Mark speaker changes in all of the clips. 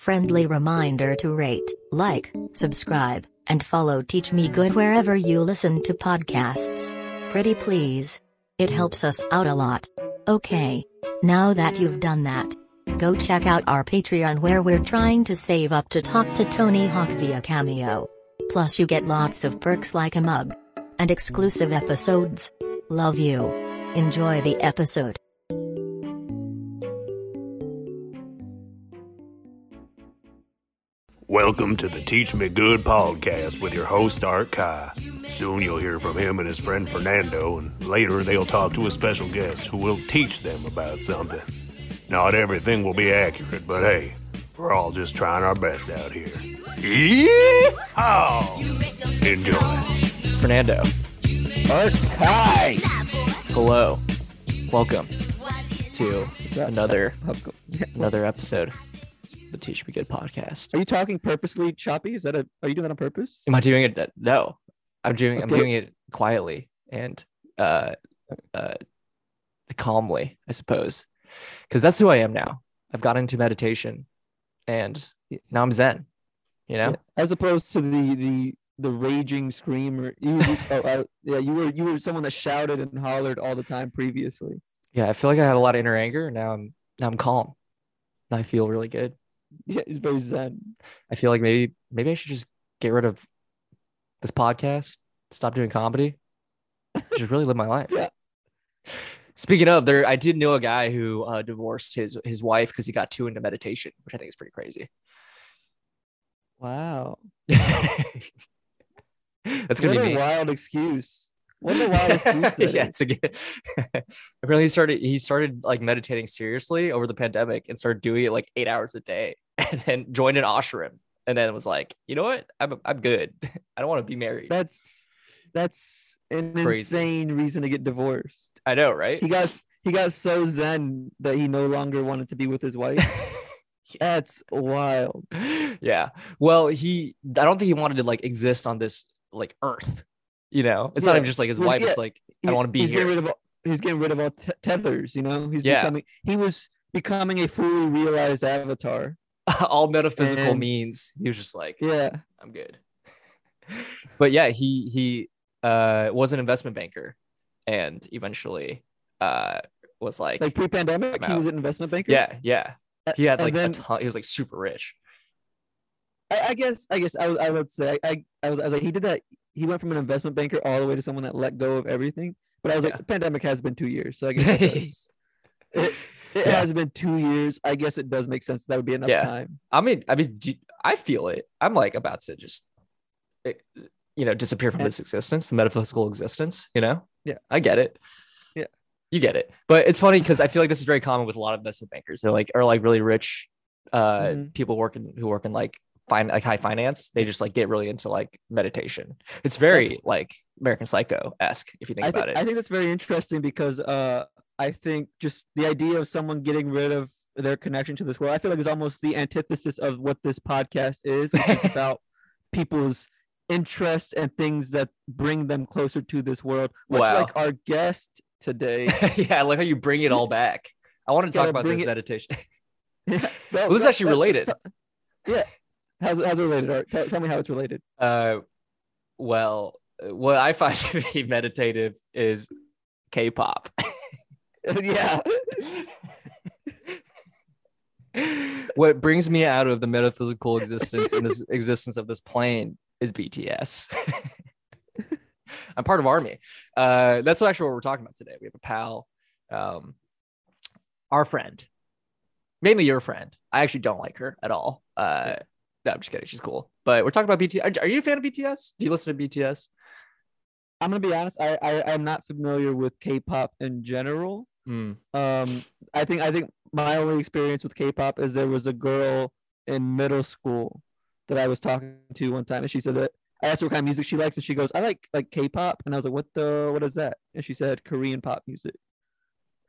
Speaker 1: Friendly reminder to rate, like, subscribe, and follow Teach Me Good wherever you listen to podcasts. Pretty please. It helps us out a lot. Okay. Now that you've done that, go check out our Patreon where we're trying to save up to talk to Tony Hawk via Cameo. Plus, you get lots of perks like a mug and exclusive episodes. Love you. Enjoy the episode.
Speaker 2: Welcome to the Teach Me Good podcast with your host, Art Kai. Soon you'll hear from him and his friend Fernando, and later they'll talk to a special guest who will teach them about something. Not everything will be accurate, but hey, we're all just trying our best out here. Yeehaw! Enjoy.
Speaker 3: Fernando.
Speaker 4: Art Kai.
Speaker 3: Hello. Welcome to another another episode of the Teach Me Good podcast.
Speaker 4: Are you talking purposely choppy? Is that a? Are you doing that on purpose?
Speaker 3: Am I doing it? No. I'm doing I'm
Speaker 4: Okay.
Speaker 3: doing it quietly and uh uh calmly, I suppose. Cuz that's who I am now. I've gotten into meditation and now I'm zen, you know?
Speaker 4: As opposed to the the the raging screamer. You, you- oh, I, yeah, you were you were someone that shouted and hollered all the time previously.
Speaker 3: Yeah, I feel like I had a lot of inner anger and now I'm now I'm calm. And I feel really good.
Speaker 4: Yeah, it's very zen.
Speaker 3: I feel like maybe maybe I should just get rid of this podcast, stop doing comedy, just really live my life.
Speaker 4: Yeah.
Speaker 3: Speaking of, there I did know a guy who uh, divorced his his wife because he got too into meditation, which I think is pretty crazy.
Speaker 4: Wow.
Speaker 3: That's gonna
Speaker 4: what
Speaker 3: be
Speaker 4: a
Speaker 3: me.
Speaker 4: wild excuse. What a wild excuse. that
Speaker 3: yeah,
Speaker 4: is.
Speaker 3: it's a good. Apparently, he started he started like meditating seriously over the pandemic and started doing it like eight hours a day, and then joined an ashram, and then was like, you know what, I'm I'm good. I don't want to be married.
Speaker 4: That's that's an
Speaker 3: Crazy.
Speaker 4: insane reason to get divorced.
Speaker 3: I know, right?
Speaker 4: He got he got so zen that he no longer wanted to be with his wife. That's wild.
Speaker 3: yeah. Well, he I don't think he wanted to like exist on this like earth. You know, it's not
Speaker 4: Yeah.
Speaker 3: even just like his
Speaker 4: Well,
Speaker 3: wife.
Speaker 4: yeah.
Speaker 3: It's like I don't
Speaker 4: He-
Speaker 3: wanna be
Speaker 4: he's
Speaker 3: here.
Speaker 4: Getting rid of all, he's getting rid of all te- tethers. You know, he's
Speaker 3: Yeah.
Speaker 4: becoming. He was becoming a fully realized avatar.
Speaker 3: all metaphysical
Speaker 4: And-
Speaker 3: means. He was just like,
Speaker 4: Yeah,
Speaker 3: I'm good. but yeah, he he uh was an investment banker and eventually uh was like,
Speaker 4: like pre-pandemic,
Speaker 3: I'm
Speaker 4: he was
Speaker 3: out.
Speaker 4: an investment banker.
Speaker 3: yeah, yeah.
Speaker 4: A-
Speaker 3: He had
Speaker 4: and
Speaker 3: like
Speaker 4: then
Speaker 3: a ton he was like super rich.
Speaker 4: I, I guess I guess I, would- I would say I, I was I was like he did that. He went from an investment banker all the way to someone that let go of everything. But I was like,
Speaker 3: Yeah.
Speaker 4: the pandemic has been two years, so I guess that does- it, it
Speaker 3: Yeah.
Speaker 4: has been two years. I guess it does make sense. That would be enough
Speaker 3: Yeah.
Speaker 4: time.
Speaker 3: I mean, I mean, do- I feel it. I'm like about to just, eh, you know, disappear from
Speaker 4: And-
Speaker 3: this existence, the metaphysical existence. You know,
Speaker 4: Yeah.
Speaker 3: I get it.
Speaker 4: Yeah.
Speaker 3: you get it. But it's funny because I feel like this is very common with a lot of investment bankers. They're like are like really rich uh,
Speaker 4: Mhm.
Speaker 3: people working who work in like fine like high finance. They just like get really into like meditation. It's very like American Psycho esque if you think
Speaker 4: I
Speaker 3: about
Speaker 4: thi-
Speaker 3: it.
Speaker 4: I think that's very interesting because uh, I think just the idea of someone getting rid of their connection to this world, I feel like is almost the antithesis of what this podcast is. which is about people's interests and things that bring them closer to this world. Much
Speaker 3: Wow.
Speaker 4: like our guest today.
Speaker 3: yeah, I like how you bring it all back. I want to talk
Speaker 4: Gotta
Speaker 3: about
Speaker 4: bring
Speaker 3: this
Speaker 4: it-
Speaker 3: meditation.
Speaker 4: No,
Speaker 3: well, this is
Speaker 4: no,
Speaker 3: actually
Speaker 4: no,
Speaker 3: related.
Speaker 4: How's, how's it related? Art? Tell, tell me how it's related.
Speaker 3: Uh, well, what I find to be meditative is K-pop.
Speaker 4: yeah.
Speaker 3: what brings me out of the metaphysical existence and this existence of this plane is BTS. I'm part of Army. Uh, that's actually what we're talking about today. We have a pal, um, our friend, mainly your friend. I actually don't like her at all. Uh, no, I'm just kidding. She's cool. But we're talking about BTS. Are, are you a fan of BTS? Do you listen to BTS?
Speaker 4: I'm going to be honest. I, I, I'm not familiar with K pop in general.
Speaker 3: Mm.
Speaker 4: um i think i think my only experience with k-pop is there was a girl in middle school that i was talking to one time and she said that i asked her what kind of music she likes and she goes i like like k-pop and i was like what the what is that and she said korean pop music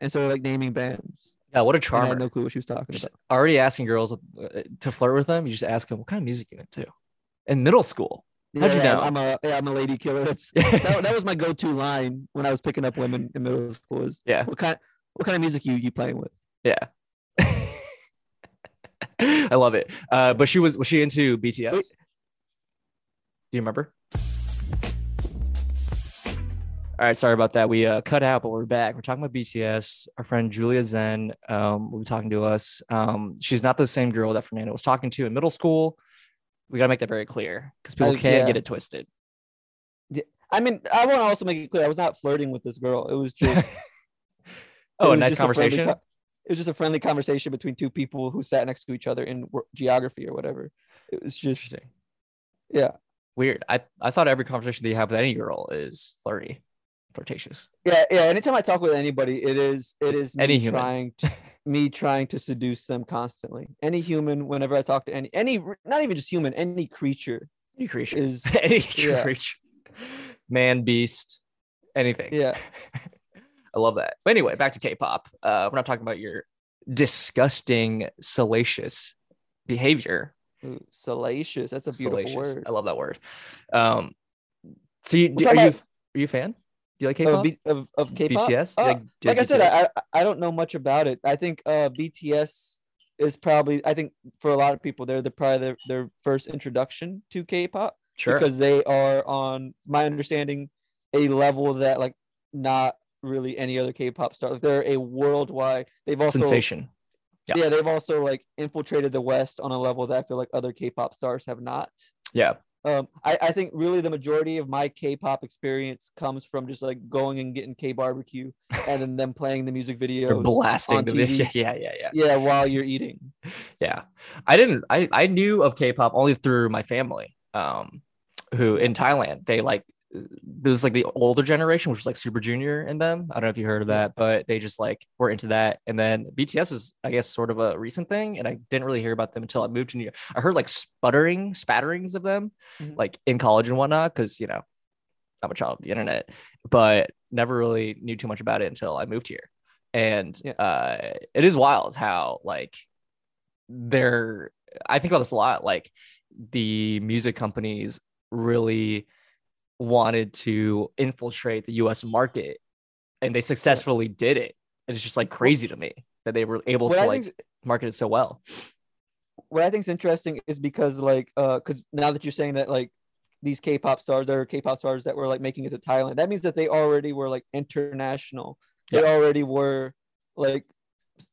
Speaker 4: and so like naming bands
Speaker 3: Yeah, what a
Speaker 4: and i
Speaker 3: charmer.
Speaker 4: had no clue what she was talking
Speaker 3: just
Speaker 4: about
Speaker 3: already asking girls uh, to flirt with them. You just ask them what kind of music you into in middle school. how'd
Speaker 4: yeah,
Speaker 3: you
Speaker 4: yeah,
Speaker 3: know?
Speaker 4: i'm a yeah, i'm a lady killer that's that, that was my go-to line when i was picking up women in middle school is
Speaker 3: Yeah.
Speaker 4: what kind what kind of music you you playing with
Speaker 3: yeah. I love it. Uh, but she was was she into BTS? Do you remember? All right, sorry about that. We uh, cut out, but we're back. We're talking about BTS. Our friend Julia Zen um, will be talking to us. Um, she's not the same girl that Fernando was talking to in middle school. We got to make that very clear because people
Speaker 4: Uh,
Speaker 3: can
Speaker 4: yeah.
Speaker 3: get it twisted.
Speaker 4: I mean, I want to also make it clear I was not flirting with this girl. It was just it
Speaker 3: Oh, a
Speaker 4: was
Speaker 3: nice
Speaker 4: just friendly
Speaker 3: conversation.
Speaker 4: co- it was just a friendly conversation between two people who sat next to each other in wor- geography or whatever. It was just
Speaker 3: Interesting.
Speaker 4: yeah,
Speaker 3: Weird. I, I thought every conversation that you have with any girl is flirty, flirtatious.
Speaker 4: yeah, yeah. Anytime I talk with anybody, it is it is me
Speaker 3: any human.
Speaker 4: trying to, me trying to seduce them constantly. Any human, whenever I talk to any any r- not even just human, any creature
Speaker 3: Any creature.
Speaker 4: is
Speaker 3: any
Speaker 4: Yeah.
Speaker 3: creature, man, beast, anything.
Speaker 4: Yeah.
Speaker 3: I love that. But anyway, back to K-pop. Uh, we're not talking about your disgusting, salacious behavior.
Speaker 4: ooh, salacious. That's a beautiful
Speaker 3: Salacious.
Speaker 4: word.
Speaker 3: I love that word. Um, so you, are
Speaker 4: We're talking
Speaker 3: you
Speaker 4: about-
Speaker 3: are you a fan? Do you like
Speaker 4: Of,
Speaker 3: K-pop?
Speaker 4: B- of, of K-pop.
Speaker 3: BTS? Do
Speaker 4: Oh,
Speaker 3: you like, do you
Speaker 4: like I
Speaker 3: like
Speaker 4: said,
Speaker 3: BTS?
Speaker 4: I, I I don't know much about it. I think uh, BTS is probably I think for a lot of people they're the probably their, their first introduction to K-pop
Speaker 3: sure.
Speaker 4: because they are on my understanding a level that like not really any other K-pop star. Like, they're a worldwide. They've also
Speaker 3: Sensation. yeah.
Speaker 4: yeah they've also like infiltrated the West on a level that I feel like other K-pop stars have not
Speaker 3: Yeah.
Speaker 4: um, I, I think really the majority of my K-pop experience comes from just like going and getting K barbecue and then them playing the music
Speaker 3: They're
Speaker 4: videos.
Speaker 3: blasting
Speaker 4: on
Speaker 3: the
Speaker 4: TV.
Speaker 3: video. Yeah, yeah, yeah.
Speaker 4: Yeah, while you're eating.
Speaker 3: yeah i didn't i i knew of k-pop only through my family um who in thailand they like there was like the older generation which was like super junior in them i don't know if you heard of that but they just like were into that and then bts is i guess sort of a recent thing and i didn't really hear about them until i moved to new york i heard like sputtering spatterings of them
Speaker 4: Mhm.
Speaker 3: like in college and whatnot because you know i'm a child of the internet but never really knew too much about it until i moved here and
Speaker 4: Yeah.
Speaker 3: uh it is wild how like they're I think about this a lot. Like the music companies really wanted to infiltrate the US market and they successfully did it. And it's just like crazy to me that they were able
Speaker 4: What
Speaker 3: to
Speaker 4: I,
Speaker 3: like
Speaker 4: think's,
Speaker 3: market it so well.
Speaker 4: what I think's interesting is because like uh because now that you're saying that like these K-pop stars there are K-pop stars that were like making it to Thailand, that means that they already were like international. They already were like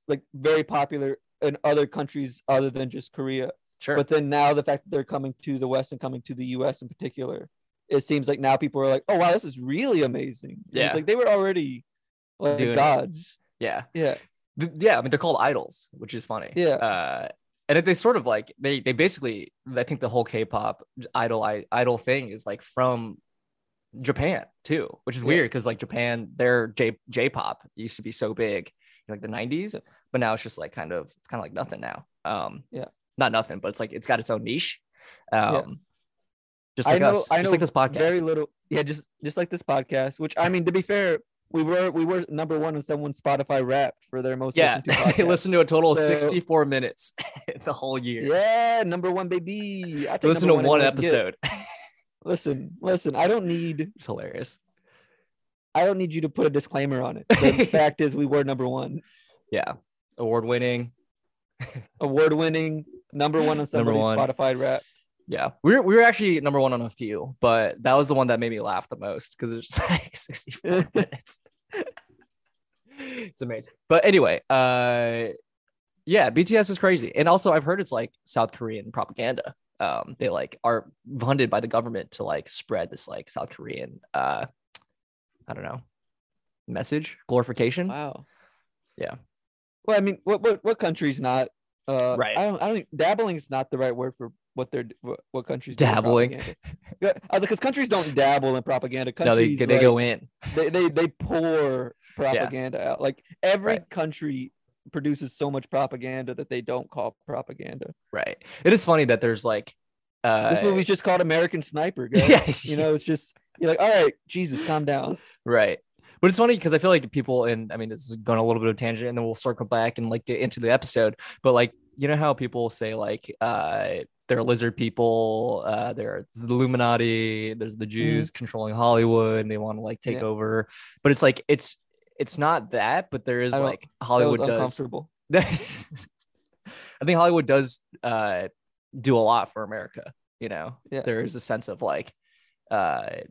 Speaker 4: like very popular in other countries other than just Korea.
Speaker 3: Sure.
Speaker 4: But then now the fact that they're coming to the West and coming to the US in particular, it seems like now people are like, oh wow, this is really amazing. And
Speaker 3: Yeah.
Speaker 4: It's like they were already like
Speaker 3: Doing it.
Speaker 4: gods.
Speaker 3: yeah.
Speaker 4: Yeah.
Speaker 3: Th- yeah, I mean they're called idols, which is funny.
Speaker 4: Yeah.
Speaker 3: Uh, and they sort of like they they basically I think the whole K-pop idol i- idol thing is like from Japan too, which is
Speaker 4: Yeah.
Speaker 3: weird because like Japan their J J-pop used to be so big in like the 90s, but now it's just like kind of it's kind of like nothing now. Um,
Speaker 4: Yeah.
Speaker 3: not nothing, but it's like it's got its own niche. Um,
Speaker 4: Yeah.
Speaker 3: just
Speaker 4: I
Speaker 3: like
Speaker 4: know-
Speaker 3: us,
Speaker 4: I
Speaker 3: just
Speaker 4: know
Speaker 3: like this podcast.
Speaker 4: Very little yeah, just just like this podcast, which I mean to be fair, we were we were number one on someone's Spotify wrapped for their most
Speaker 3: yeah,
Speaker 4: listened to
Speaker 3: they
Speaker 4: podcast.
Speaker 3: listened to a total
Speaker 4: So-
Speaker 3: of 64 minutes the whole year.
Speaker 4: yeah, number one baby.
Speaker 3: They
Speaker 4: I take
Speaker 3: listened to
Speaker 4: number
Speaker 3: one,
Speaker 4: anyone I can get.
Speaker 3: episode.
Speaker 4: Listen, listen, I don't need
Speaker 3: it's hilarious.
Speaker 4: I don't need you to put a disclaimer on it. The fact is we were number one.
Speaker 3: Yeah. Award winning.
Speaker 4: Award winning, number one on
Speaker 3: Number
Speaker 4: somebody's
Speaker 3: one.
Speaker 4: Spotify rap.
Speaker 3: Yeah. We were, we were actually number one on a few, but that was the one that made me laugh the most because it's just like 64 minutes. It's amazing. But anyway, uh yeah, BTS is crazy. And also I've heard it's like South Korean propaganda. Um, they like are funded by the government to like spread this like South Korean uh I don't know message glorification.
Speaker 4: Wow.
Speaker 3: Yeah.
Speaker 4: Well, I mean, what what what country's not? Uh,
Speaker 3: Right.
Speaker 4: I don't. I don't. Dabbling's not the right word for what they're what, what countries do in
Speaker 3: Dabbling.
Speaker 4: propaganda. Yeah, I was like, because countries don't dabble in propaganda.
Speaker 3: No, they
Speaker 4: Countries
Speaker 3: they go in.
Speaker 4: they, they they pour propaganda out. Like every
Speaker 3: Right.
Speaker 4: country produces so much propaganda that they don't call propaganda.
Speaker 3: Right. It is funny that there's like uh
Speaker 4: this movie's just called American Sniper. Guys.
Speaker 3: yeah,
Speaker 4: You know, it's just you're like, all right, Jesus, calm down.
Speaker 3: Right. But it's funny because I feel like people and I mean this is going a little bit of a tangent and then we'll circle back and like get into the episode. But like you know how people say like uh they're lizard people, uh they're it's the Illuminati, there's the Jews controlling Hollywood and they want to like take
Speaker 4: Mm-hmm. Yeah.
Speaker 3: over. But it's like it's it's not that, but there is
Speaker 4: I don't-
Speaker 3: like
Speaker 4: That was
Speaker 3: Hollywood does
Speaker 4: uncomfortable.
Speaker 3: that- I think Hollywood does uh, do a lot for America. You know,
Speaker 4: Yeah.
Speaker 3: there is a sense of like, uh,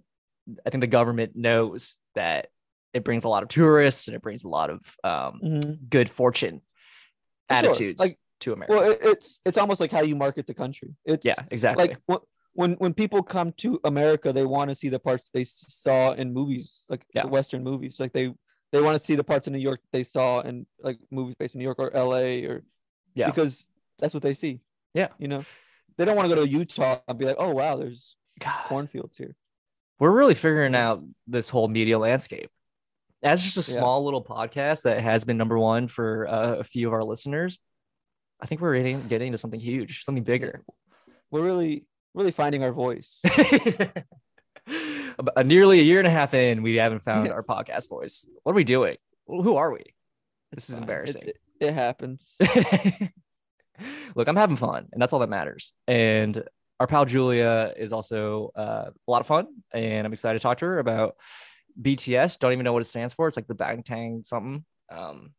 Speaker 3: I think the government knows that it brings a lot of tourists and it brings a lot of um, good fortune
Speaker 4: Mm. For sure.
Speaker 3: attitudes
Speaker 4: Mm-hmm. Like,
Speaker 3: to America.
Speaker 4: Well, it, it's it's almost like how you market the country. It's
Speaker 3: yeah, exactly.
Speaker 4: like wh- when when people come to America, they want to see the parts they s- saw in movies, like
Speaker 3: Yeah.
Speaker 4: the Western movies. Like they they want to see the parts in New York they saw in like movies based in New York or L.A. or
Speaker 3: Yeah.
Speaker 4: because that's what they see.
Speaker 3: Yeah.
Speaker 4: you know, they don't want to go to Utah and be like, oh wow, there's
Speaker 3: God.
Speaker 4: cornfields here.
Speaker 3: we're really figuring out this whole media landscape. As just a
Speaker 4: Yeah.
Speaker 3: small little podcast that has been number one for uh, a few of our listeners, I think we're getting, getting to something huge, something bigger.
Speaker 4: We're really really finding our voice.
Speaker 3: About- Nearly a year and a half in, we haven't found
Speaker 4: Yeah.
Speaker 3: our podcast voice. What are we doing? Who are we? This
Speaker 4: It's
Speaker 3: is
Speaker 4: fine.
Speaker 3: embarrassing.
Speaker 4: It, it happens.
Speaker 3: Look, I'm having fun, and that's all that matters. And our pal Julia is also uh, a lot of fun, and I'm excited to talk to her about BTS. Don't even know what it stands for. It's like the Bangtan something. Um,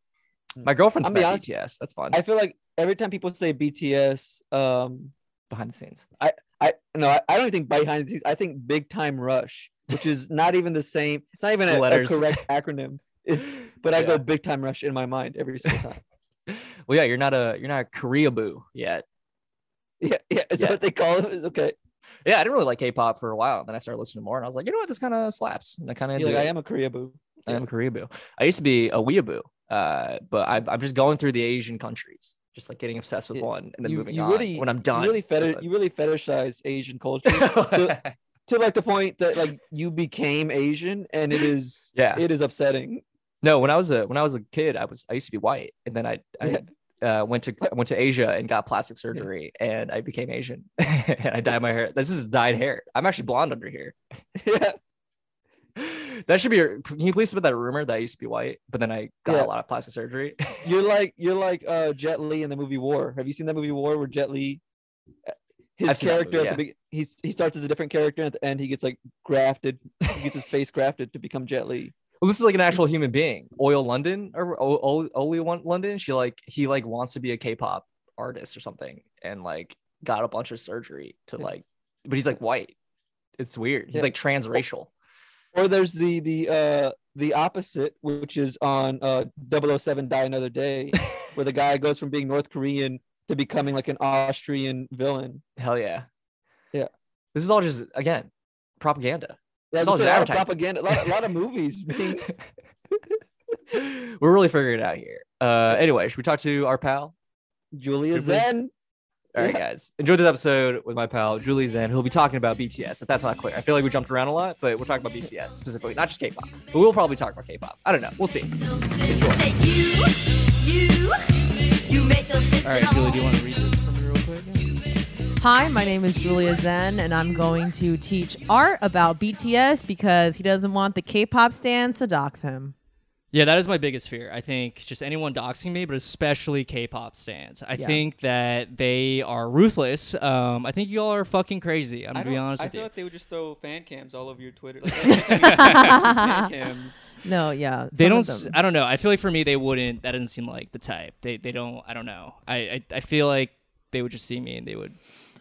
Speaker 3: my girlfriend's
Speaker 4: I'll be
Speaker 3: met
Speaker 4: honest,
Speaker 3: BTS. That's fun.
Speaker 4: I feel like every time people say BTS, um,
Speaker 3: Behind the scenes.
Speaker 4: I no, I, I don't think behind the scenes. I think big time rush, which is not even the same. It's not even a, a
Speaker 3: Letters.
Speaker 4: correct acronym. It's but I go big time rush in my mind every single time.
Speaker 3: Well, yeah, you're not a you're not a Korea boo yet.
Speaker 4: yeah, yeah. Is
Speaker 3: Yeah.
Speaker 4: that what they call it? It's Okay.
Speaker 3: Yeah, I didn't really like K-pop for a while. Then I started listening more, and I was like, you know what, this kind of slaps. And I kind of
Speaker 4: You're like, I am a Korea boo.
Speaker 3: I am a Koreaboo. I used to be a Weeaboo, uh, but I, I'm just going through the Asian countries, just like getting obsessed with
Speaker 4: Yeah,
Speaker 3: one and then
Speaker 4: you-
Speaker 3: moving
Speaker 4: you
Speaker 3: on
Speaker 4: really-
Speaker 3: when I'm done.
Speaker 4: You really
Speaker 3: with
Speaker 4: fetish,
Speaker 3: it.
Speaker 4: you really fetishize Asian culture to, to like the point that like you became Asian and it is
Speaker 3: Yeah.
Speaker 4: it is upsetting.
Speaker 3: no, when I was a when I was a kid, I was I used to be white, and then I, I uh, went to I went to Asia and got plastic surgery, and I became Asian, and I dyed my hair. This is dyed hair. I'm actually blonde under here.
Speaker 4: yeah.
Speaker 3: That should be. your- Can you please put that rumor that I used to be white, but then I got
Speaker 4: Yeah.
Speaker 3: a lot of plastic surgery?
Speaker 4: You're like you're like uh Jet Li in the movie War. Have you seen that movie War where Jet Li
Speaker 3: I've
Speaker 4: his
Speaker 3: seen that
Speaker 4: character
Speaker 3: movie,
Speaker 4: at the big he's he starts as a different character and at the end he gets like grafted he gets his face grafted to become Jet Li.
Speaker 3: Well, this is like an actual human being. Oil London or O- O- Oli Won- London. She like he like wants to be a K-pop artist or something, and like got a bunch of surgery to
Speaker 4: Yeah.
Speaker 3: like, but he's like white. It's weird. He's
Speaker 4: Yeah.
Speaker 3: like transracial.
Speaker 4: Or there's the the uh the opposite which is on uh 007 Die Another Day where the guy goes from being North Korean to becoming like an Austrian villain.
Speaker 3: Hell yeah,
Speaker 4: Yeah.
Speaker 3: This is all just again propaganda.
Speaker 4: Yeah,
Speaker 3: It's
Speaker 4: it's
Speaker 3: all
Speaker 4: a lot of
Speaker 3: advertising.
Speaker 4: propaganda, a lot, a lot of movies. being-
Speaker 3: We're really figuring it out here. Uh, anyway, should we talk to our pal?
Speaker 4: Julia
Speaker 3: You're
Speaker 4: Zen.
Speaker 3: All right, guys. Enjoy this episode with my pal Julie Zen, who'll be talking about BTS. If that's not clear, I feel like we jumped around a lot, but we're talking about BTS specifically, not just K-pop. But we'll probably talk about K-pop. I don't know. We'll see.
Speaker 1: Say you, you, you make no sense
Speaker 3: All right,
Speaker 1: at all.
Speaker 3: Julie, do you want to read this for me real quick?
Speaker 5: Hi, my name is Julia Zen, and I'm going to teach Art about BTS because he doesn't want the K pop stands to dox him.
Speaker 6: Yeah, that is my biggest fear. I think just anyone doxing me, but especially K-pop stands. I
Speaker 5: Yeah.
Speaker 6: think that they are ruthless. Um, I think you all are fucking crazy. I'm
Speaker 7: I
Speaker 6: gonna be
Speaker 7: don't-
Speaker 6: honest
Speaker 7: I
Speaker 6: with
Speaker 7: feel
Speaker 6: you.
Speaker 7: like they would just throw fan cams all over your Twitter. Like, every time you post some fan cams.
Speaker 5: No, yeah.
Speaker 6: they
Speaker 5: some
Speaker 6: don't.
Speaker 5: of
Speaker 6: s-
Speaker 5: them.
Speaker 6: I don't know. I feel like for me, they wouldn't. That doesn't seem like the type. They they don't. I don't know. I I, I feel like they would just see me and they would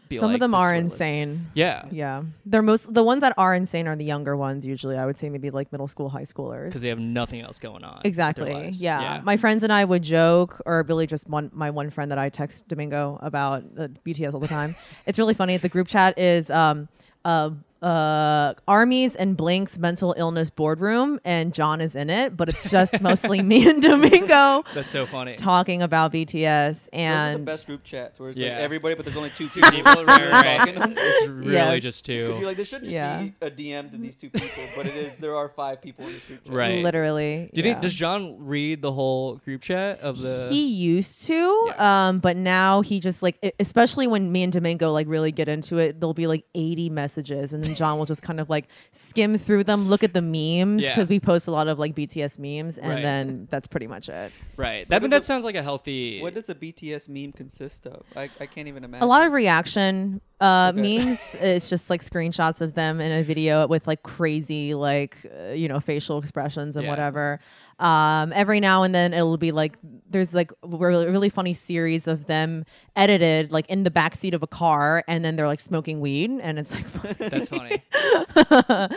Speaker 6: be.
Speaker 5: Some
Speaker 6: like,
Speaker 5: of them
Speaker 6: this
Speaker 5: are
Speaker 6: little-
Speaker 5: insane.
Speaker 6: Yeah,
Speaker 5: Yeah. They're most, the ones that are insane are the younger ones, usually. I would say maybe like middle school, high schoolers.
Speaker 6: because they have nothing else going on. with their
Speaker 5: Exactly.
Speaker 6: lives.
Speaker 5: Yeah. My friends and I would joke, or really just one my one friend that I text Domingo about uh, BTS all the time. it's really funny. The group chat is um uh uh armies and blinks mental illness boardroom and John is in it, but it's just mostly me and Domingo
Speaker 6: that's so funny.
Speaker 5: talking about BTS
Speaker 7: Those are
Speaker 5: and
Speaker 7: the best group chats where it's
Speaker 6: Yeah.
Speaker 7: like everybody, but there's only two people.
Speaker 6: People, right, right.
Speaker 7: talking on
Speaker 6: It's really
Speaker 5: Yes.
Speaker 6: just
Speaker 7: Because you're
Speaker 6: too.
Speaker 7: like, this should just
Speaker 5: Yeah.
Speaker 7: be a DM to these two people, but it is. There are five people in this group chat.
Speaker 6: Right.
Speaker 5: literally.
Speaker 6: Do you
Speaker 5: yeah.
Speaker 6: think does John read the whole group chat of the?
Speaker 5: he used to um but now he just like e- especially when me and domingo like really get into it there'll be like 80 messages and then john will just kind of like skim through them look at the memes
Speaker 6: Yeah.
Speaker 5: because we post a lot of like bts memes and
Speaker 6: Right.
Speaker 5: then that's pretty much it
Speaker 6: Right. That, but
Speaker 7: does
Speaker 6: that sounds like a healthy.
Speaker 7: What does a BTS meme consist of? I, I can't even imagine.
Speaker 5: a lot of reaction Uh,
Speaker 4: Okay.
Speaker 5: memes it's just like screenshots of them in a video with like crazy like uh, you know facial expressions and
Speaker 8: Yeah.
Speaker 5: whatever. Um, every now and then it'll be like there's like a really, really funny series of them edited like in the backseat of a car and then they're like smoking weed and it's like
Speaker 3: That's funny.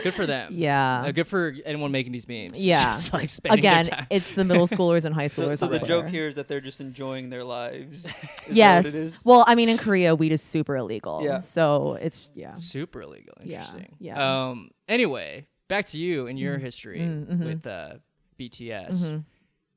Speaker 3: Good for them.
Speaker 5: yeah
Speaker 3: Uh, good for anyone making these memes.
Speaker 5: Yeah.
Speaker 3: Just like spending their
Speaker 5: again
Speaker 3: time.
Speaker 5: it's the middle schoolers and high
Speaker 4: So,
Speaker 5: schoolers.
Speaker 4: so
Speaker 5: on
Speaker 4: the joke
Speaker 5: Twitter.
Speaker 4: here is that they're just enjoying their lives. Is that what
Speaker 5: yes.
Speaker 4: it is?
Speaker 5: Well, I mean, in Korea, weed is super illegal.
Speaker 4: Yeah.
Speaker 5: So it's yeah.
Speaker 3: super illegal.
Speaker 5: Yeah,
Speaker 3: Interesting.
Speaker 5: yeah.
Speaker 3: Um. Anyway, back to you and your history
Speaker 5: mm, mhm.
Speaker 3: with uh, BTS.
Speaker 5: Mhm.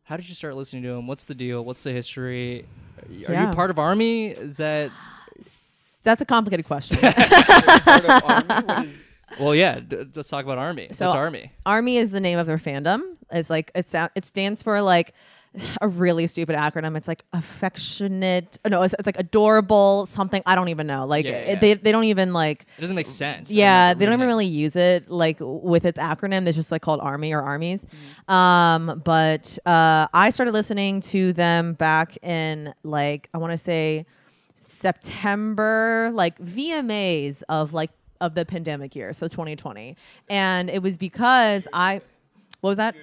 Speaker 3: How did you start listening to them? What's the deal? What's the history? Are you- Are
Speaker 5: Yeah.
Speaker 3: you part of Army? Is that
Speaker 5: S- That's a complicated question.
Speaker 4: Part of Army? What is-
Speaker 3: well? Yeah. D- let's talk about Army.
Speaker 5: So-
Speaker 3: What's Army?
Speaker 5: Army is the name of their fandom. It's like it's it stands for like a really stupid acronym. It's like affectionate. No, it's, it's like adorable something. I don't even know. Like
Speaker 3: Yeah,
Speaker 5: it-
Speaker 3: yeah.
Speaker 5: They, they don't even like.
Speaker 3: It doesn't make sense.
Speaker 5: yeah,
Speaker 3: I'm not
Speaker 5: they don't even
Speaker 3: reading
Speaker 5: really use it like with its acronym. It's just like called Army or Armies. Um, but uh, I started listening to them back in like I want to say September, like VMAs of like of the pandemic year, so 2020, and it was because I what was that?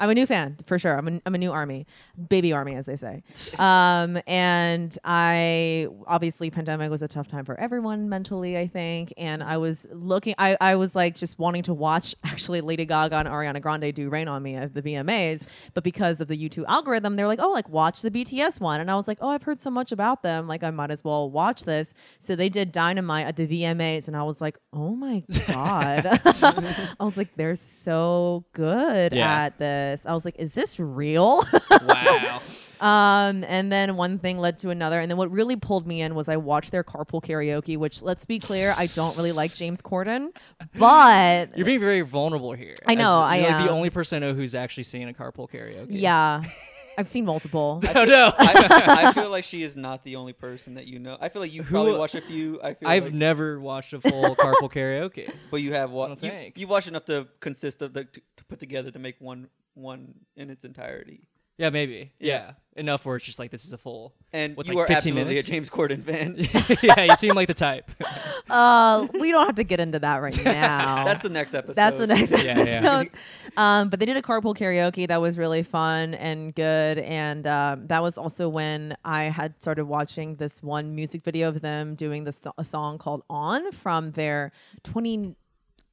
Speaker 5: I'm a new fan for sure. I'm a, I'm a new army, baby army, as they say. Um, and I obviously pandemic was a tough time for everyone mentally, I think. And I was looking, I, I was like just wanting to watch actually Lady Gaga and Ariana Grande do Rain on Me at the VMAs, but because of the YouTube algorithm, they're like, oh, like watch the BTS one, and I was like, oh, I've heard so much about them, like I might as well watch this. So they did Dynamite at the VMAs, and I was like, oh my god, I was like, they're so good
Speaker 3: Yeah.
Speaker 5: at this. I was like, is this real?
Speaker 3: it. Wow.
Speaker 5: Um, and then one thing led to another. And then what really pulled me in was I watched their carpool karaoke, which let's be clear, I don't really like James Corden, but
Speaker 3: You're being very vulnerable here.
Speaker 5: I know,
Speaker 3: As-
Speaker 5: I
Speaker 3: you're like the
Speaker 5: am.
Speaker 3: only person I know who's actually singing a carpool karaoke.
Speaker 5: yeah, I've seen multiple.
Speaker 3: Oh no.
Speaker 4: I, I feel like she is not the only person that you know. I feel like you
Speaker 3: Who-
Speaker 4: probably watch a few. I feel
Speaker 3: I've
Speaker 4: like,
Speaker 3: never watched a full carpool karaoke.
Speaker 4: but you have
Speaker 3: I
Speaker 4: watched.
Speaker 3: don't
Speaker 4: You,
Speaker 3: think.
Speaker 4: you watched enough to consist of the to, to put together to make one one in its entirety.
Speaker 3: Yeah, maybe.
Speaker 4: Yeah.
Speaker 3: Yeah. Enough where it's just like this is a full.
Speaker 4: And
Speaker 3: What's,
Speaker 4: you
Speaker 3: like,
Speaker 4: are
Speaker 3: 15
Speaker 4: absolutely
Speaker 3: minutes?
Speaker 4: a James Corden fan.
Speaker 3: yeah, you seem like the type.
Speaker 5: Uh, we don't have to get into that right now.
Speaker 4: That's the next episode.
Speaker 5: That's the next
Speaker 3: Yeah, yeah.
Speaker 5: episode. Um, but they did a carpool karaoke that was really fun and good, and um, that was also when I had started watching this one music video of them doing this so- a song called "On" from their 20,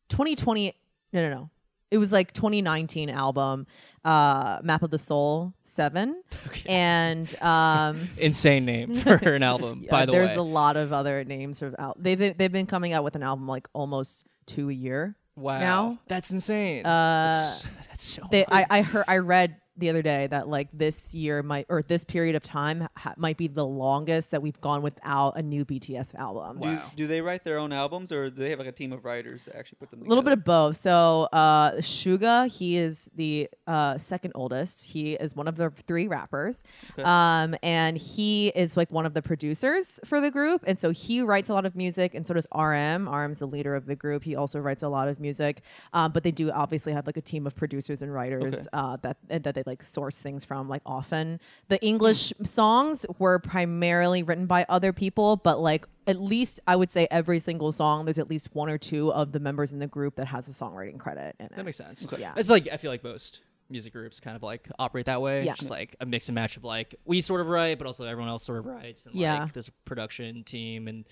Speaker 5: 2020 No, no, no. It was like 2019 album, uh, Map of the Soul Seven, and um.
Speaker 3: Insane name for an album,
Speaker 5: Yeah,
Speaker 3: by the
Speaker 5: Uh, there's
Speaker 3: way.
Speaker 5: a lot of other names for al- they've been- they've been coming out with an album like almost two a year.
Speaker 3: wow.
Speaker 5: now.
Speaker 3: That's insane.
Speaker 5: Uh,
Speaker 3: that's, that's so.
Speaker 5: They,
Speaker 3: much.
Speaker 5: I, I heard I read the other day that like this year might or this period of time ha- might be the longest that we've gone without a new BTS album.
Speaker 4: Do, do they write their own albums, or do they have like a team of writers that actually put them?
Speaker 5: A little bit of both. So, uh, Suga, he is the uh, second oldest. He is one of the three rappers, um, and he is like one of the producers for the group. And so he writes a lot of music, and so does RM. RM's the leader of the group. He also writes a lot of music, um, but they do obviously have like a team of producers and writers uh, that and that they like source things from. Like often, the English songs were primarily written by other people, but like at least I would say every single song, there's at least one or two of the members in the group that has a songwriting credit in it.
Speaker 3: that makes sense.
Speaker 5: Yeah.
Speaker 3: It's like I feel like most music groups kind of like operate that way.
Speaker 5: Yeah.
Speaker 3: Just like a mix and match of like we sort of write, but also everyone else sort of writes, and
Speaker 5: Yeah.
Speaker 3: like this production team and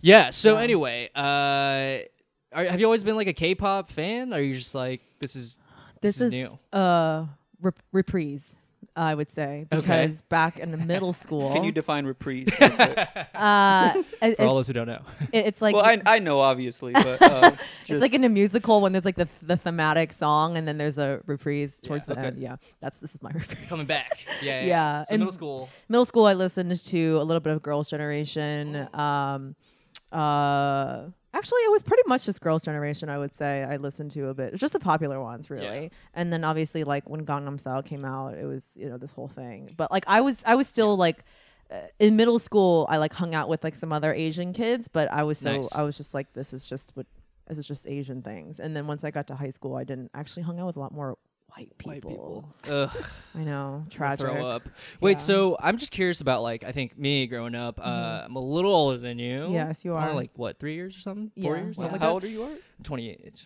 Speaker 3: yeah. So anyway, uh. Are, have you always been like a K-pop fan? Are you just like this is
Speaker 5: This,
Speaker 3: is
Speaker 5: is,
Speaker 3: new?
Speaker 5: uh rep- reprise, I would say,
Speaker 3: Okay.
Speaker 5: because back in the middle school,
Speaker 4: Can you define reprise? real quick?
Speaker 5: uh, it-
Speaker 3: For all those who don't know,
Speaker 5: it- it's like
Speaker 4: well, I, I know obviously, but uh,
Speaker 5: it's
Speaker 4: just-
Speaker 5: like in a musical when there's like the, the thematic song and then there's a reprise towards the
Speaker 4: okay.
Speaker 5: end. Yeah, that's this is my reprise.
Speaker 3: coming back. Yeah, yeah.
Speaker 5: Yeah,
Speaker 3: So middle
Speaker 5: and-
Speaker 3: school.
Speaker 5: middle school i listened to a little bit of girls generation um uh actually it was pretty much just girls generation i would say i listened to a bit just the popular ones really and then obviously like when gangnam style came out it was you know this whole thing but like i was i was still like uh, in middle school i like hung out with like some other asian kids but i was so
Speaker 3: Nice.
Speaker 5: i was just like this is just what this is just asian things and then once i got to high school i didn't actually hung out with a lot more white people.
Speaker 3: White people. Ugh.
Speaker 5: I know,
Speaker 3: I'll
Speaker 5: tragic.
Speaker 3: Throw up. Wait,
Speaker 5: Yeah.
Speaker 3: so I'm just curious about like I think me growing up. Uh, I'm a little older than you.
Speaker 5: Mm-hmm. Yes, you
Speaker 3: By,
Speaker 5: are.
Speaker 3: like what three years or something? Four
Speaker 5: Yeah.
Speaker 3: years?
Speaker 4: Wow.
Speaker 3: Something
Speaker 4: How
Speaker 3: like
Speaker 4: old
Speaker 3: that.
Speaker 4: are you? Art?
Speaker 3: 28,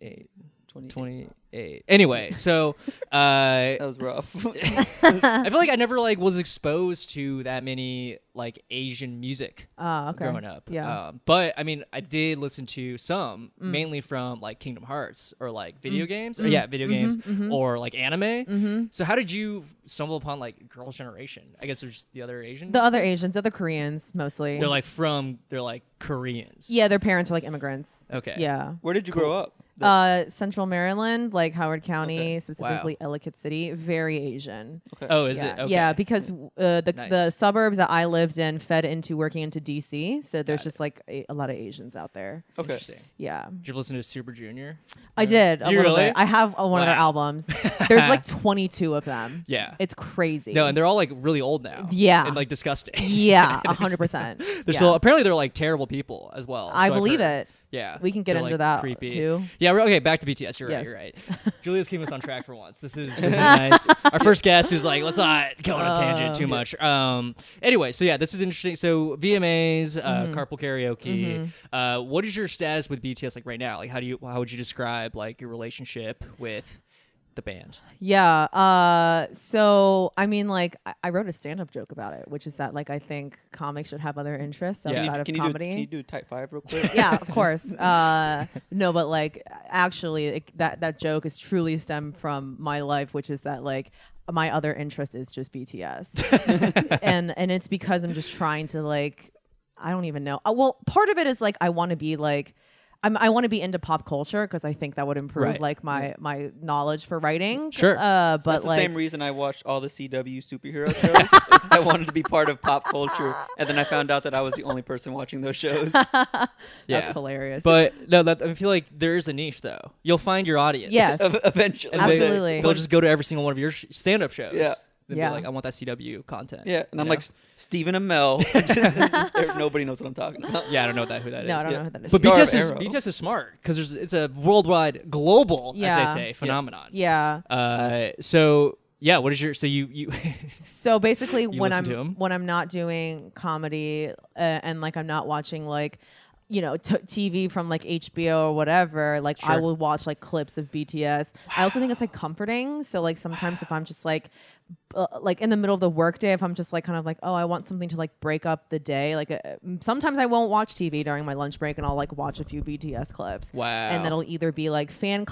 Speaker 3: 28,
Speaker 4: 28.
Speaker 3: 28. Anyway, so uh,
Speaker 4: That was rough.
Speaker 3: I feel like I never like was exposed to that many like Asian music
Speaker 5: Ah, okay.
Speaker 3: growing up.
Speaker 5: Yeah. Mm.
Speaker 3: Um, but I mean, I did listen to some mainly from like Kingdom Hearts or like video games. Or, yeah,
Speaker 5: Mm-hmm.
Speaker 3: video games or like anime. So how did you stumble upon like Girl Generation? I guess there's the other Asian.
Speaker 5: the other
Speaker 3: kids?
Speaker 5: Asians, other Koreans mostly.
Speaker 3: They're like from. They're like Koreans.
Speaker 5: yeah, their parents are like immigrants.
Speaker 3: Okay.
Speaker 5: Yeah.
Speaker 4: Where did you grow up? The-
Speaker 5: Uh, Central Maryland, like Howard County, specifically Ellicott City, very Asian.
Speaker 3: Oh, is
Speaker 5: yeah.
Speaker 3: it? Okay.
Speaker 5: Yeah, because uh, the the
Speaker 3: Nice.
Speaker 5: suburbs that I lived in fed into working into DC, so there's just like a, a lot of Asians out there.
Speaker 4: okay.
Speaker 3: Interesting.
Speaker 5: Yeah,
Speaker 3: Did you listen to Super Junior?
Speaker 5: I did a
Speaker 3: Uh, You
Speaker 5: little
Speaker 3: really?
Speaker 5: bit. I have uh, one of their
Speaker 3: Wow.
Speaker 5: albums. There's like 22 of them.
Speaker 3: Yeah.
Speaker 5: it's crazy.
Speaker 3: No, and they're all like really old now.
Speaker 5: Yeah.
Speaker 3: And like disgusting.
Speaker 5: yeah,
Speaker 3: They're
Speaker 5: 100. percent
Speaker 3: They're still apparently they're like terrible people as well.
Speaker 5: I
Speaker 3: so I've
Speaker 5: believe
Speaker 3: heard.
Speaker 5: it.
Speaker 3: Yeah,
Speaker 5: We can get
Speaker 3: They're,
Speaker 5: into
Speaker 3: like,
Speaker 5: that
Speaker 3: creepy.
Speaker 5: too.
Speaker 3: Yeah, we're- okay. Back to BTS. You're right.
Speaker 5: Yes.
Speaker 3: You're right. Julia's keeping us on track for once. This is this is nice. Our first guest who's like, let's not go on a tangent too much. Um. Anyway, so yeah, this is interesting. So VMAs, uh,
Speaker 5: Mm-hmm.
Speaker 3: carpool karaoke. Uh, what is your status with BTS like right now? Like, how do you how would you describe like your relationship with the band?
Speaker 5: Yeah. Uh, so I mean, like, I, I wrote a stand-up joke about it, which is that like I think comics should have other interests
Speaker 3: Yeah.
Speaker 5: outside
Speaker 3: Can you-
Speaker 5: of
Speaker 4: Can you, do,
Speaker 5: comedy.
Speaker 4: can you do type five real quick?
Speaker 5: yeah, of course. Uh, no, but like actually, it, that that joke is truly stemmed from my life, which is that like my other interest is just BTS, and and it's because I'm just trying to like I don't even know. Uh, well, part of it is like I want to be like. I'm, I want to be into pop culture because I think that would improve
Speaker 3: Right.
Speaker 5: like my my knowledge for writing.
Speaker 3: Sure.
Speaker 5: uh, but
Speaker 4: That's the
Speaker 5: like
Speaker 4: same reason I watched all the CW superhero shows. is I wanted to be part of pop culture, and then I found out that I was the only person watching those shows. e-,
Speaker 5: that's hilarious.
Speaker 3: But no, that, I feel like there is a niche though. You'll find your audience.
Speaker 5: yes,
Speaker 4: Ev- Eventually,
Speaker 3: And they-
Speaker 5: Absolutely.
Speaker 3: They'll just go to every single one of your sh- stand-up shows.
Speaker 4: Yeah.
Speaker 3: They'll
Speaker 5: Yeah.
Speaker 3: be like, I want that CW content.
Speaker 4: Yeah, and I'm
Speaker 3: you
Speaker 4: like
Speaker 3: know?
Speaker 4: "S- Stephen Amell. Nobody knows what I'm talking about.
Speaker 3: yeah, I don't know that who that is.
Speaker 5: no, I don't know who that is.
Speaker 3: But
Speaker 4: Star of
Speaker 3: BTS is,
Speaker 4: Arrow.
Speaker 3: BTS is smart because it's a worldwide, global, as
Speaker 5: Yeah.
Speaker 3: they say, phenomenon.
Speaker 5: yeah.
Speaker 3: Uh, so yeah, what is your so you you
Speaker 5: So basically, when
Speaker 3: listen to 'em?
Speaker 5: I'm when I'm not doing comedy uh, and like I'm not watching like you know t- TV from like HBO or whatever, like I
Speaker 3: Sure.
Speaker 5: will watch like clips of BTS. I also think it's like comforting. So like sometimes if I'm just like uh, like in the middle of the workday, if I'm just like kind of like oh I want something to like break up the day, like uh, sometimes I won't watch TV during my lunch break and I'll like watch a few BTS clips.
Speaker 3: Wow.
Speaker 5: And that'll either be like fan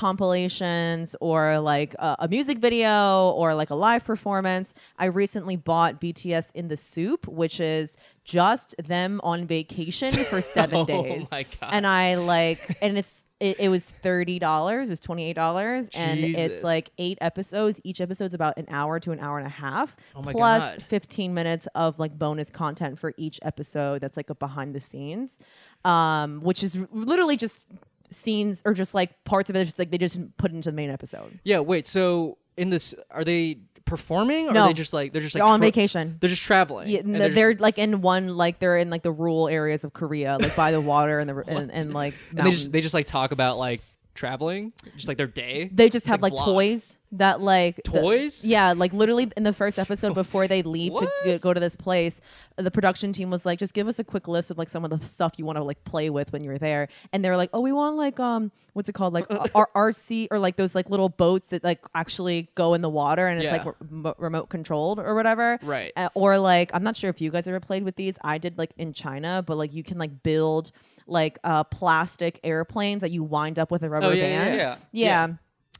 Speaker 5: compilations or like uh, a, a music video or like a live performance. I recently bought BTS in the Soup, which is just them on vacation for seven
Speaker 3: Oh
Speaker 5: days.
Speaker 3: my God.
Speaker 5: And I like, and it's it, it was thirty dollars. It was twenty eight dollars, and
Speaker 4: Jesus.
Speaker 5: it's like eight episodes. Each episode's about an hour to an hour and a half,
Speaker 3: Oh my
Speaker 5: plus
Speaker 3: God.
Speaker 5: 15 minutes of like bonus content for each episode that's like a behind the scenes um which is r- literally just scenes or just like parts of it just like they just didn't put into the main episode
Speaker 3: yeah wait so in this are they performing or
Speaker 5: No.
Speaker 3: are they just like they're just like
Speaker 5: They're on
Speaker 3: tra-
Speaker 5: vacation.
Speaker 3: They're just traveling.
Speaker 5: yeah,
Speaker 3: and
Speaker 5: they're,
Speaker 3: just-
Speaker 5: like in one like they're in like the rural areas of korea like by the water and the and, and like
Speaker 3: and they just
Speaker 5: mountains.
Speaker 3: they just like talk about like traveling, just like their day.
Speaker 5: they just
Speaker 3: It's
Speaker 5: have like,
Speaker 3: vlog.
Speaker 5: toys that like the-
Speaker 3: Toys?
Speaker 5: yeah, like literally in the first episode before they leave to g- go to this place, the production team was like, "Just give us a quick list of like some of the stuff you want to like play with when you're there." And they were like, "Oh, we want like um, what's it called? Like R- RC or like those like little boats that like actually go in the water and it's
Speaker 3: Yeah.
Speaker 5: like remo- remote controlled or whatever."
Speaker 3: Right.
Speaker 5: Uh, or like I'm not sure if you guys ever played with these. I did like in China, but like you can like build like uh plastic airplanes that you wind up with a rubber
Speaker 3: Oh, yeah, yeah, Oh
Speaker 5: band.
Speaker 4: yeah.
Speaker 5: Yeah.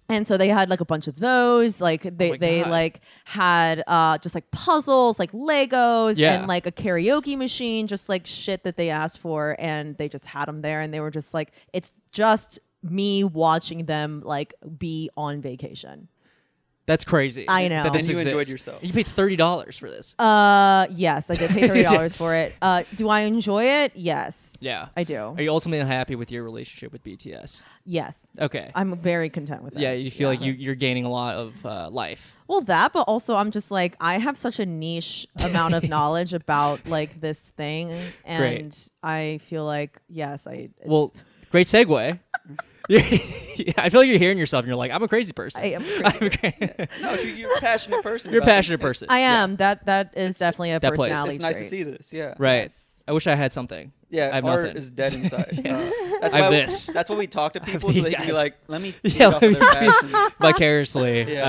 Speaker 5: And so they had like a bunch of those. Like they
Speaker 3: my
Speaker 5: they
Speaker 3: God.
Speaker 5: like had uh just like puzzles, like Legos
Speaker 3: Yeah.
Speaker 5: and like a karaoke machine, just like shit that they asked for and they just had them there and they were just like it's just me watching them like be on vacation.
Speaker 3: That's crazy.
Speaker 5: I
Speaker 3: that
Speaker 5: know.
Speaker 3: this
Speaker 5: And
Speaker 4: you enjoyed
Speaker 3: exists.
Speaker 4: yourself.
Speaker 3: You paid thirty dollars for this.
Speaker 5: Uh yes, I did pay thirty dollars for it. Uh do I enjoy it? Yes.
Speaker 3: yeah.
Speaker 5: I do.
Speaker 3: Are you ultimately happy with your relationship with BTS?
Speaker 5: Yes.
Speaker 3: Okay.
Speaker 5: I'm very content with it.
Speaker 3: yeah, you feel like you, you're gaining a lot of uh, life.
Speaker 5: Well, that, but also I'm just like I have such a niche amount of knowledge about like this thing, and I feel like yes, I it's,
Speaker 3: Well, great segue. You're- yeah, I feel like you're hearing yourself, and you're like, "I'm a crazy person.
Speaker 5: I am crazy.
Speaker 3: I'm a cra-
Speaker 4: No, you- you're a passionate person.
Speaker 3: you're a
Speaker 4: about it.
Speaker 3: passionate person.
Speaker 5: I am. That that is definitely a
Speaker 3: That plays.
Speaker 4: It's,
Speaker 5: personality
Speaker 4: it's nice to
Speaker 5: trait.
Speaker 4: see this. Yeah.
Speaker 3: Right.
Speaker 5: Yes.
Speaker 3: I wish I had something.
Speaker 4: Yeah.
Speaker 3: I have
Speaker 4: art
Speaker 3: nothing.
Speaker 4: is dead inside. Uh, that's
Speaker 3: I have
Speaker 4: why we-
Speaker 3: this.
Speaker 4: That's what we talk to people. So
Speaker 3: these
Speaker 4: they can be
Speaker 3: guys.
Speaker 4: like, let me.
Speaker 3: Yeah,
Speaker 4: Yeah. Off
Speaker 3: let
Speaker 4: of their passion.
Speaker 3: Vicariously,
Speaker 4: Yeah.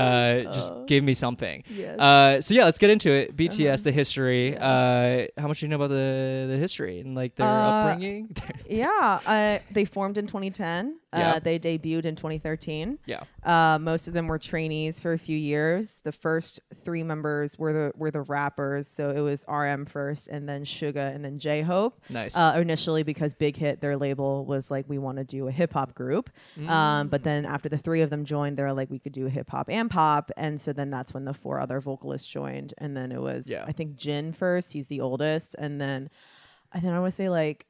Speaker 3: uh, just give me something.
Speaker 5: Uh-huh. Yes. Uh-huh.
Speaker 3: Uh, so yeah, let's get into it. BTS, the history. Uh, how much do you know about the the history and like their
Speaker 5: Uh,
Speaker 3: upbringing?
Speaker 5: Yeah, uh, they formed in 2010.
Speaker 3: Yeah.
Speaker 5: Uh, they debuted in 2013.
Speaker 3: yeah.
Speaker 5: Uh, most of them were trainees for a few years. The first three members were the were the rappers, so it was RM first, and then Suga, and then J Hope.
Speaker 3: Nice.
Speaker 5: Uh, initially, because Big Hit, their label was like, we want to do a hip hop group. Um, but then after the three of them joined, they're like, we could do hip hop and pop, and so then that's when the four other vocalists joined, and then it was
Speaker 3: Yeah.
Speaker 5: I think Jin first. He's the oldest, and then. And then I want to say like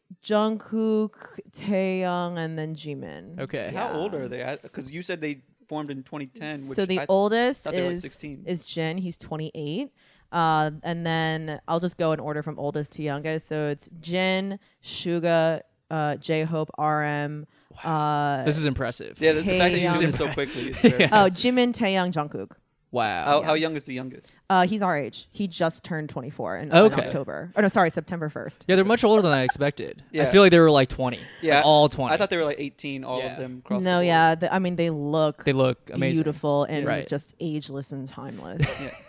Speaker 5: Jungkook, Taeyong, and then Jimin.
Speaker 3: Okay.
Speaker 5: Yeah.
Speaker 4: How old are they? Because you said they formed in 2010. Which
Speaker 5: So the
Speaker 4: I-
Speaker 5: oldest
Speaker 4: thought they were
Speaker 5: is
Speaker 4: 16.
Speaker 5: is Jin. He's 28. Uh, and then I'll just go in order from oldest to youngest. So it's Jin, Suga, uh, J Hope, RM. Uh,
Speaker 3: This is impressive.
Speaker 4: Yeah, the, the fact that
Speaker 5: Taeyong.
Speaker 4: you did it so quickly. Is very-
Speaker 5: oh, Jimin, Taeyong, Jungkook.
Speaker 3: Wow.
Speaker 4: how, how young is the youngest?
Speaker 5: Uh, he's our age. He just turned 24 in, in
Speaker 3: Okay.
Speaker 5: October. Oh no, sorry, September 1st.
Speaker 3: Yeah, they're much older than I expected. I
Speaker 4: Yeah.
Speaker 3: feel like they were like 20. Yeah.
Speaker 4: Yeah,
Speaker 3: all 20.
Speaker 4: I thought they were like 18. All
Speaker 3: Yeah.
Speaker 4: of them. Across the
Speaker 5: No,
Speaker 4: board.
Speaker 5: yeah. The, I mean, they look
Speaker 3: they look amazing.
Speaker 5: beautiful and
Speaker 3: Right.
Speaker 5: just ageless and timeless.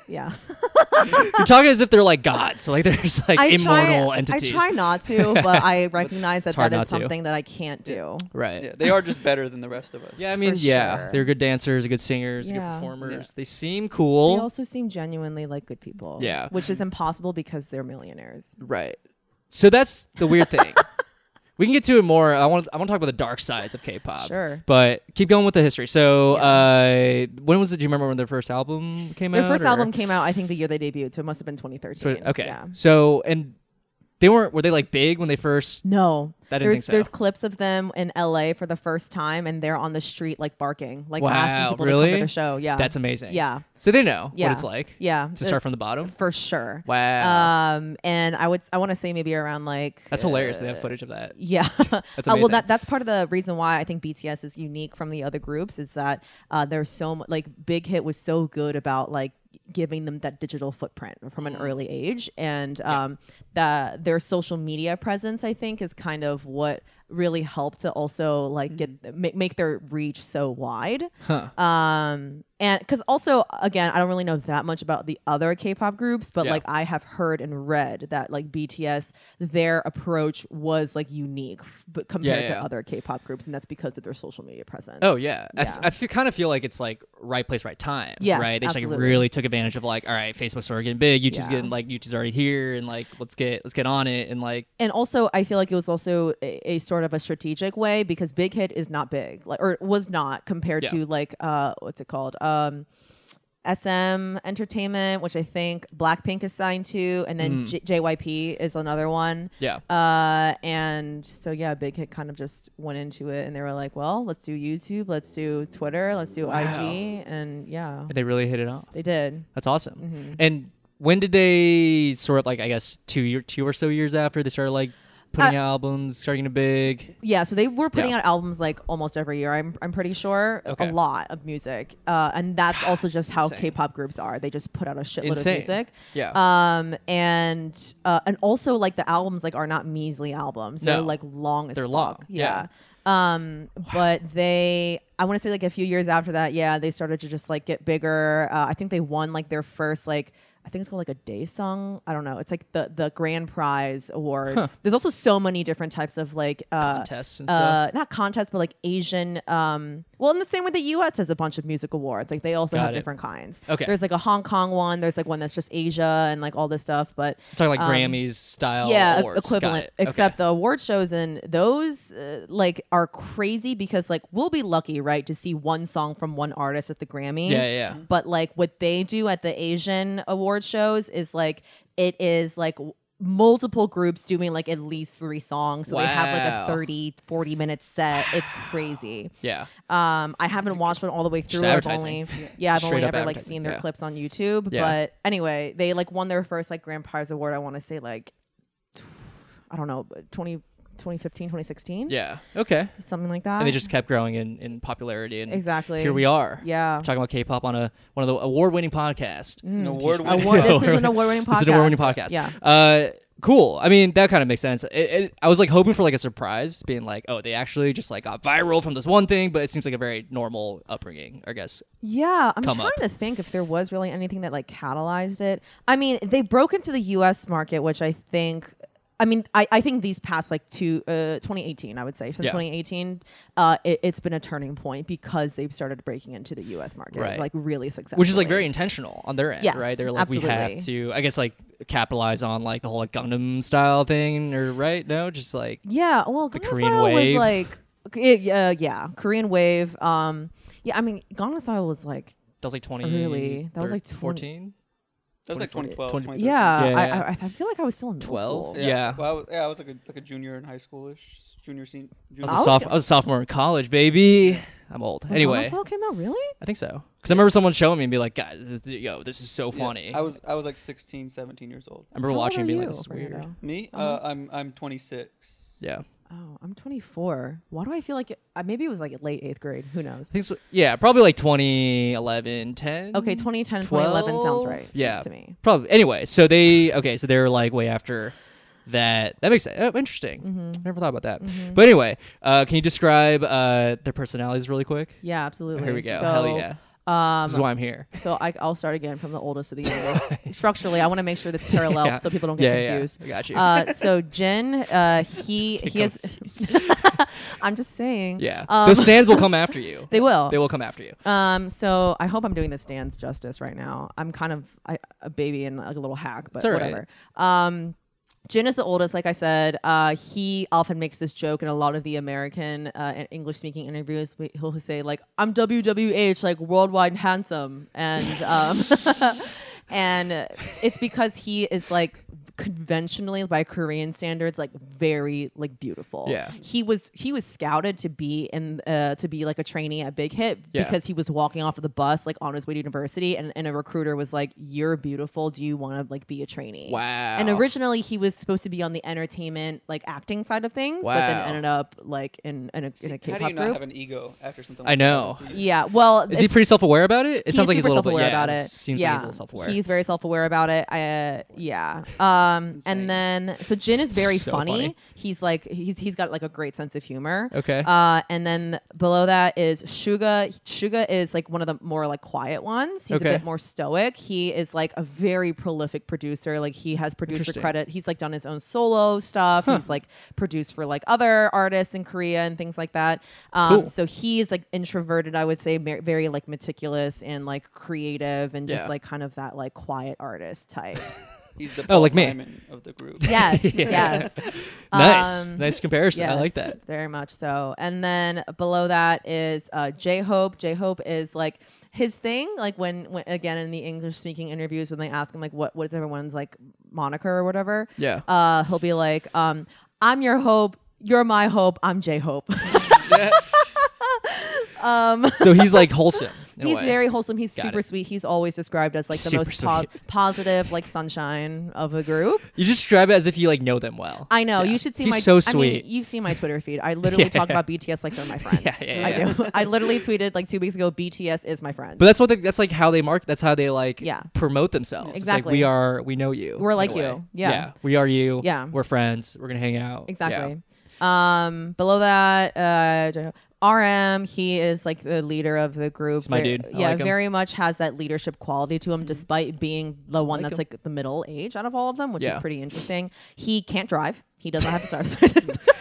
Speaker 5: yeah.
Speaker 3: You're talking as if they're like gods. So like they're just like immortal
Speaker 5: try,
Speaker 3: entities.
Speaker 5: I try not to, but I recognize that
Speaker 3: hard
Speaker 5: that
Speaker 3: not
Speaker 5: is
Speaker 3: to.
Speaker 5: something that I can't do.
Speaker 3: Right.
Speaker 4: Yeah, they are just better than the rest of us.
Speaker 3: Yeah, I mean,
Speaker 5: For
Speaker 3: yeah,
Speaker 5: sure.
Speaker 3: they're good dancers, good singers, good
Speaker 5: Yeah.
Speaker 3: performers.
Speaker 4: Yeah.
Speaker 3: They seem
Speaker 5: They
Speaker 3: cool.
Speaker 5: also seem genuinely like good people.
Speaker 3: Yeah.
Speaker 5: Which is impossible because they're millionaires.
Speaker 3: right. So that's the weird thing. we can get to it more. I want I want to talk about the dark sides of K-pop.
Speaker 5: Sure.
Speaker 3: But keep going with the history. So, uh, when was it? Do you remember when their first album came out?
Speaker 5: Their first
Speaker 3: or-
Speaker 5: album came out, I think, the year they debuted, so it must have been 2013.
Speaker 3: So- okay.
Speaker 5: Yeah.
Speaker 3: So and they weren't. Were they like big when they first?
Speaker 5: No,
Speaker 3: I didn't
Speaker 5: there's
Speaker 3: think so.
Speaker 5: there's clips of them in L.A. for the first time, and they're on the street like barking, like
Speaker 3: Wow,
Speaker 5: asking people to come
Speaker 3: really?
Speaker 5: to the show. Yeah,
Speaker 3: That's amazing.
Speaker 5: Um, Yeah.
Speaker 3: So they know
Speaker 5: yeah.
Speaker 3: what it's like.
Speaker 5: Yeah,
Speaker 3: To start from the bottom.
Speaker 5: for sure.
Speaker 3: Wow.
Speaker 5: Um, and I would I want to say maybe around like
Speaker 3: That's hilarious. They have footage of that.
Speaker 5: Yeah. That's well,
Speaker 3: amazing.
Speaker 5: that, that's part of the reason why I think BTS is unique from the other groups is that uh, there's so much, like, Big Hit was so good about, like, giving them that digital footprint from an early age. And um, that their social media presence, I think, is kind of what really helped to also, like, get make, make their reach so wide. Um, and because also, again, I don't really know that much about the other K-pop groups, but
Speaker 3: Yeah.
Speaker 5: like I have heard and read that like BTS, their approach was like unique, f- but compared
Speaker 3: yeah.
Speaker 5: to other K-pop groups, and that's because of their social media presence.
Speaker 3: Oh yeah, I f-
Speaker 5: Yeah.
Speaker 3: I feel, kind of feel like it's like right place, right time.
Speaker 5: Yes,
Speaker 3: right. They just like
Speaker 5: absolutely.
Speaker 3: really took advantage of like, all right, Facebook's already getting big, YouTube's
Speaker 5: Yeah.
Speaker 3: getting like YouTube's already here, and like let's get let's get on it, and like
Speaker 5: and also I feel like it was also a, a sort of a strategic way because Big Hit is not big, like or was not compared
Speaker 3: Yeah.
Speaker 5: to like uh what's it called um. SM Entertainment, which I think Blackpink is signed to, and then J- JYP is another one.
Speaker 3: Mm. yeah,
Speaker 5: Uh, and so yeah, Big Hit kind of just went into it, and they were like, "Well, let's do YouTube, let's do Twitter, let's do IG," and yeah,
Speaker 3: they really hit it off.
Speaker 5: they Mm-hmm. did.
Speaker 3: That's awesome. And when did they sort of like I guess two year two or so years after they started like
Speaker 5: Uh,
Speaker 3: putting out albums, starting to big?
Speaker 5: Yeah, so they were putting
Speaker 3: Yeah.
Speaker 5: out albums like almost every year. I'm I'm pretty sure
Speaker 3: Okay.
Speaker 5: a lot of music, uh, and that's also just how
Speaker 3: insane.
Speaker 5: K-pop groups are. They just put out a shitload
Speaker 3: Insane.
Speaker 5: of music.
Speaker 3: Yeah.
Speaker 5: Um, and uh, and also like the albums like are not measly albums. They're
Speaker 3: No.
Speaker 5: like long as
Speaker 3: They're
Speaker 5: fuck.
Speaker 3: long, yeah.
Speaker 5: Yeah. Um, but they, I want to say like a few years after that, yeah, they started to just like get bigger. Uh, I think they won like their first like. I think it's called like a day song. I don't know. It's like the the grand prize award. There's also so many different types of like uh,
Speaker 3: Contests and stuff.
Speaker 5: uh, not contests, but like Asian. Um, well, and the same way the U.S. has a bunch of music awards. Like they also
Speaker 3: Got
Speaker 5: have
Speaker 3: it.
Speaker 5: different kinds.
Speaker 3: Okay.
Speaker 5: There's like a Hong Kong one. There's like one that's just Asia and like all this stuff. But
Speaker 3: talking like
Speaker 5: um,
Speaker 3: Grammys style.
Speaker 5: yeah, e-
Speaker 3: awards. Got
Speaker 5: equivalent.
Speaker 3: it. Okay.
Speaker 5: Except the award shows and those uh, like are crazy because like we'll be lucky, right, to see one song from one artist at the Grammys.
Speaker 3: Yeah, yeah.
Speaker 5: But like what they do at the Asian award shows is like it is like w- multiple groups doing like at least three songs so they have
Speaker 3: Wow.
Speaker 5: like a 30 40 minute set it's crazy
Speaker 3: yeah.
Speaker 5: um, I haven't watched one all the way through. I've only,
Speaker 3: advertising.
Speaker 5: yeah, I've
Speaker 3: Straight
Speaker 5: only
Speaker 3: up
Speaker 5: ever like
Speaker 3: advertising,
Speaker 5: seen their
Speaker 3: yeah.
Speaker 5: clips on YouTube.
Speaker 3: Yeah.
Speaker 5: But anyway, they like won their first like Grand Prize award. I want to say like, I don't know, 20, 2015, 2016.
Speaker 3: Yeah. Okay.
Speaker 5: Something like that.
Speaker 3: And they just kept growing in, in popularity. And
Speaker 5: Um, exactly.
Speaker 3: Here we are.
Speaker 5: Yeah. Mm.
Speaker 3: We're talking about K-pop on a one of the award-winning podcasts.
Speaker 4: An award-winning
Speaker 5: Award- this
Speaker 3: No.
Speaker 5: is an award-winning podcast.
Speaker 3: This is an award-winning podcast.
Speaker 5: Yeah.
Speaker 3: Uh, cool. I mean, that kind of makes sense. It, it, I was like hoping for like a surprise, being like, oh, they actually just like got viral from this one thing, but it seems like a very normal upbringing, I guess.
Speaker 5: Yeah, I'm
Speaker 3: come
Speaker 5: trying
Speaker 3: up.
Speaker 5: to think if there was really anything that like catalyzed it. I mean, they broke into the U.S. market, which I think. I mean, I, I think these past like two, uh, 2018, I would say since
Speaker 3: Yeah.
Speaker 5: 2018, uh, it, it's been a turturning point because they've started breaking into the U.S. market
Speaker 3: Right.
Speaker 5: like really successfully,
Speaker 3: Which is like very intentional on their end,
Speaker 5: Yes,
Speaker 3: right? They're like, we have
Speaker 5: absolutely.
Speaker 3: to, I guess, like capitalize on like the whole like Gundam style thing, or right? No, just like
Speaker 5: Yeah, well,
Speaker 3: The
Speaker 5: Gangnam
Speaker 3: Korean
Speaker 5: Style
Speaker 3: Wave.
Speaker 5: was like, it, uh, yeah, Korean wave. Um, yeah, I mean, Gangnam Style was like,
Speaker 3: that was like twenty.
Speaker 5: Really? That was, like, 20
Speaker 3: fourteen.
Speaker 4: That was like 2012.
Speaker 3: 20
Speaker 5: yeah,
Speaker 3: Yeah,
Speaker 5: I,
Speaker 3: yeah.
Speaker 5: I, I feel like I was still in middle
Speaker 3: 12?
Speaker 5: school.
Speaker 3: Yeah. Yeah.
Speaker 4: Well, I was, yeah, I was like a, like a junior in high schoolish, junior senior.
Speaker 3: I was,
Speaker 4: Junior.
Speaker 5: I was
Speaker 3: a soph-
Speaker 5: gonna-
Speaker 3: I was a sophomore in college, baby. I'm old.
Speaker 5: When Gangnam
Speaker 3: Anyway,
Speaker 5: Style came out really.
Speaker 3: I think so. Because I remember someone showing me and be like, "Guys, this is, yo, this is so funny."
Speaker 4: I was I was like 16, 17 years old.
Speaker 3: I remember
Speaker 5: How old
Speaker 3: watching
Speaker 5: are
Speaker 3: and being
Speaker 5: you,
Speaker 3: like, "This is weird."
Speaker 5: Fernando?
Speaker 4: Me? Uh, I'm I'm 26.
Speaker 3: Yeah, I
Speaker 5: Oh, I'm 24. Why do I feel like it, uh, maybe it was like late eighth grade? Who knows?
Speaker 3: think so. Yeah, probably like 2011, 10.
Speaker 5: Okay, 2010, 2011 sounds
Speaker 3: 12?
Speaker 5: right.
Speaker 3: Yeah,
Speaker 5: to me.
Speaker 3: Probably. Anyway, so they okay, so they're like way after that. That makes sense. Oh, interesting.
Speaker 5: Mm-hmm.
Speaker 3: Never thought about that. But anyway, uh, can you describe uh, their personalities really quick?
Speaker 5: Yeah, absolutely.
Speaker 3: Here we go.
Speaker 5: So,
Speaker 3: Hell yeah.
Speaker 5: Um,
Speaker 3: This is why I'm here.
Speaker 5: so I, I'll start again from the oldest to the youngest. Structurally, I want to make sure that's parallel
Speaker 3: Yeah.
Speaker 5: so people don't get
Speaker 3: Yeah, yeah, yeah.
Speaker 5: confused.
Speaker 3: I got you.
Speaker 5: Uh, so Jin, uh, he he has. I'm just saying.
Speaker 3: Yeah,
Speaker 5: Um,
Speaker 3: those stands will come after you.
Speaker 5: they will.
Speaker 3: They will come after you.
Speaker 5: Um, so I hope I'm doing the stands justice right now. I'm kind of I, a baby and like a little hack, but
Speaker 3: all right.
Speaker 5: whatever. Um, Jin is the oldest, like I said. Uh, he often makes this joke in a lot of the American uh, and English speaking interviews. We- He'll say like, "I'm WWH, like worldwide handsome," and um, and uh, it's because he is like conventionally by Korean standards, like very like beautiful.
Speaker 3: Yeah.
Speaker 5: he was he was scouted to be in uh, to be like a trainee at Big Hit
Speaker 3: Yeah.
Speaker 5: because he was walking off of the bus like on his way to university, and, and a recruiter was like, "You're beautiful. Do you want to like be a trainee?"
Speaker 3: Wow.
Speaker 5: And originally he was supposed to be on the entertainment, like acting side of things, but
Speaker 3: Wow.
Speaker 5: then ended up like in, in a, in a
Speaker 4: See,
Speaker 5: K-pop
Speaker 4: how do you not
Speaker 5: group.
Speaker 4: have an ego after something?
Speaker 3: I
Speaker 4: Like
Speaker 3: know.
Speaker 4: That?
Speaker 5: yeah. Well,
Speaker 3: Is he
Speaker 5: it's-
Speaker 3: pretty self-aware about it? It
Speaker 5: he
Speaker 3: sounds
Speaker 5: is
Speaker 3: like he's a
Speaker 5: super
Speaker 3: little bit.
Speaker 5: self-aware
Speaker 3: Yeah,
Speaker 5: about it.
Speaker 3: Seems
Speaker 5: yeah.
Speaker 3: like he's a little self-aware.
Speaker 5: He's very self-aware about it. Uh, yeah. Um, and then so Jin is very
Speaker 3: So
Speaker 5: funny.
Speaker 3: funny.
Speaker 5: He's like he's he's got like a great sense of humor.
Speaker 3: Okay.
Speaker 5: Uh, and then below that is Shuga. Shuga is like one of the more like quiet ones. He's
Speaker 3: Okay.
Speaker 5: a bit more stoic. He is like a very prolific producer. Like he has producer
Speaker 3: Interesting.
Speaker 5: credit. He's like done his own solo stuff. He's like produced for like other artists in Korea and things like that. Um,
Speaker 3: Cool.
Speaker 5: So he is like introverted. I would say mer- very like meticulous and like creative and just
Speaker 3: Yeah.
Speaker 5: like kind of that like quiet artist type.
Speaker 4: He's the
Speaker 3: Oh,
Speaker 4: Paul
Speaker 3: like me.
Speaker 4: Simon of the group.
Speaker 5: yes.
Speaker 3: Yeah.
Speaker 5: Yes.
Speaker 3: nice,
Speaker 5: um,
Speaker 3: nice comparison. I like
Speaker 5: Yes,
Speaker 3: that.
Speaker 5: Very much so. And then below that is uh, J Hope. J Hope is like his thing, like when, when again in the English speaking interviews when they ask him like what what is everyone's like moniker or whatever.
Speaker 3: Yeah.
Speaker 5: Uh, he'll be like, um, I'm your hope, you're my hope, I'm J Hope. um
Speaker 3: So he's like wholesome. in a
Speaker 5: He's
Speaker 3: way.
Speaker 5: very wholesome. He's
Speaker 3: Got
Speaker 5: super
Speaker 3: it.
Speaker 5: sweet. He's always described as like the
Speaker 3: Super
Speaker 5: most po-
Speaker 3: sweet.
Speaker 5: positive, like sunshine of the group.
Speaker 3: You just describe it as if you like know them well.
Speaker 5: I know.
Speaker 3: Yeah.
Speaker 5: You should see
Speaker 3: He's
Speaker 5: my.
Speaker 3: so
Speaker 5: I mean,
Speaker 3: sweet.
Speaker 5: you've seen my Twitter feed. I literally talk about BTS like they're my friends.
Speaker 3: Yeah, yeah,
Speaker 5: I do. I literally tweeted like two weeks ago. BTS is my friend.
Speaker 3: but that's what they, that's like how they mark. That's how they like
Speaker 5: Yeah.
Speaker 3: promote themselves. It's like,
Speaker 5: Exactly.
Speaker 3: we are. We know you.
Speaker 5: We're
Speaker 3: in a
Speaker 5: like you.
Speaker 3: way.
Speaker 5: Yeah.
Speaker 3: We are you.
Speaker 5: Yeah.
Speaker 3: We're friends. We're gonna hang out.
Speaker 5: exactly. Um, below that, uh, J- RM. He is like the leader of the group.
Speaker 3: my
Speaker 5: Very-
Speaker 3: dude. I
Speaker 5: Yeah,
Speaker 3: like him. Mm-hmm.
Speaker 5: very much has that leadership quality to him, despite being the one that's like the middle age out of all of them, which
Speaker 3: Yeah.
Speaker 5: is pretty interesting. He can't drive. He doesn't have a driver's license.
Speaker 3: Yeah.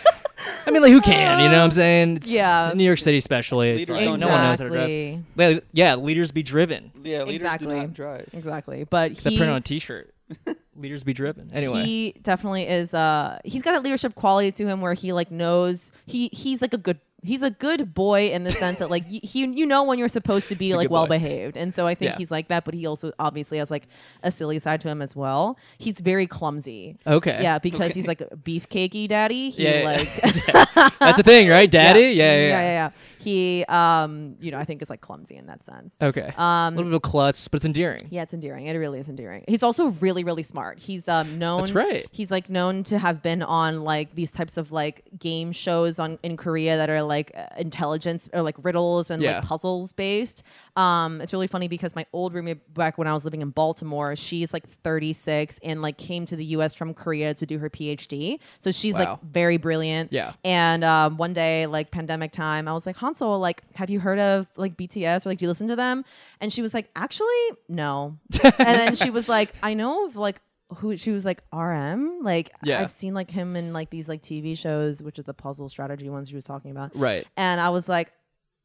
Speaker 3: I mean, like who can? You know what I'm saying? It's,
Speaker 5: Yeah.
Speaker 3: New York City, especially. It's
Speaker 4: Leaders
Speaker 3: like,
Speaker 4: don't
Speaker 3: no one knows how to drive.
Speaker 5: Exactly.
Speaker 3: Well, Yeah. Leaders be driven.
Speaker 4: Yeah, leaders do
Speaker 5: Exactly.
Speaker 4: not drive.
Speaker 5: Exactly. But
Speaker 3: The
Speaker 5: he
Speaker 3: print on a T-shirt. leaders be driven. Anyway.
Speaker 5: he definitely is uh he's got a leadership quality to him where he like knows he he's like a good he's a good boy in the sense that like y- he you know when you're supposed to be
Speaker 8: a
Speaker 5: like
Speaker 8: good boy.
Speaker 5: well behaved, and so I think
Speaker 8: Yeah.
Speaker 5: he's like that. But he also obviously has like a silly side to him as well. He's very clumsy.
Speaker 3: Okay.
Speaker 5: Yeah, because he's like a beefcakey daddy. He
Speaker 3: Yeah, yeah.
Speaker 5: like
Speaker 3: That's a thing, right? Daddy? Yeah, yeah, yeah.
Speaker 5: yeah, yeah. He um, you know, I think is like clumsy in that sense.
Speaker 3: Okay. a little bit of klutz, but it's endearing.
Speaker 5: Um, Yeah, it's endearing. It really is endearing. He's also really, really smart. He's um known.
Speaker 3: That's right.
Speaker 5: He's like known to have been on like these types of like game shows on in Korea that are like uh, intelligence or like riddles and
Speaker 3: Yeah.
Speaker 5: like puzzles based. Um, it's really funny because my old roommate back when I was living in Baltimore, she's like 36 and like came to the U.S. from Korea to do her PhD. So she's
Speaker 3: Wow.
Speaker 5: like very brilliant.
Speaker 3: Yeah.
Speaker 5: And um, one day, like pandemic time, I was like, Hansel, like, have you heard of like BTS or like, do you listen to them? And she was like, actually, no. and then she was like, I know of like who she was like RM. Like,
Speaker 3: Yeah.
Speaker 5: I've seen like him in like these like TV shows, which are the puzzle strategy ones she was talking about.
Speaker 3: Right.
Speaker 5: And I was like,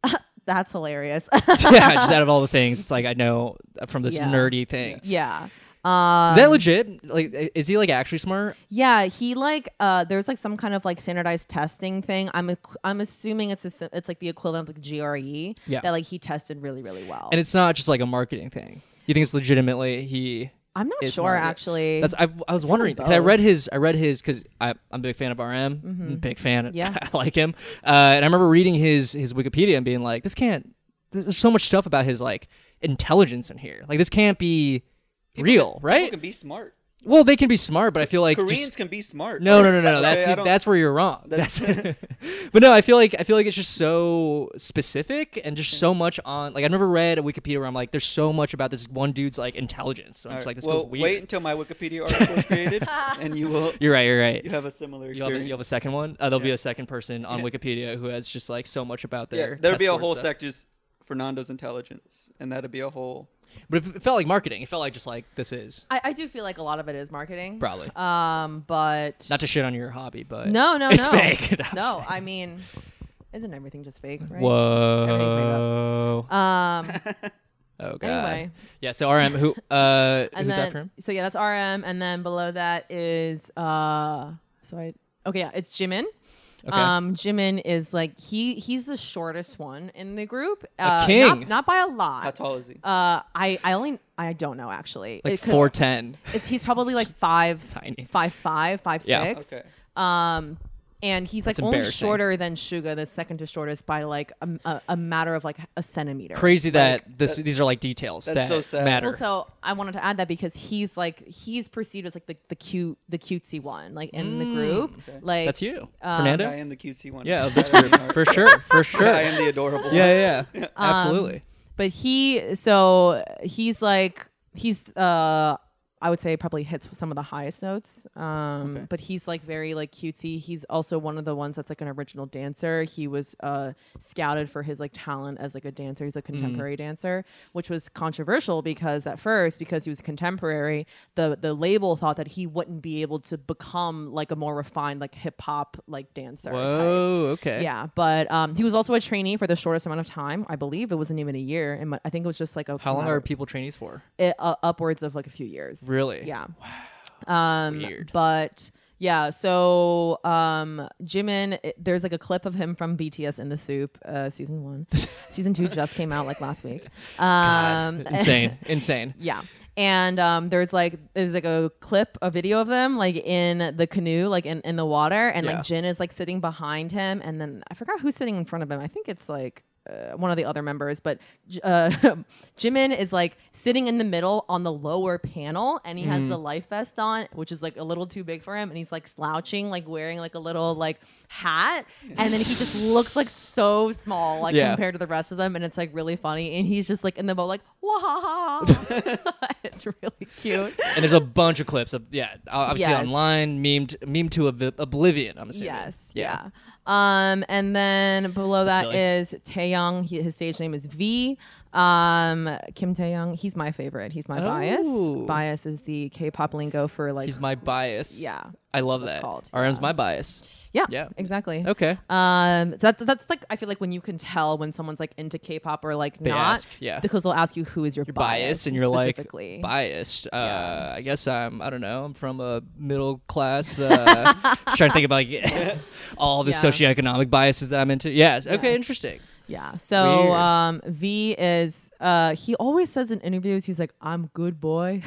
Speaker 5: that's hilarious.
Speaker 3: yeah, just out of all the things, it's like I know uh, from this
Speaker 5: Yeah.
Speaker 3: nerdy thing.
Speaker 5: yeah. Um,
Speaker 3: Is that legit? Like, i- is he like actually smart?
Speaker 5: Yeah, he like uh there's like some kind of like standardized testing thing. I'm a, I'm assuming it's a, si- it's like the equivalent of like GRE
Speaker 3: Yeah.
Speaker 5: that like he tested really really well.
Speaker 3: And it's not just like a marketing thing. You think it's legitimately he?
Speaker 5: I'm not
Speaker 3: it's
Speaker 5: sure
Speaker 3: not-
Speaker 5: actually.
Speaker 3: That's I, I was wondering because I
Speaker 5: both. Mm-hmm.
Speaker 3: read his I read his because I'm a big fan of RM, big fan.
Speaker 5: Yeah.
Speaker 3: I like him. Uh, and I remember reading his his Wikipedia and being like, this can't. There's there's so much stuff about his like intelligence in here. Like this can't be real,
Speaker 4: People
Speaker 3: right?
Speaker 4: can be smart.
Speaker 3: well, they can be smart, but I feel like
Speaker 4: Koreans
Speaker 3: just,
Speaker 4: can be smart.
Speaker 3: No, no, no, no, no.
Speaker 4: Okay,
Speaker 3: That's
Speaker 4: I don't-
Speaker 3: that's where you're wrong. That's,
Speaker 4: That's-
Speaker 3: but no, I feel like I feel like it's just so specific and just so much on. Like I've never read a Wikipedia where I'm like, there's so much about this one dude's like intelligence. So I'm
Speaker 4: All
Speaker 3: just
Speaker 4: right,
Speaker 3: like, this
Speaker 4: well,
Speaker 3: feels weird.
Speaker 4: wait until my Wikipedia article is created, and you will
Speaker 3: You're right. You're right.
Speaker 4: you have a similar
Speaker 3: You'll have, a,
Speaker 4: experience.
Speaker 3: you'll have a second one. Uh, there'll be a second person on Wikipedia who has just like so much about their.
Speaker 4: yeah, there'll
Speaker 3: test
Speaker 4: be a
Speaker 3: score
Speaker 4: whole
Speaker 3: stuff.
Speaker 4: sect just Fernando's intelligence, and that'd be a whole.
Speaker 3: But it, it felt like marketing. It felt like just like this is
Speaker 5: I, I do feel like a lot of it is marketing.
Speaker 3: probably
Speaker 5: Um, but
Speaker 3: not to shit on your hobby, but
Speaker 5: no, no,
Speaker 3: it's
Speaker 5: no,
Speaker 3: fake. I'm
Speaker 5: no,
Speaker 3: just
Speaker 5: I mean, isn't everything just fake? Right?
Speaker 3: kidding. Whoa.
Speaker 5: Everything's Um.
Speaker 3: Oh god.
Speaker 5: anyway,
Speaker 3: Yeah. So RM, who uh,
Speaker 5: and
Speaker 3: who's
Speaker 5: then
Speaker 3: after him?
Speaker 5: so yeah, that's RM, and then below that is uh. So I okay, yeah, it's Jimin.
Speaker 3: Okay.
Speaker 5: Um, Jimin is like he he's the shortest one in the group. Uh,
Speaker 3: king.
Speaker 5: not, not by a
Speaker 4: How
Speaker 5: lot.
Speaker 4: tall is he?
Speaker 5: Uh, I I only I don't know actually.
Speaker 3: like
Speaker 5: It- 'cause
Speaker 3: four ten.
Speaker 5: it's- he's probably like five,
Speaker 3: Tiny.
Speaker 5: five five, five
Speaker 3: Yeah.
Speaker 5: six.
Speaker 4: Okay.
Speaker 5: Um, and he's
Speaker 3: That's
Speaker 5: like only
Speaker 3: embarrassing.
Speaker 5: shorter than Suga, the second to shortest by like a, a, a matter of like a centimeter.
Speaker 3: Crazy that this these are like details
Speaker 4: that's
Speaker 3: that
Speaker 4: so sad.
Speaker 3: matter.
Speaker 5: Also, I wanted to add that because he's like he's perceived as like the, the cute the cutesy one like in the group. Like
Speaker 3: That's you,
Speaker 5: Um,
Speaker 3: Fernando.
Speaker 4: I am the cutesy one.
Speaker 3: yeah, of this
Speaker 4: I am
Speaker 3: group
Speaker 4: our-
Speaker 3: for sure, for sure.
Speaker 4: I am the adorable one.
Speaker 3: yeah, yeah,
Speaker 5: Um,
Speaker 3: absolutely.
Speaker 5: but he so he's like he's uh I would say probably hits some of the highest notes. Um, But he's like very like cutesy. He's also one of the ones that's like an original dancer. He was uh, scouted for his like talent as like a dancer. He's a contemporary dancer, which was controversial because at first, because he was contemporary, the the label thought that he wouldn't be able to become like a more refined like hip hop like dancer. type.
Speaker 3: Whoa, Oh, okay.
Speaker 5: Yeah, but um, he was also a trainee for the shortest amount of time. I believe it wasn't even a year, and I think it was just like a
Speaker 3: How long
Speaker 5: matter-
Speaker 3: are people trainees for?
Speaker 5: it, uh, upwards of like a few years.
Speaker 3: Really?
Speaker 5: Yeah. Um,
Speaker 3: Weird.
Speaker 5: But yeah, so um, Jimin, it- there's like a clip of him from BTS in the Soup, uh, season one. season two just came out like last week. Um,
Speaker 3: Insane, insane.
Speaker 5: Yeah. And um, there's like there's like a clip, a video of them like in the canoe, like in, in the water, and
Speaker 3: Yeah.
Speaker 5: like Jin is like sitting behind him, and then I forgot who's sitting in front of him. I think it's like uh, one of the other members, but J- uh, Jimin is like sitting in the middle on the lower panel, and he has the life vest on, which is like a little too big for him, and he's like slouching, like wearing like a little like hat, and then he just looks like so small, like
Speaker 3: Yeah.
Speaker 5: compared to the rest of them, and it's like really funny, and he's just like in the boat, like wah, it's really cute.
Speaker 3: And there's a bunch of clips of yeah, obviously
Speaker 5: Yes.
Speaker 3: online memed, memed to ob- oblivion. I'm assuming.
Speaker 5: Yes. Yeah. Um, and then below that
Speaker 3: silly.
Speaker 5: is Taeyong. He, his stage name is V. Um, Kim Tae Young, he's my favorite. He's my
Speaker 3: Oh.
Speaker 5: bias. Bias is the K-pop lingo for like
Speaker 3: He's my bias.
Speaker 5: Yeah.
Speaker 3: I love
Speaker 5: That's
Speaker 3: that.
Speaker 5: called,
Speaker 3: RM's
Speaker 5: yeah.
Speaker 3: my bias.
Speaker 5: yeah,
Speaker 3: yeah.
Speaker 5: exactly.
Speaker 3: Okay.
Speaker 5: Um, so that's that's like I feel like when you can tell when someone's like into K-pop or like
Speaker 3: They
Speaker 5: not,
Speaker 3: ask, yeah.
Speaker 5: because they'll ask you who is your,
Speaker 3: You're biased, and you're like
Speaker 5: specifically.
Speaker 3: biased. Uh, I guess I'm. I don't know. I'm from a middle class. Uh, trying to think about like, all the
Speaker 5: Yeah.
Speaker 3: socioeconomic biases that I'm into. Yes. Okay.
Speaker 5: Yes.
Speaker 3: Interesting.
Speaker 5: Yeah. So
Speaker 3: Weird.
Speaker 5: um, V is uh, he always says in interviews he's like I'm good boy.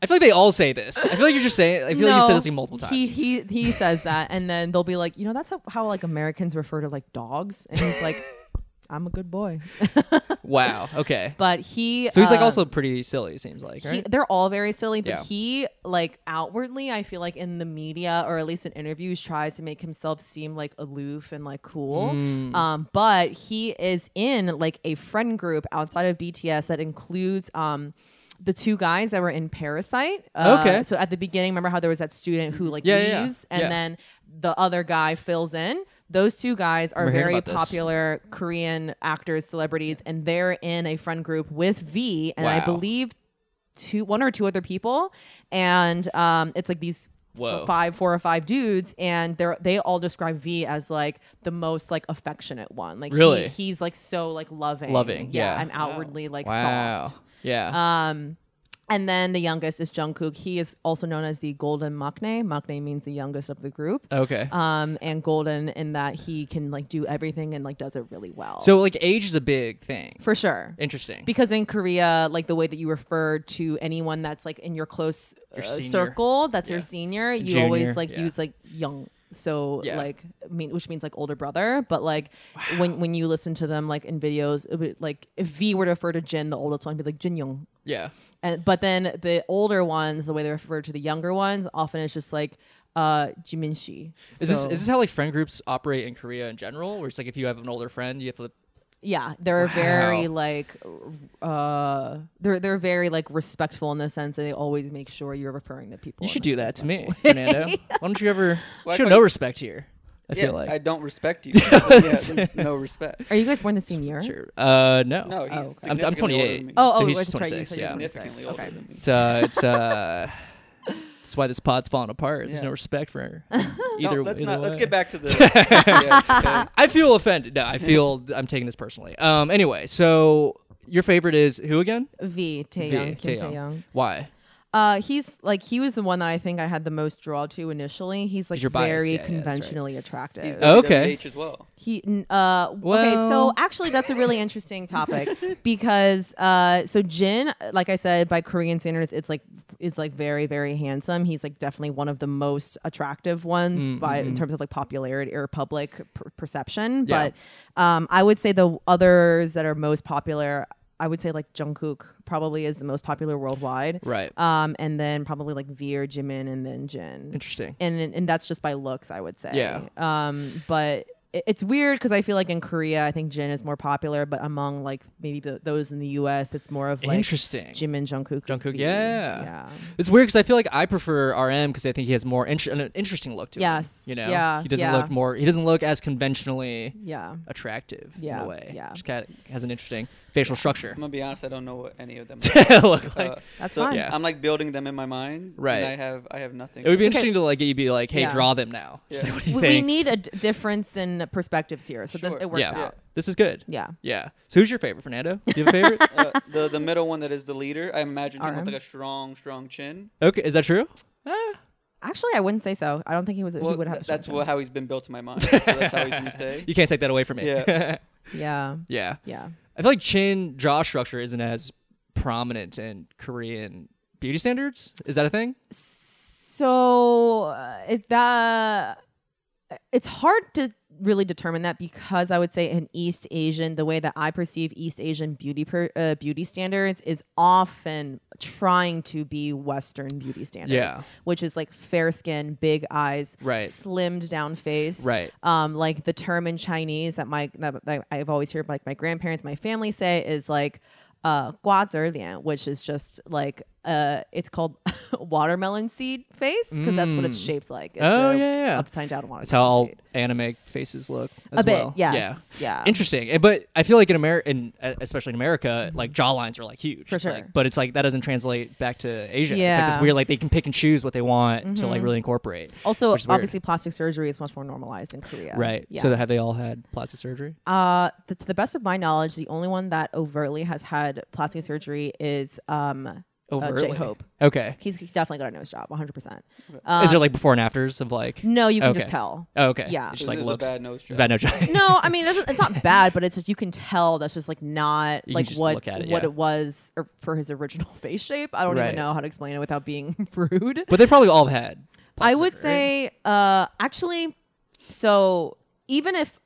Speaker 3: I feel like they all say this. I feel like you're just saying. I feel like you said
Speaker 5: No,
Speaker 3: this thing multiple times.
Speaker 5: He he he says that, and then they'll be like, you know, that's how, how like Americans refer to like dogs, and he's like, I'm a good boy.
Speaker 3: wow. Okay.
Speaker 5: but he
Speaker 3: so he's like
Speaker 5: uh,
Speaker 3: also pretty silly. It seems like.
Speaker 5: he-
Speaker 3: Right?
Speaker 5: they're all very silly, but
Speaker 3: Yeah.
Speaker 5: he like outwardly, I feel like in the media or at least in interviews, tries to make himself seem like aloof and like cool.
Speaker 3: Mm.
Speaker 5: Um, but he is in like a friend group outside of BTS that includes um the two guys that were in Parasite. Uh,
Speaker 3: Okay.
Speaker 5: So at the beginning, remember how there was that student who like
Speaker 3: Yeah, yeah, yeah.
Speaker 5: leaves and
Speaker 3: Yeah.
Speaker 5: then the other guy fills in. Those two guys are
Speaker 3: We're hearing
Speaker 5: very
Speaker 3: about this.
Speaker 5: popular Korean actors, celebrities, and they're in a friend group with V. And I
Speaker 3: Wow.
Speaker 5: believe two one or two other people and um it's like these
Speaker 3: Whoa.
Speaker 5: five four or five dudes and they're they all describe v as like the most like affectionate one like he-
Speaker 3: Really?
Speaker 5: he's like so like loving
Speaker 3: Loving, yeah.
Speaker 5: and outwardly like
Speaker 3: wow.
Speaker 5: soft
Speaker 3: Yeah.
Speaker 5: um and then the youngest is Jungkook. He is also known as the Golden Maknae. Maknae means the youngest of the group.
Speaker 3: okay.
Speaker 5: Um, and golden in that he can like do everything and like does it really well.
Speaker 3: so like age is a big thing.
Speaker 5: for sure,
Speaker 3: Interesting.
Speaker 5: because in Korea, like the way that you refer to anyone that's like in your close uh,
Speaker 3: senior.
Speaker 5: circle, that's your
Speaker 3: Yeah.
Speaker 5: senior, you
Speaker 3: Junior,
Speaker 5: always like
Speaker 3: yeah.
Speaker 5: use like young. So
Speaker 3: Yeah.
Speaker 5: like I mean, which means like older brother, but like when when you listen to them like in videos, it would, like if V were to refer to Jin, the oldest one, would be like Jin Young,
Speaker 3: yeah.
Speaker 5: and but then the older ones, the way they refer to the younger ones, often it's just like uh Jimin Shi.
Speaker 3: Is this is this how like friend groups operate in Korea in general? Where it's like if you have an older friend, you have to
Speaker 5: Yeah, they're very
Speaker 3: Wow.
Speaker 5: like uh they're they're very like respectful in the sense that they always make sure you're referring to people.
Speaker 3: You
Speaker 5: in
Speaker 3: should
Speaker 5: a
Speaker 3: do that to me, Fernando. Why don't you ever
Speaker 4: Why
Speaker 3: show
Speaker 4: can't
Speaker 3: no
Speaker 4: you-
Speaker 3: respect here? I
Speaker 4: Yeah,
Speaker 3: feel like.
Speaker 4: I don't respect you. yeah, there's no respect.
Speaker 5: Are you guys born the same year?
Speaker 3: Sure. Uh, no.
Speaker 4: No, he's
Speaker 3: I'm- I'm
Speaker 4: significantly older
Speaker 3: 28.
Speaker 4: than me.
Speaker 5: Oh,
Speaker 3: So
Speaker 5: oh,
Speaker 3: he's
Speaker 5: that's right. You
Speaker 3: 26,
Speaker 5: said you're
Speaker 3: yeah.
Speaker 5: 26.
Speaker 4: significantly older
Speaker 5: Okay.
Speaker 4: than me.
Speaker 3: It's uh, it's uh, that's why this pod's falling apart. There's
Speaker 4: Yeah.
Speaker 3: no respect for
Speaker 4: No,
Speaker 3: either.
Speaker 4: let's
Speaker 3: either
Speaker 4: not. Let's
Speaker 3: way.
Speaker 4: get back to the. yeah, okay.
Speaker 3: I feel offended. No, I feel I'm taking this personally. Um. Anyway, so your favorite is who again? V,
Speaker 5: V Taeyong, Kim
Speaker 3: Taeyong.
Speaker 5: Taeyong.
Speaker 3: Why?
Speaker 5: Uh, he's like he was the one that I think I had the most draw to initially. He's like
Speaker 3: your bias. Yeah,
Speaker 5: very
Speaker 3: yeah, that's right.
Speaker 5: conventionally attractive.
Speaker 4: He's
Speaker 3: Okay.
Speaker 4: WWH as well.
Speaker 5: He n- uh okay,
Speaker 3: Well-
Speaker 5: so actually that's a really interesting topic because uh so Jin, like I said, by Korean standards, it's like is like very, very handsome. He's like definitely one of the most attractive ones
Speaker 3: Mm,
Speaker 5: by in terms of like popularity or public per- perception.
Speaker 3: mm-hmm. Yeah.
Speaker 5: But um I would say the others that are most popular I would say like Jungkook probably is the most popular worldwide.
Speaker 3: Right.
Speaker 5: Um, and then probably like V or Jimin and then Jin
Speaker 3: Interesting.
Speaker 5: and and- and that's just by looks, I would say.
Speaker 3: Yeah.
Speaker 5: Um, but it- it's weird because I feel like in Korea, I think Jin is more popular, but among like maybe the, those in the U.S., it's more of like
Speaker 3: Interesting.
Speaker 5: Jim and Jungkook. would
Speaker 3: Jungkook,
Speaker 5: be-
Speaker 3: yeah.
Speaker 5: yeah.
Speaker 3: It's weird because I feel like I prefer RM because I think he has more inter- an interesting look to
Speaker 5: Yes.
Speaker 3: him. You know,
Speaker 5: Yeah.
Speaker 3: he doesn't
Speaker 5: Yeah.
Speaker 3: look more. He doesn't look as conventionally
Speaker 5: Yeah.
Speaker 3: attractive in
Speaker 5: Yeah,
Speaker 3: a way.
Speaker 5: yeah.
Speaker 3: Just kind of has an interesting facial structure.
Speaker 4: I'm gonna be honest. I don't know what any of them.
Speaker 3: look like.
Speaker 4: Uh,
Speaker 5: That's
Speaker 4: so
Speaker 5: fine.
Speaker 3: Yeah.
Speaker 4: I'm like building them in my mind.
Speaker 3: Right.
Speaker 4: And I have I have nothing.
Speaker 3: it would be interesting to like get you be like, hey,
Speaker 5: Yeah.
Speaker 3: draw them now. Just
Speaker 4: Yeah.
Speaker 3: like, what do you
Speaker 5: We, we
Speaker 3: think?
Speaker 5: need a d- difference in perspectives here, so this
Speaker 4: Sure.
Speaker 5: it works
Speaker 3: yeah.
Speaker 5: out.
Speaker 3: this is good.
Speaker 5: Yeah.
Speaker 3: yeah. So who's your favorite, Fernando? Do you have a favorite?
Speaker 4: uh, the the middle one that is the leader. I imagine him with
Speaker 5: RM.
Speaker 4: like a strong strong chin.
Speaker 3: okay, is that true?
Speaker 5: Actually, I wouldn't say so. I don't think he was.
Speaker 4: Well,
Speaker 5: he would have.
Speaker 4: th-
Speaker 5: a
Speaker 4: that's
Speaker 5: strong
Speaker 4: what, how he's been built in my mind. So that's how he's gonna stay.
Speaker 3: You can't take that away from me.
Speaker 4: Yeah.
Speaker 5: chin. Yeah.
Speaker 3: yeah.
Speaker 5: Yeah.
Speaker 3: I feel like chin jaw structure isn't as prominent in Korean beauty standards. Is that a thing?
Speaker 5: So uh, it that it's hard to really determine that because I would say in East Asian, the way that I perceive East Asian beauty per, uh, beauty standards is often trying to be Western beauty standards,
Speaker 3: Yeah.
Speaker 5: which is like fair skin, big eyes,
Speaker 3: Right.
Speaker 5: slimmed down face,
Speaker 3: Right.
Speaker 5: Um, like the term in Chinese that my that, that I've always heard like my grandparents, my family say is like uh, 瓜子脸, which is just like uh, it's called watermelon seed face because that's what it's
Speaker 3: Mm.
Speaker 5: shaped like. It's
Speaker 3: Oh,
Speaker 5: a
Speaker 3: yeah, yeah.
Speaker 5: upside down watermelon.
Speaker 3: That's how all
Speaker 5: seed.
Speaker 3: anime faces look. As
Speaker 5: a bit,
Speaker 3: well.
Speaker 5: yes, yeah,
Speaker 3: Interesting, Eh, but I feel like in America, in, uh, especially in America, like jawlines are like huge.
Speaker 5: For
Speaker 3: It's like-
Speaker 5: sure.
Speaker 3: but it's like that doesn't translate back to Asia. It's like
Speaker 5: Yeah. Mm-hmm.
Speaker 3: this weird, like they can pick and choose what they want to like really incorporate.
Speaker 5: Also,
Speaker 3: which is weird.
Speaker 5: obviously, plastic surgery is much more normalized in Korea.
Speaker 3: right?
Speaker 5: Yeah.
Speaker 3: So have they all had plastic surgery?
Speaker 5: Uh, the, to the best of my knowledge, the only one that overtly has had plastic surgery is um, uh,
Speaker 3: Overtly?
Speaker 5: J Hope.
Speaker 3: Okay.
Speaker 5: He's he's definitely got a nose job, 100%.
Speaker 3: Is there like before and afters of like?
Speaker 5: Um, No, you can just
Speaker 3: Okay.
Speaker 5: tell.
Speaker 3: Oh, okay.
Speaker 5: Yeah.
Speaker 3: It just like
Speaker 4: There's a
Speaker 3: looks.
Speaker 4: bad nose
Speaker 3: It's bad nose job.
Speaker 5: No, I mean it's, it's not bad, but it's just you can tell that's just like not
Speaker 3: You can
Speaker 5: like
Speaker 3: just
Speaker 5: what
Speaker 3: look at it,
Speaker 5: what
Speaker 3: yeah.
Speaker 5: it was or for his original face shape. I don't
Speaker 3: Right.
Speaker 5: even know how to explain it without being rude.
Speaker 3: but they probably all have had.
Speaker 5: I
Speaker 3: plastic
Speaker 5: would
Speaker 3: surgery, right?
Speaker 5: say, uh, actually, so even if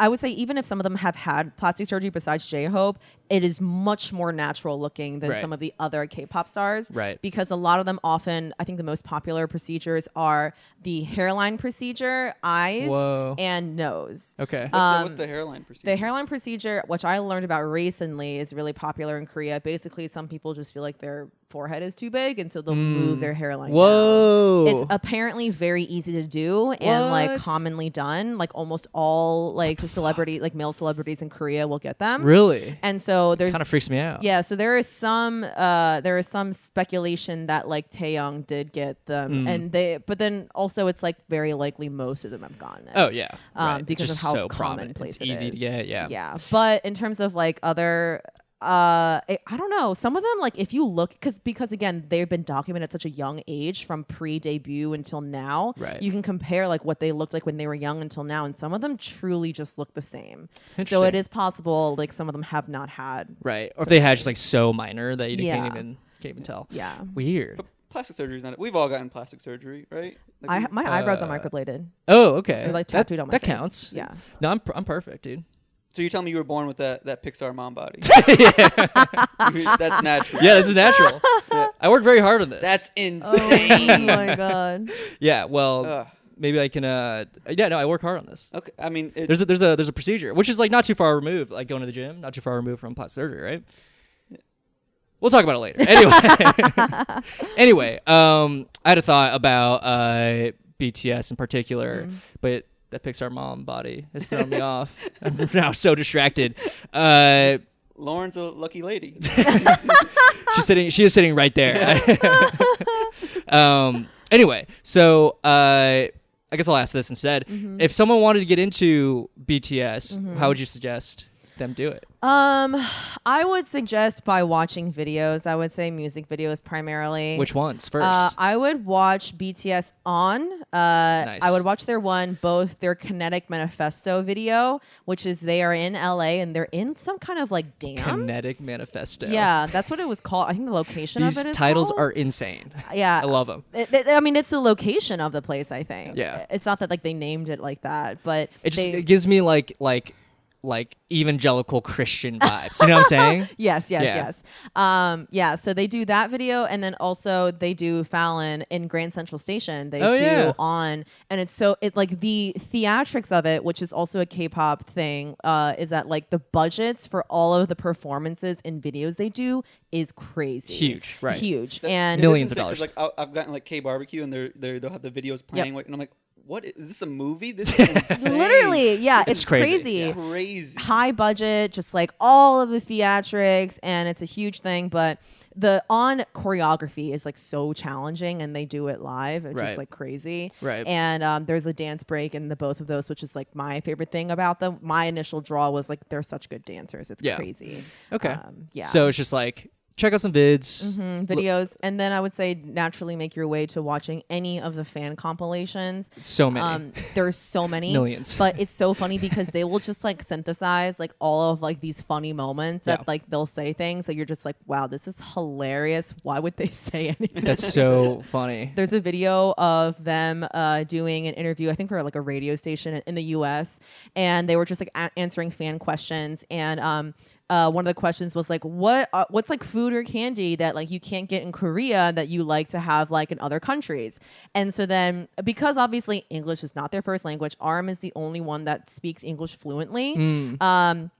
Speaker 5: I would say even if some of them have had plastic surgery besides J Hope, it is much more natural looking than
Speaker 3: Right.
Speaker 5: some of the other K pop stars.
Speaker 3: Right.
Speaker 5: Because a lot of them often, I think the most popular procedures are the hairline procedure, eyes,
Speaker 3: Whoa.
Speaker 5: and nose.
Speaker 3: Okay.
Speaker 4: What's,
Speaker 5: Um,
Speaker 4: the, what's the hairline procedure?
Speaker 5: The hairline procedure, which I learned about recently, is really popular in Korea. Basically, some people just feel like their forehead is too big, and so they'll move their hairline. down.
Speaker 3: Hmm. Whoa.
Speaker 5: It's apparently very easy to do and like
Speaker 3: What?
Speaker 5: commonly done. Like almost all like the celebrity, like male celebrities in Korea will get them.
Speaker 3: really
Speaker 5: And so there's
Speaker 3: kind of freaks me out.
Speaker 5: yeah, so there is some uh there is some speculation that like Taeyong did get
Speaker 3: Mm.
Speaker 5: them and they but then also it's like very likely most of them have gotten it.
Speaker 3: Oh yeah.
Speaker 5: Um
Speaker 3: Right. It's
Speaker 5: because of
Speaker 3: just
Speaker 5: how
Speaker 3: so prominent.
Speaker 5: commonplace
Speaker 3: It's easy
Speaker 5: it
Speaker 3: to
Speaker 5: is.
Speaker 3: get. Yeah.
Speaker 5: Yeah. But in terms of like other uh I I don't know. Some of them like if you look cuz because again, they've been documented at such a young age from pre-debut until now.
Speaker 3: Right.
Speaker 5: You can compare like what they looked like when they were young until now and some of them truly just look the same. So
Speaker 3: Interesting.
Speaker 5: it is possible like some of them have not had.
Speaker 3: Right. Or if they had just like so minor that you
Speaker 5: Yeah.
Speaker 3: can't even can't even tell.
Speaker 5: Yeah.
Speaker 3: Weird.
Speaker 4: But plastic surgery is not. We've all gotten plastic surgery, right? Like
Speaker 5: I
Speaker 4: we-
Speaker 5: ha- my eyebrows
Speaker 3: Uh,
Speaker 5: are microbladed.
Speaker 3: Oh, okay.
Speaker 5: They're like
Speaker 3: That-
Speaker 5: tattooed on my
Speaker 3: That
Speaker 5: face.
Speaker 3: counts.
Speaker 5: Yeah.
Speaker 3: No, I'm per- I'm perfect, dude.
Speaker 4: so you tell me you were born with that, that Pixar mom body? You- That's natural.
Speaker 3: Yeah, this is natural. I worked very hard on this.
Speaker 4: That's insane.
Speaker 5: oh my god.
Speaker 3: yeah. Well,
Speaker 4: Ugh.
Speaker 3: maybe I can. Uh, yeah. No, I work hard on this.
Speaker 4: okay. I mean, it,
Speaker 3: There's a, there's a there's a procedure which is like not too far removed, like going to the gym, not too far removed from plastic surgery, right? We'll talk about it later. Anyway, anyway, um, I had a thought about uh, BTS in particular, but that Pixar mom body has thrown me off. I'm now so distracted. Uh,
Speaker 4: Lauren's a lucky lady.
Speaker 3: she's sitting she is sitting right there um anyway so uh i guess i'll ask this instead
Speaker 5: Mm-hmm.
Speaker 3: if someone wanted to get into bts how would you suggest them do it
Speaker 5: Um, I would suggest by watching videos. I would say music videos primarily.
Speaker 3: which ones first
Speaker 5: Uh, I would watch BTS on. Uh, I would watch their one, both their Kinetic Manifesto video, which is they are in LA and they're in some kind of like dam.
Speaker 3: kinetic manifesto
Speaker 5: yeah, that's what it was called. I think the location
Speaker 3: these
Speaker 5: of it is
Speaker 3: titles
Speaker 5: called. Uh,
Speaker 3: are insane
Speaker 5: Yeah,
Speaker 3: i love them
Speaker 5: It, it- I mean, it's the location of the place. I think.
Speaker 3: Yeah.
Speaker 5: It's not that like they named it like that, but
Speaker 3: it just
Speaker 5: they-
Speaker 3: it gives me like like like evangelical christian vibes you know what i'm saying
Speaker 5: Yes, yes,
Speaker 3: Yeah.
Speaker 5: yes. Um, yeah, so they do that video and then also they do Fallon in Grand Central Station. They
Speaker 3: Oh,
Speaker 5: do
Speaker 3: yeah.
Speaker 5: on and it's so it like the theatrics of it, which is also a K-pop thing, uh, is that like the budgets for all of the performances and videos they do is crazy.
Speaker 3: Huge, right.
Speaker 5: Huge.
Speaker 3: Million.
Speaker 5: And
Speaker 3: Millions of
Speaker 4: It's insane 'cause, Like I, I've gotten like K barbecue, and they're, they're they'll have the videos playing, and I'm like, what is, is this a movie? This is insane.
Speaker 5: literally, yeah,
Speaker 4: This
Speaker 5: it's,
Speaker 3: is crazy.
Speaker 5: crazy.
Speaker 4: is crazy.
Speaker 5: high budget, just like all of the theatrics, and it's a huge thing. But the on choreography is like so challenging, and they do it live. It's
Speaker 3: Right.
Speaker 5: just like crazy.
Speaker 3: Right.
Speaker 5: And um, there's a dance break in the both of those, which is like my favorite thing about them. My initial draw was like they're such good dancers. It's
Speaker 3: Yeah.
Speaker 5: crazy.
Speaker 3: okay
Speaker 5: Um, yeah.
Speaker 3: so it's just like check out some vids
Speaker 5: Mm, videos, and then I would say naturally make your way to watching any of the fan compilations.
Speaker 3: so many
Speaker 5: Um, there's so many
Speaker 3: Millions.
Speaker 5: but it's so funny because they will just like synthesize like all of like these funny moments that
Speaker 3: Yeah.
Speaker 5: like they'll say things that you're just like, wow, this is hilarious. Why would they say anything?
Speaker 3: that's so funny
Speaker 5: There's a video of them uh, doing an interview, I think for like a radio station in the US, and they were just like a- answering fan questions. And um, uh, one of the questions was like, "What uh, what's like food or candy that like you can't get in Korea that you like to have like in other countries?" And so then, because obviously English is not their first language, Arm is the only one that speaks English fluently. Um,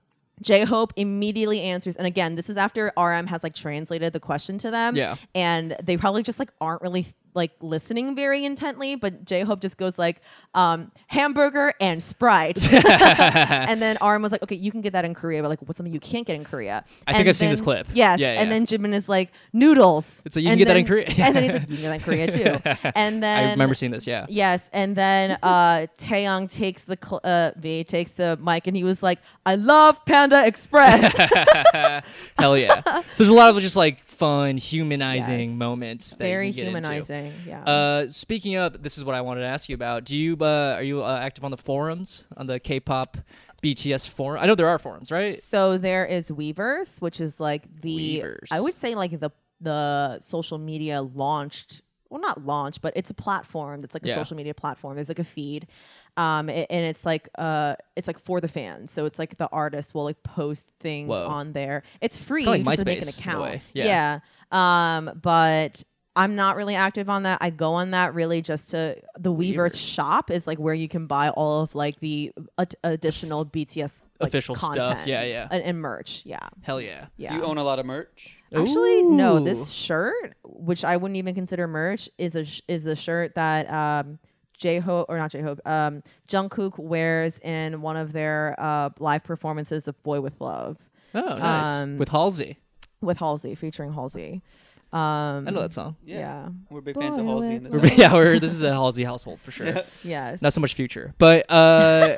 Speaker 5: J Hope immediately answers. And again, this is after RM has like translated the question to them.
Speaker 3: Yeah.
Speaker 5: And they probably just like aren't really like listening very intently, but J Hope just goes like, um, hamburger and Sprite. and then RM was like, okay, you can get that in Korea, but like, what's something you can't get in Korea?
Speaker 3: I think
Speaker 5: And
Speaker 3: I've seen this
Speaker 5: then-
Speaker 3: clip.
Speaker 5: Yes.
Speaker 3: Yeah,
Speaker 5: and
Speaker 3: yeah.
Speaker 5: then Jimin is like, noodles.
Speaker 3: It's like, you can
Speaker 5: And
Speaker 3: get that in
Speaker 5: then-
Speaker 3: Korea.
Speaker 5: and then he's like, you can get that in Korea too. And then
Speaker 3: I remember seeing this. Yeah.
Speaker 5: Yes, and then uh, Taeyong takes the cl- uh, V takes the mic, and he was like, "I love Panda Express."
Speaker 3: Hell yeah. So there's a lot of just like fun, humanizing
Speaker 5: Yes.
Speaker 3: moments. That you
Speaker 5: Very
Speaker 3: can get into.
Speaker 5: humanizing. Yeah.
Speaker 3: Uh, speaking up, this is what I wanted to ask you about. Do you uh, are you uh, active on the forums on the K-pop BTS forum? I know there are forums, right?
Speaker 5: so there is Weavers, which is like the
Speaker 3: Weverse.
Speaker 5: I would say like the the social media launched. Well, not launched, but it's a platform that's like a
Speaker 3: Yeah.
Speaker 5: social media platform. There's like a feed, um, a- and it's like uh, it's like for the fans. So it's like the artist will like post things
Speaker 3: Whoa.
Speaker 5: on there. It's free.
Speaker 3: kinda
Speaker 5: you
Speaker 3: like
Speaker 5: just make an
Speaker 3: MySpace, in a
Speaker 5: account.
Speaker 3: way. Yeah.
Speaker 5: Yeah. Um, but I'm not really active on that. I go on that really just to the Weaver's shop is like where you can buy all of like the ad- additional BTS like,
Speaker 3: Official stuff.
Speaker 5: content
Speaker 3: Yeah, yeah.
Speaker 5: and, and merch. Yeah,
Speaker 3: Hell yeah.
Speaker 5: yeah.
Speaker 4: Do you own a lot of merch?
Speaker 5: Actually, no. This
Speaker 3: Ooh.
Speaker 5: shirt, which I wouldn't even consider merch, is a sh- is a shirt that um, J Hope or not J Hope, um, Jungkook wears in one of their uh, live performances of Boy with Love
Speaker 3: Oh, nice.
Speaker 5: Um,
Speaker 3: With Halsey.
Speaker 5: with Halsey, featuring Halsey. Um,
Speaker 3: I know that song.
Speaker 5: Yeah.
Speaker 4: We're big fans of
Speaker 5: Boy
Speaker 4: Halsey
Speaker 5: with
Speaker 4: in this.
Speaker 3: We're- yeah, we're, this is a Halsey household for sure.
Speaker 5: Yes.
Speaker 3: Not so much future, but uh,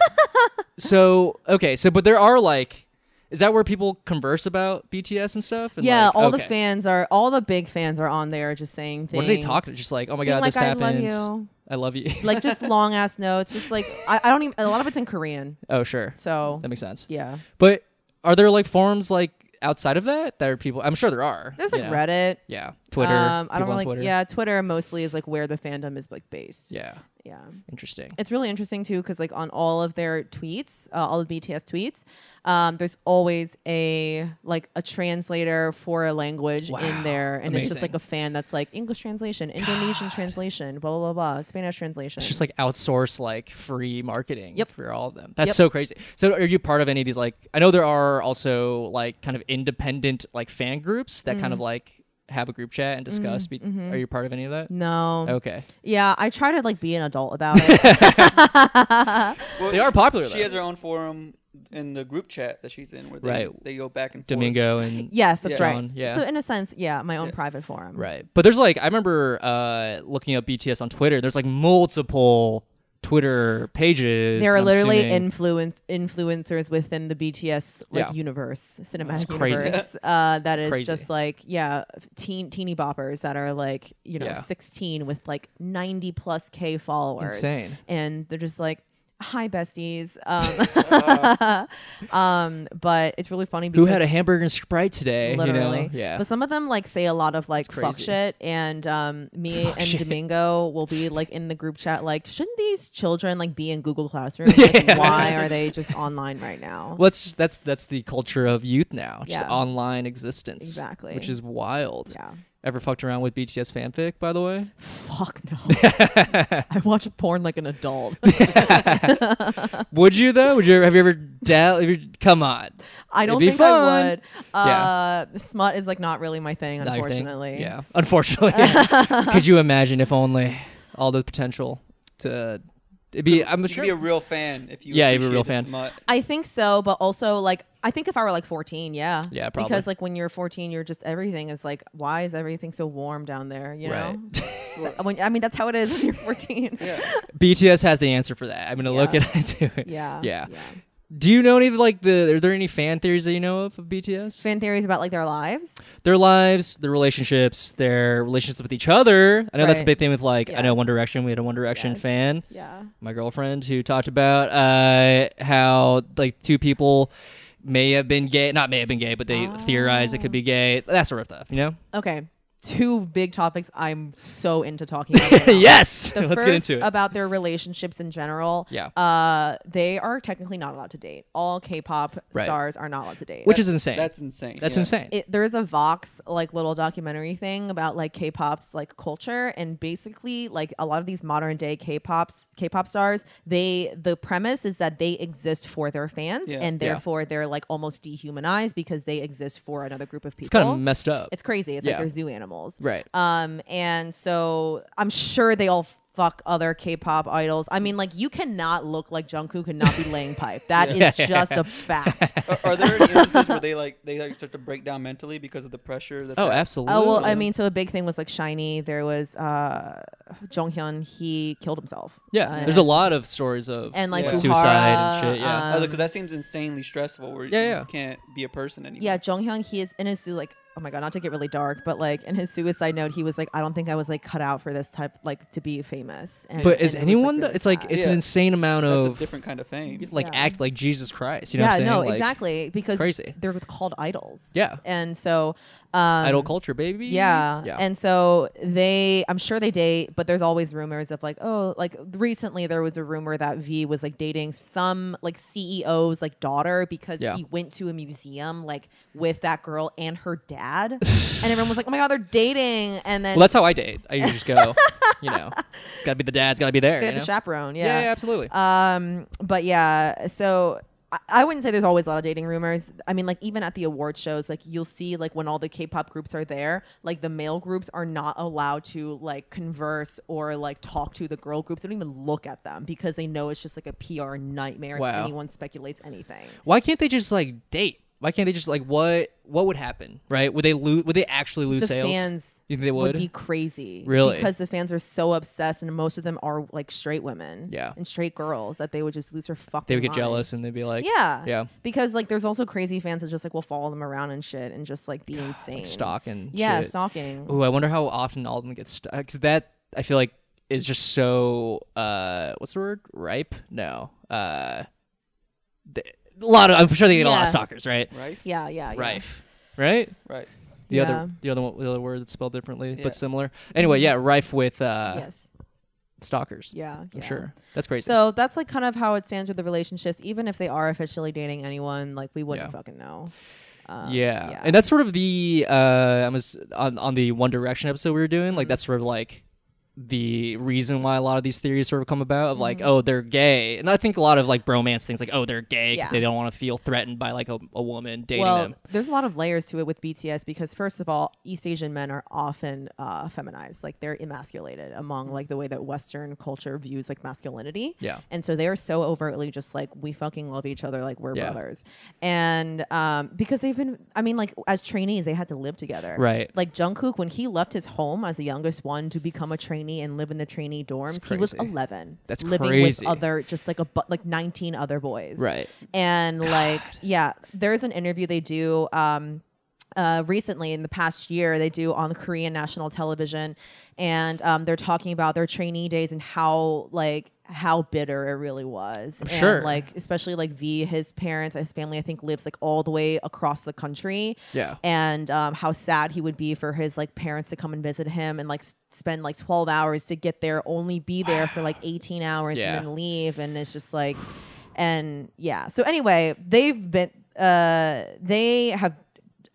Speaker 3: so okay, so but there are like, is that where people converse about BTS and stuff? And,
Speaker 5: yeah,
Speaker 3: like,
Speaker 5: all the
Speaker 3: okay.
Speaker 5: fans are all the big fans are on there just saying things.
Speaker 3: What are they talking? Just like, oh my
Speaker 5: Being
Speaker 3: god,
Speaker 5: like,
Speaker 3: this
Speaker 5: I love
Speaker 3: happened.
Speaker 5: you.
Speaker 3: I love you.
Speaker 5: like just long ass notes. Just like I, I don't even a lot of it's in Korean.
Speaker 3: oh sure,
Speaker 5: So
Speaker 3: that makes sense.
Speaker 5: yeah.
Speaker 3: But are there like forums like outside of that that are people? I'm sure there are.
Speaker 5: There's
Speaker 3: you
Speaker 5: like
Speaker 3: know?
Speaker 5: Reddit.
Speaker 3: Yeah, Twitter.
Speaker 5: um, I
Speaker 3: people
Speaker 5: don't
Speaker 3: on
Speaker 5: really
Speaker 3: Twitter.
Speaker 5: yeah, Twitter mostly is like where the fandom is like based.
Speaker 3: Yeah.
Speaker 5: Yeah.
Speaker 3: Interesting.
Speaker 5: It's really interesting too cuz like on all of their tweets, uh, all of BTS tweets, um, there's always a like a translator for a language
Speaker 3: Wow.
Speaker 5: in there and it's just
Speaker 3: Amazing.
Speaker 5: like a fan that's like English translation, Indonesian translation, blah blah blah, blah Spanish translation.
Speaker 3: It's just like outsource like free marketing
Speaker 5: Yep.
Speaker 3: for all of them. That's
Speaker 5: Yep.
Speaker 3: so crazy. So are you part of any of these like I know there are also like kind of independent like fan groups that
Speaker 5: Mm.
Speaker 3: kind of like have a group chat and discuss be- are you part of any of that?
Speaker 5: Mm-hmm, no.
Speaker 3: Okay.
Speaker 5: Yeah, I try to like be an adult about it.
Speaker 4: Well,
Speaker 3: They are popular
Speaker 4: She
Speaker 3: though.
Speaker 4: has her own forum in the group chat that she's in, where they,
Speaker 3: Right.
Speaker 4: they go back and forth.
Speaker 3: Domingo and
Speaker 5: yes, that's
Speaker 4: Yeah.
Speaker 5: right.
Speaker 3: John, yeah.
Speaker 5: So in a sense, yeah, my own private forum.
Speaker 3: Right. But there's like I remember uh looking up BTS on Twitter. There's like multiple Twitter pages.
Speaker 5: There are
Speaker 3: I'm
Speaker 5: literally
Speaker 3: assuming.
Speaker 5: influence influencers within the BTS like
Speaker 3: Yeah.
Speaker 5: universe, cinematic
Speaker 3: crazy.
Speaker 5: universe. Uh, that is
Speaker 3: Crazy.
Speaker 5: just like yeah, teen teeny boppers that are like you know
Speaker 3: Yeah.
Speaker 5: 16 with like 90 plus k followers.
Speaker 3: Insane.
Speaker 5: And they're just like, hi besties. Um, um, but it's really funny because
Speaker 3: who had a hamburger and Sprite today?
Speaker 5: literally.
Speaker 3: You know? Yeah.
Speaker 5: But some of them like say a lot of like
Speaker 3: It's
Speaker 5: fuck
Speaker 3: crazy.
Speaker 5: shit, and um, me and
Speaker 3: shit.
Speaker 5: Domingo will be like in the group chat like, shouldn't these children like be in Google Classroom? Like, Why are they just online right now?
Speaker 3: Well, that's that's that's the culture of youth now, just
Speaker 5: Yeah.
Speaker 3: online existence,
Speaker 5: Exactly.
Speaker 3: which is wild.
Speaker 5: Yeah.
Speaker 3: Ever fucked around with BTS fanfic, by the way?
Speaker 5: Fuck no. I watch porn like an adult.
Speaker 3: Would you though? Would you have you ever dab- have you- Come on,
Speaker 5: I don't
Speaker 3: It'd be
Speaker 5: think
Speaker 3: fun.
Speaker 5: I would. Uh, Smut is like not really my thing,
Speaker 3: Not your thing?
Speaker 5: unfortunately.
Speaker 3: yeah, unfortunately. Could you imagine if only all the potential to it'd be? I'm
Speaker 4: You could
Speaker 3: sure.
Speaker 4: be a real fan if you.
Speaker 3: Yeah, you'd be a
Speaker 4: appreciate
Speaker 3: real
Speaker 4: the
Speaker 3: fan.
Speaker 4: smut.
Speaker 5: I think so, but also like I think if I were like 14, yeah,
Speaker 3: Yeah, probably.
Speaker 5: Because like when you're 14, you're just everything is like, why is everything so warm down there? You
Speaker 3: Right.
Speaker 5: know, when, I mean that's how it is when you're 14. yeah.
Speaker 3: BTS has the answer for that. I'm gonna look it into it.
Speaker 5: yeah,
Speaker 3: yeah. Do you know any of like the? Are there any fan theories that you know of of BTS?
Speaker 5: Fan theories about like their lives.
Speaker 3: their lives, their relationships, their relationships with each other. I know that's a
Speaker 5: Right.
Speaker 3: big thing with like I know
Speaker 5: Yes.
Speaker 3: One Direction. We had a One Direction
Speaker 5: Yes.
Speaker 3: fan,
Speaker 5: Yeah,
Speaker 3: my girlfriend, who talked about uh, how like two people may have been gay, not may have been gay, but they theorized it could be gay. That sort of stuff, you know.
Speaker 5: okay. two big topics I'm so into talking about. right now.
Speaker 3: yes.
Speaker 5: The
Speaker 3: Let's
Speaker 5: first
Speaker 3: get into it.
Speaker 5: about their relationships in general.
Speaker 3: Yeah.
Speaker 5: Uh, they are technically not allowed to date. All K-pop
Speaker 3: Right.
Speaker 5: stars are not allowed to date.
Speaker 3: Which is insane.
Speaker 4: That's insane.
Speaker 3: That's
Speaker 4: yeah.
Speaker 3: insane.
Speaker 5: it, there is a Vox like little documentary thing about like K-pop's like culture and basically like a lot of these modern day K-pop's K-pop stars they the premise is that they exist for their fans
Speaker 4: Yeah.
Speaker 5: and
Speaker 3: Yeah.
Speaker 5: therefore they're like almost dehumanized because they exist for another group of people.
Speaker 3: it's kind of messed up.
Speaker 5: It's crazy. It's
Speaker 3: Yeah.
Speaker 5: like they're zoo animals.
Speaker 3: Right.
Speaker 5: Um, and so I'm sure they all fuck other K-pop idols. I mean, like you cannot look like Jungkook and not be laying pipe. That is just a fact.
Speaker 4: Are, are there any instances where they like they like start to break down mentally because of the pressure? That
Speaker 3: oh,
Speaker 4: they're-
Speaker 3: absolutely.
Speaker 5: Oh well, I mean, so a big thing was like Shiny. There was uh, Jonghyun. He killed himself.
Speaker 3: yeah.
Speaker 5: Uh,
Speaker 3: there's a lot of stories of
Speaker 5: and like
Speaker 4: Yeah.
Speaker 5: Buhara,
Speaker 3: suicide and shit. Yeah.
Speaker 4: Oh,
Speaker 5: um,
Speaker 4: because that seems insanely stressful. Where
Speaker 3: Yeah, yeah.
Speaker 4: you can't be a person anymore.
Speaker 5: yeah, Jonghyun. He is in his su- like. Oh my god, not to get really dark, but like in his suicide note, he was like, "I don't think I was like cut out for this type, like to be famous." And,
Speaker 3: but is
Speaker 5: and it was, like,
Speaker 3: anyone?
Speaker 5: really
Speaker 3: that, it's like
Speaker 5: sad.
Speaker 3: it's an
Speaker 4: Yeah.
Speaker 3: insane amount
Speaker 4: that's
Speaker 3: of
Speaker 4: a different kind of fame.
Speaker 3: like
Speaker 5: Yeah.
Speaker 3: act like Jesus Christ. You know
Speaker 5: yeah,
Speaker 3: what I'm saying?
Speaker 5: no,
Speaker 3: Like,
Speaker 5: exactly. Because
Speaker 3: crazy.
Speaker 5: they're called idols.
Speaker 3: Yeah.
Speaker 5: And so um
Speaker 3: Idol culture, baby.
Speaker 5: Yeah.
Speaker 3: Yeah.
Speaker 5: And so they I'm sure they date, but there's always rumors of like, oh, like recently there was a rumor that V was like dating some like CEO's like daughter because
Speaker 3: Yeah.
Speaker 5: he went to a museum like with that girl and her dad. and everyone was like, Oh my god, they're dating and then
Speaker 3: well, that's how I date. I usually just go. you know, it's gotta be the dad's gotta be there.
Speaker 5: they
Speaker 3: You
Speaker 5: had
Speaker 3: know?
Speaker 5: a chaperone,
Speaker 3: yeah, yeah, absolutely.
Speaker 5: Um, but yeah, so I, I wouldn't say there's always a lot of dating rumors. I mean, like even at the award shows, like you'll see like when all the K-pop groups are there, like the male groups are not allowed to like converse or like talk to the girl groups. They don't even look at them because they know it's just like a PR nightmare
Speaker 3: Wow.
Speaker 5: if anyone speculates anything.
Speaker 3: Why can't they just like date? Why can't they just like what? What would happen? Right? Would they lose? Would they actually lose
Speaker 5: the
Speaker 3: sales?
Speaker 5: fans
Speaker 3: You think they would?
Speaker 5: be crazy,
Speaker 3: Really?
Speaker 5: because the fans are so obsessed, and most of them are like straight women,
Speaker 3: Yeah.
Speaker 5: and straight girls that they would just lose their fucking.
Speaker 3: they would get jealous
Speaker 5: minds.
Speaker 3: and they'd be like,
Speaker 5: Yeah.
Speaker 3: yeah,
Speaker 5: Because like there's also crazy fans that just like will follow them around and shit and just like be insane.
Speaker 3: stock and
Speaker 5: Yeah,
Speaker 3: shit.
Speaker 5: stalking.
Speaker 3: Ooh, I wonder how often all of them get stuck. Because that I feel like is just so uh, what's the word? Ripe? No. Uh, th- a lot of I'm sure they get a lot
Speaker 5: Yeah.
Speaker 3: of stalkers, right?
Speaker 4: Right.
Speaker 5: Yeah, yeah, yeah.
Speaker 3: Rife, right?
Speaker 4: Right.
Speaker 3: The
Speaker 5: Yeah. Mm-hmm.
Speaker 3: other the other one the other word that's spelled differently
Speaker 4: Yeah.
Speaker 3: but similar. Anyway, yeah, rife with uh,
Speaker 5: yes.
Speaker 3: stalkers.
Speaker 5: Yeah.
Speaker 3: I'm
Speaker 5: yeah.
Speaker 3: sure that's crazy.
Speaker 5: So that's like kind of how it stands with the relationships. Even if they are officially dating anyone, like we wouldn't
Speaker 3: Yeah.
Speaker 5: fucking know. Um,
Speaker 3: yeah. and that's sort of the uh, I was on on the One Direction episode we were doing.
Speaker 5: Mm-hmm.
Speaker 3: Like that's sort of like the reason why a lot of these theories sort of come about of
Speaker 5: Mm-hmm.
Speaker 3: like oh they're gay, and I think a lot of like bromance things like oh they're gay because
Speaker 5: Yeah.
Speaker 3: they don't want to feel threatened by like a, a woman dating
Speaker 5: well,
Speaker 3: them.
Speaker 5: there's a lot of layers to it with BTS because first of all, East Asian men are often uh, feminized, like they're emasculated among like the way that Western culture views like masculinity.
Speaker 3: Yeah.
Speaker 5: and so they are so overtly just like we fucking love each other, like we're
Speaker 3: Yeah.
Speaker 5: brothers, and um, because they've been, I mean, like as trainees, they had to live together,
Speaker 3: Right.
Speaker 5: Like Jungkook, when he left his home as the youngest one to become a trainee and live in the trainee dorms, he was
Speaker 3: crazy.
Speaker 5: 11.
Speaker 3: That's
Speaker 5: living
Speaker 3: crazy.
Speaker 5: with other, just like a bu- like 19 other boys,
Speaker 3: Right.
Speaker 5: and like yeah there's an interview they do um uh, recently in the past year they do on the korean national television and um, they're talking about their trainee days and how like how bitter it really was and
Speaker 3: sure.
Speaker 5: like especially like v his parents his family i think lives like all the way across the country
Speaker 3: Yeah.
Speaker 5: and um, how sad he would be for his like parents to come and visit him and like s- spend like 12 hours to get there only be there for like 18 hours
Speaker 3: Yeah.
Speaker 5: and then leave and it's just like and yeah so anyway they've been uh they have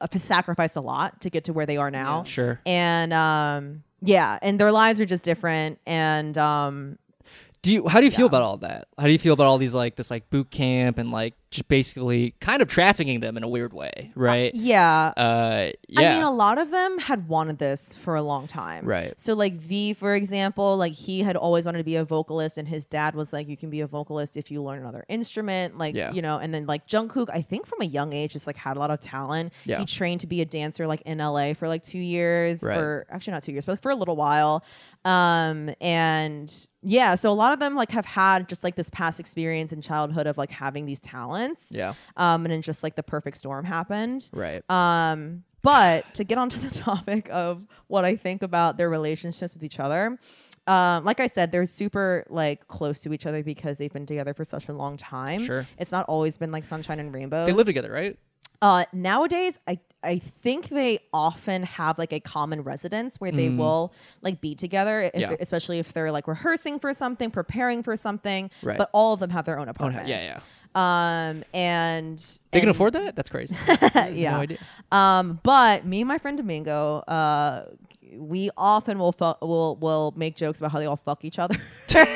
Speaker 5: uh, sacrificed a lot to get to where they are now
Speaker 3: Sure.
Speaker 5: and um yeah and their lives are just different and um
Speaker 3: Do you? How do you feel about all that? How do you feel about all these like this like boot camp and like just basically kind of trafficking them in a weird way, right?
Speaker 5: yeah
Speaker 3: Uh, yeah.
Speaker 5: I mean, a lot of them had wanted this for a long time.
Speaker 3: Right.
Speaker 5: So, like V, for example, like he had always wanted to be a vocalist, and his dad was like, "You can be a vocalist if you learn another instrument." Like,
Speaker 3: Yeah.
Speaker 5: you know. And then like Jungkook, I think from a young age, just like had a lot of talent.
Speaker 3: Yeah.
Speaker 5: He trained to be a dancer like in LA for like two years,
Speaker 3: Right.
Speaker 5: or actually not two years, but like, for a little while. Um, and yeah, so a lot of them like have had just like this past experience in childhood of like having these talents.
Speaker 3: yeah.
Speaker 5: Um, and then just like the perfect storm happened.
Speaker 3: Right.
Speaker 5: Um, but to get onto the topic of what I think about their relationships with each other, um, like I said, they're super like close to each other because they've been together for such a long time.
Speaker 3: Sure.
Speaker 5: it's not always been like sunshine and rainbows.
Speaker 3: They live together, right?
Speaker 5: Uh, nowadays, I I think they often have like a common residence where they will like be together, if
Speaker 3: Mm. Yeah.
Speaker 5: they're- especially if they're like rehearsing for something, preparing for something.
Speaker 3: Right.
Speaker 5: But all of them have their own apartments.
Speaker 3: yeah, yeah.
Speaker 5: Um, and
Speaker 3: They can
Speaker 5: and-
Speaker 3: afford that? That's crazy.
Speaker 5: yeah.
Speaker 3: No idea.
Speaker 5: Um, but me and my friend Domingo, uh, we often will fu- will will make jokes about how they all fuck each other.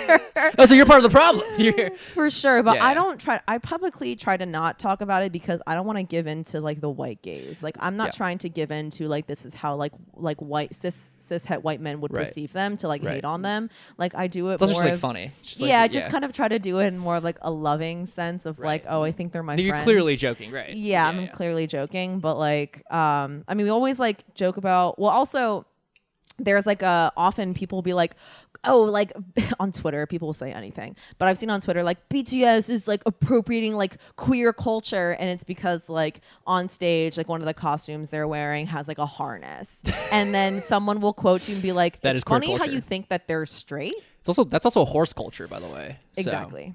Speaker 3: Oh, so you're part of the problem. You're,
Speaker 5: for sure but
Speaker 3: Yeah,
Speaker 5: i
Speaker 3: yeah.
Speaker 5: don't try i publicly try to not talk about it because i don't want to give in to like the white gaze like i'm not
Speaker 3: Yeah.
Speaker 5: trying to give in to like this is how like like white cis cis het white men would
Speaker 3: Right.
Speaker 5: perceive them to like
Speaker 3: Right.
Speaker 5: hate on them like i do it
Speaker 3: it's also
Speaker 5: more
Speaker 3: just like
Speaker 5: of-
Speaker 3: funny. Just like,
Speaker 5: yeah I just kind of try to do it in more of like a loving sense of like oh i think they're my
Speaker 3: You're
Speaker 5: friends
Speaker 3: clearly joking, right?
Speaker 5: yeah, I'm clearly joking, but like, um, I mean, we always like joke about. Well, also, there's like a often people will be like, oh, like on Twitter, people will say anything, but I've seen on Twitter like BTS is like appropriating like queer culture, and it's because like on stage, like one of the costumes they're wearing has like a harness, and then someone will quote you and be like,
Speaker 3: That
Speaker 5: it's
Speaker 3: is queer
Speaker 5: funny how
Speaker 3: culture."
Speaker 5: you think that they're straight,
Speaker 3: It's also that's also horse culture, by the way. So-
Speaker 5: exactly.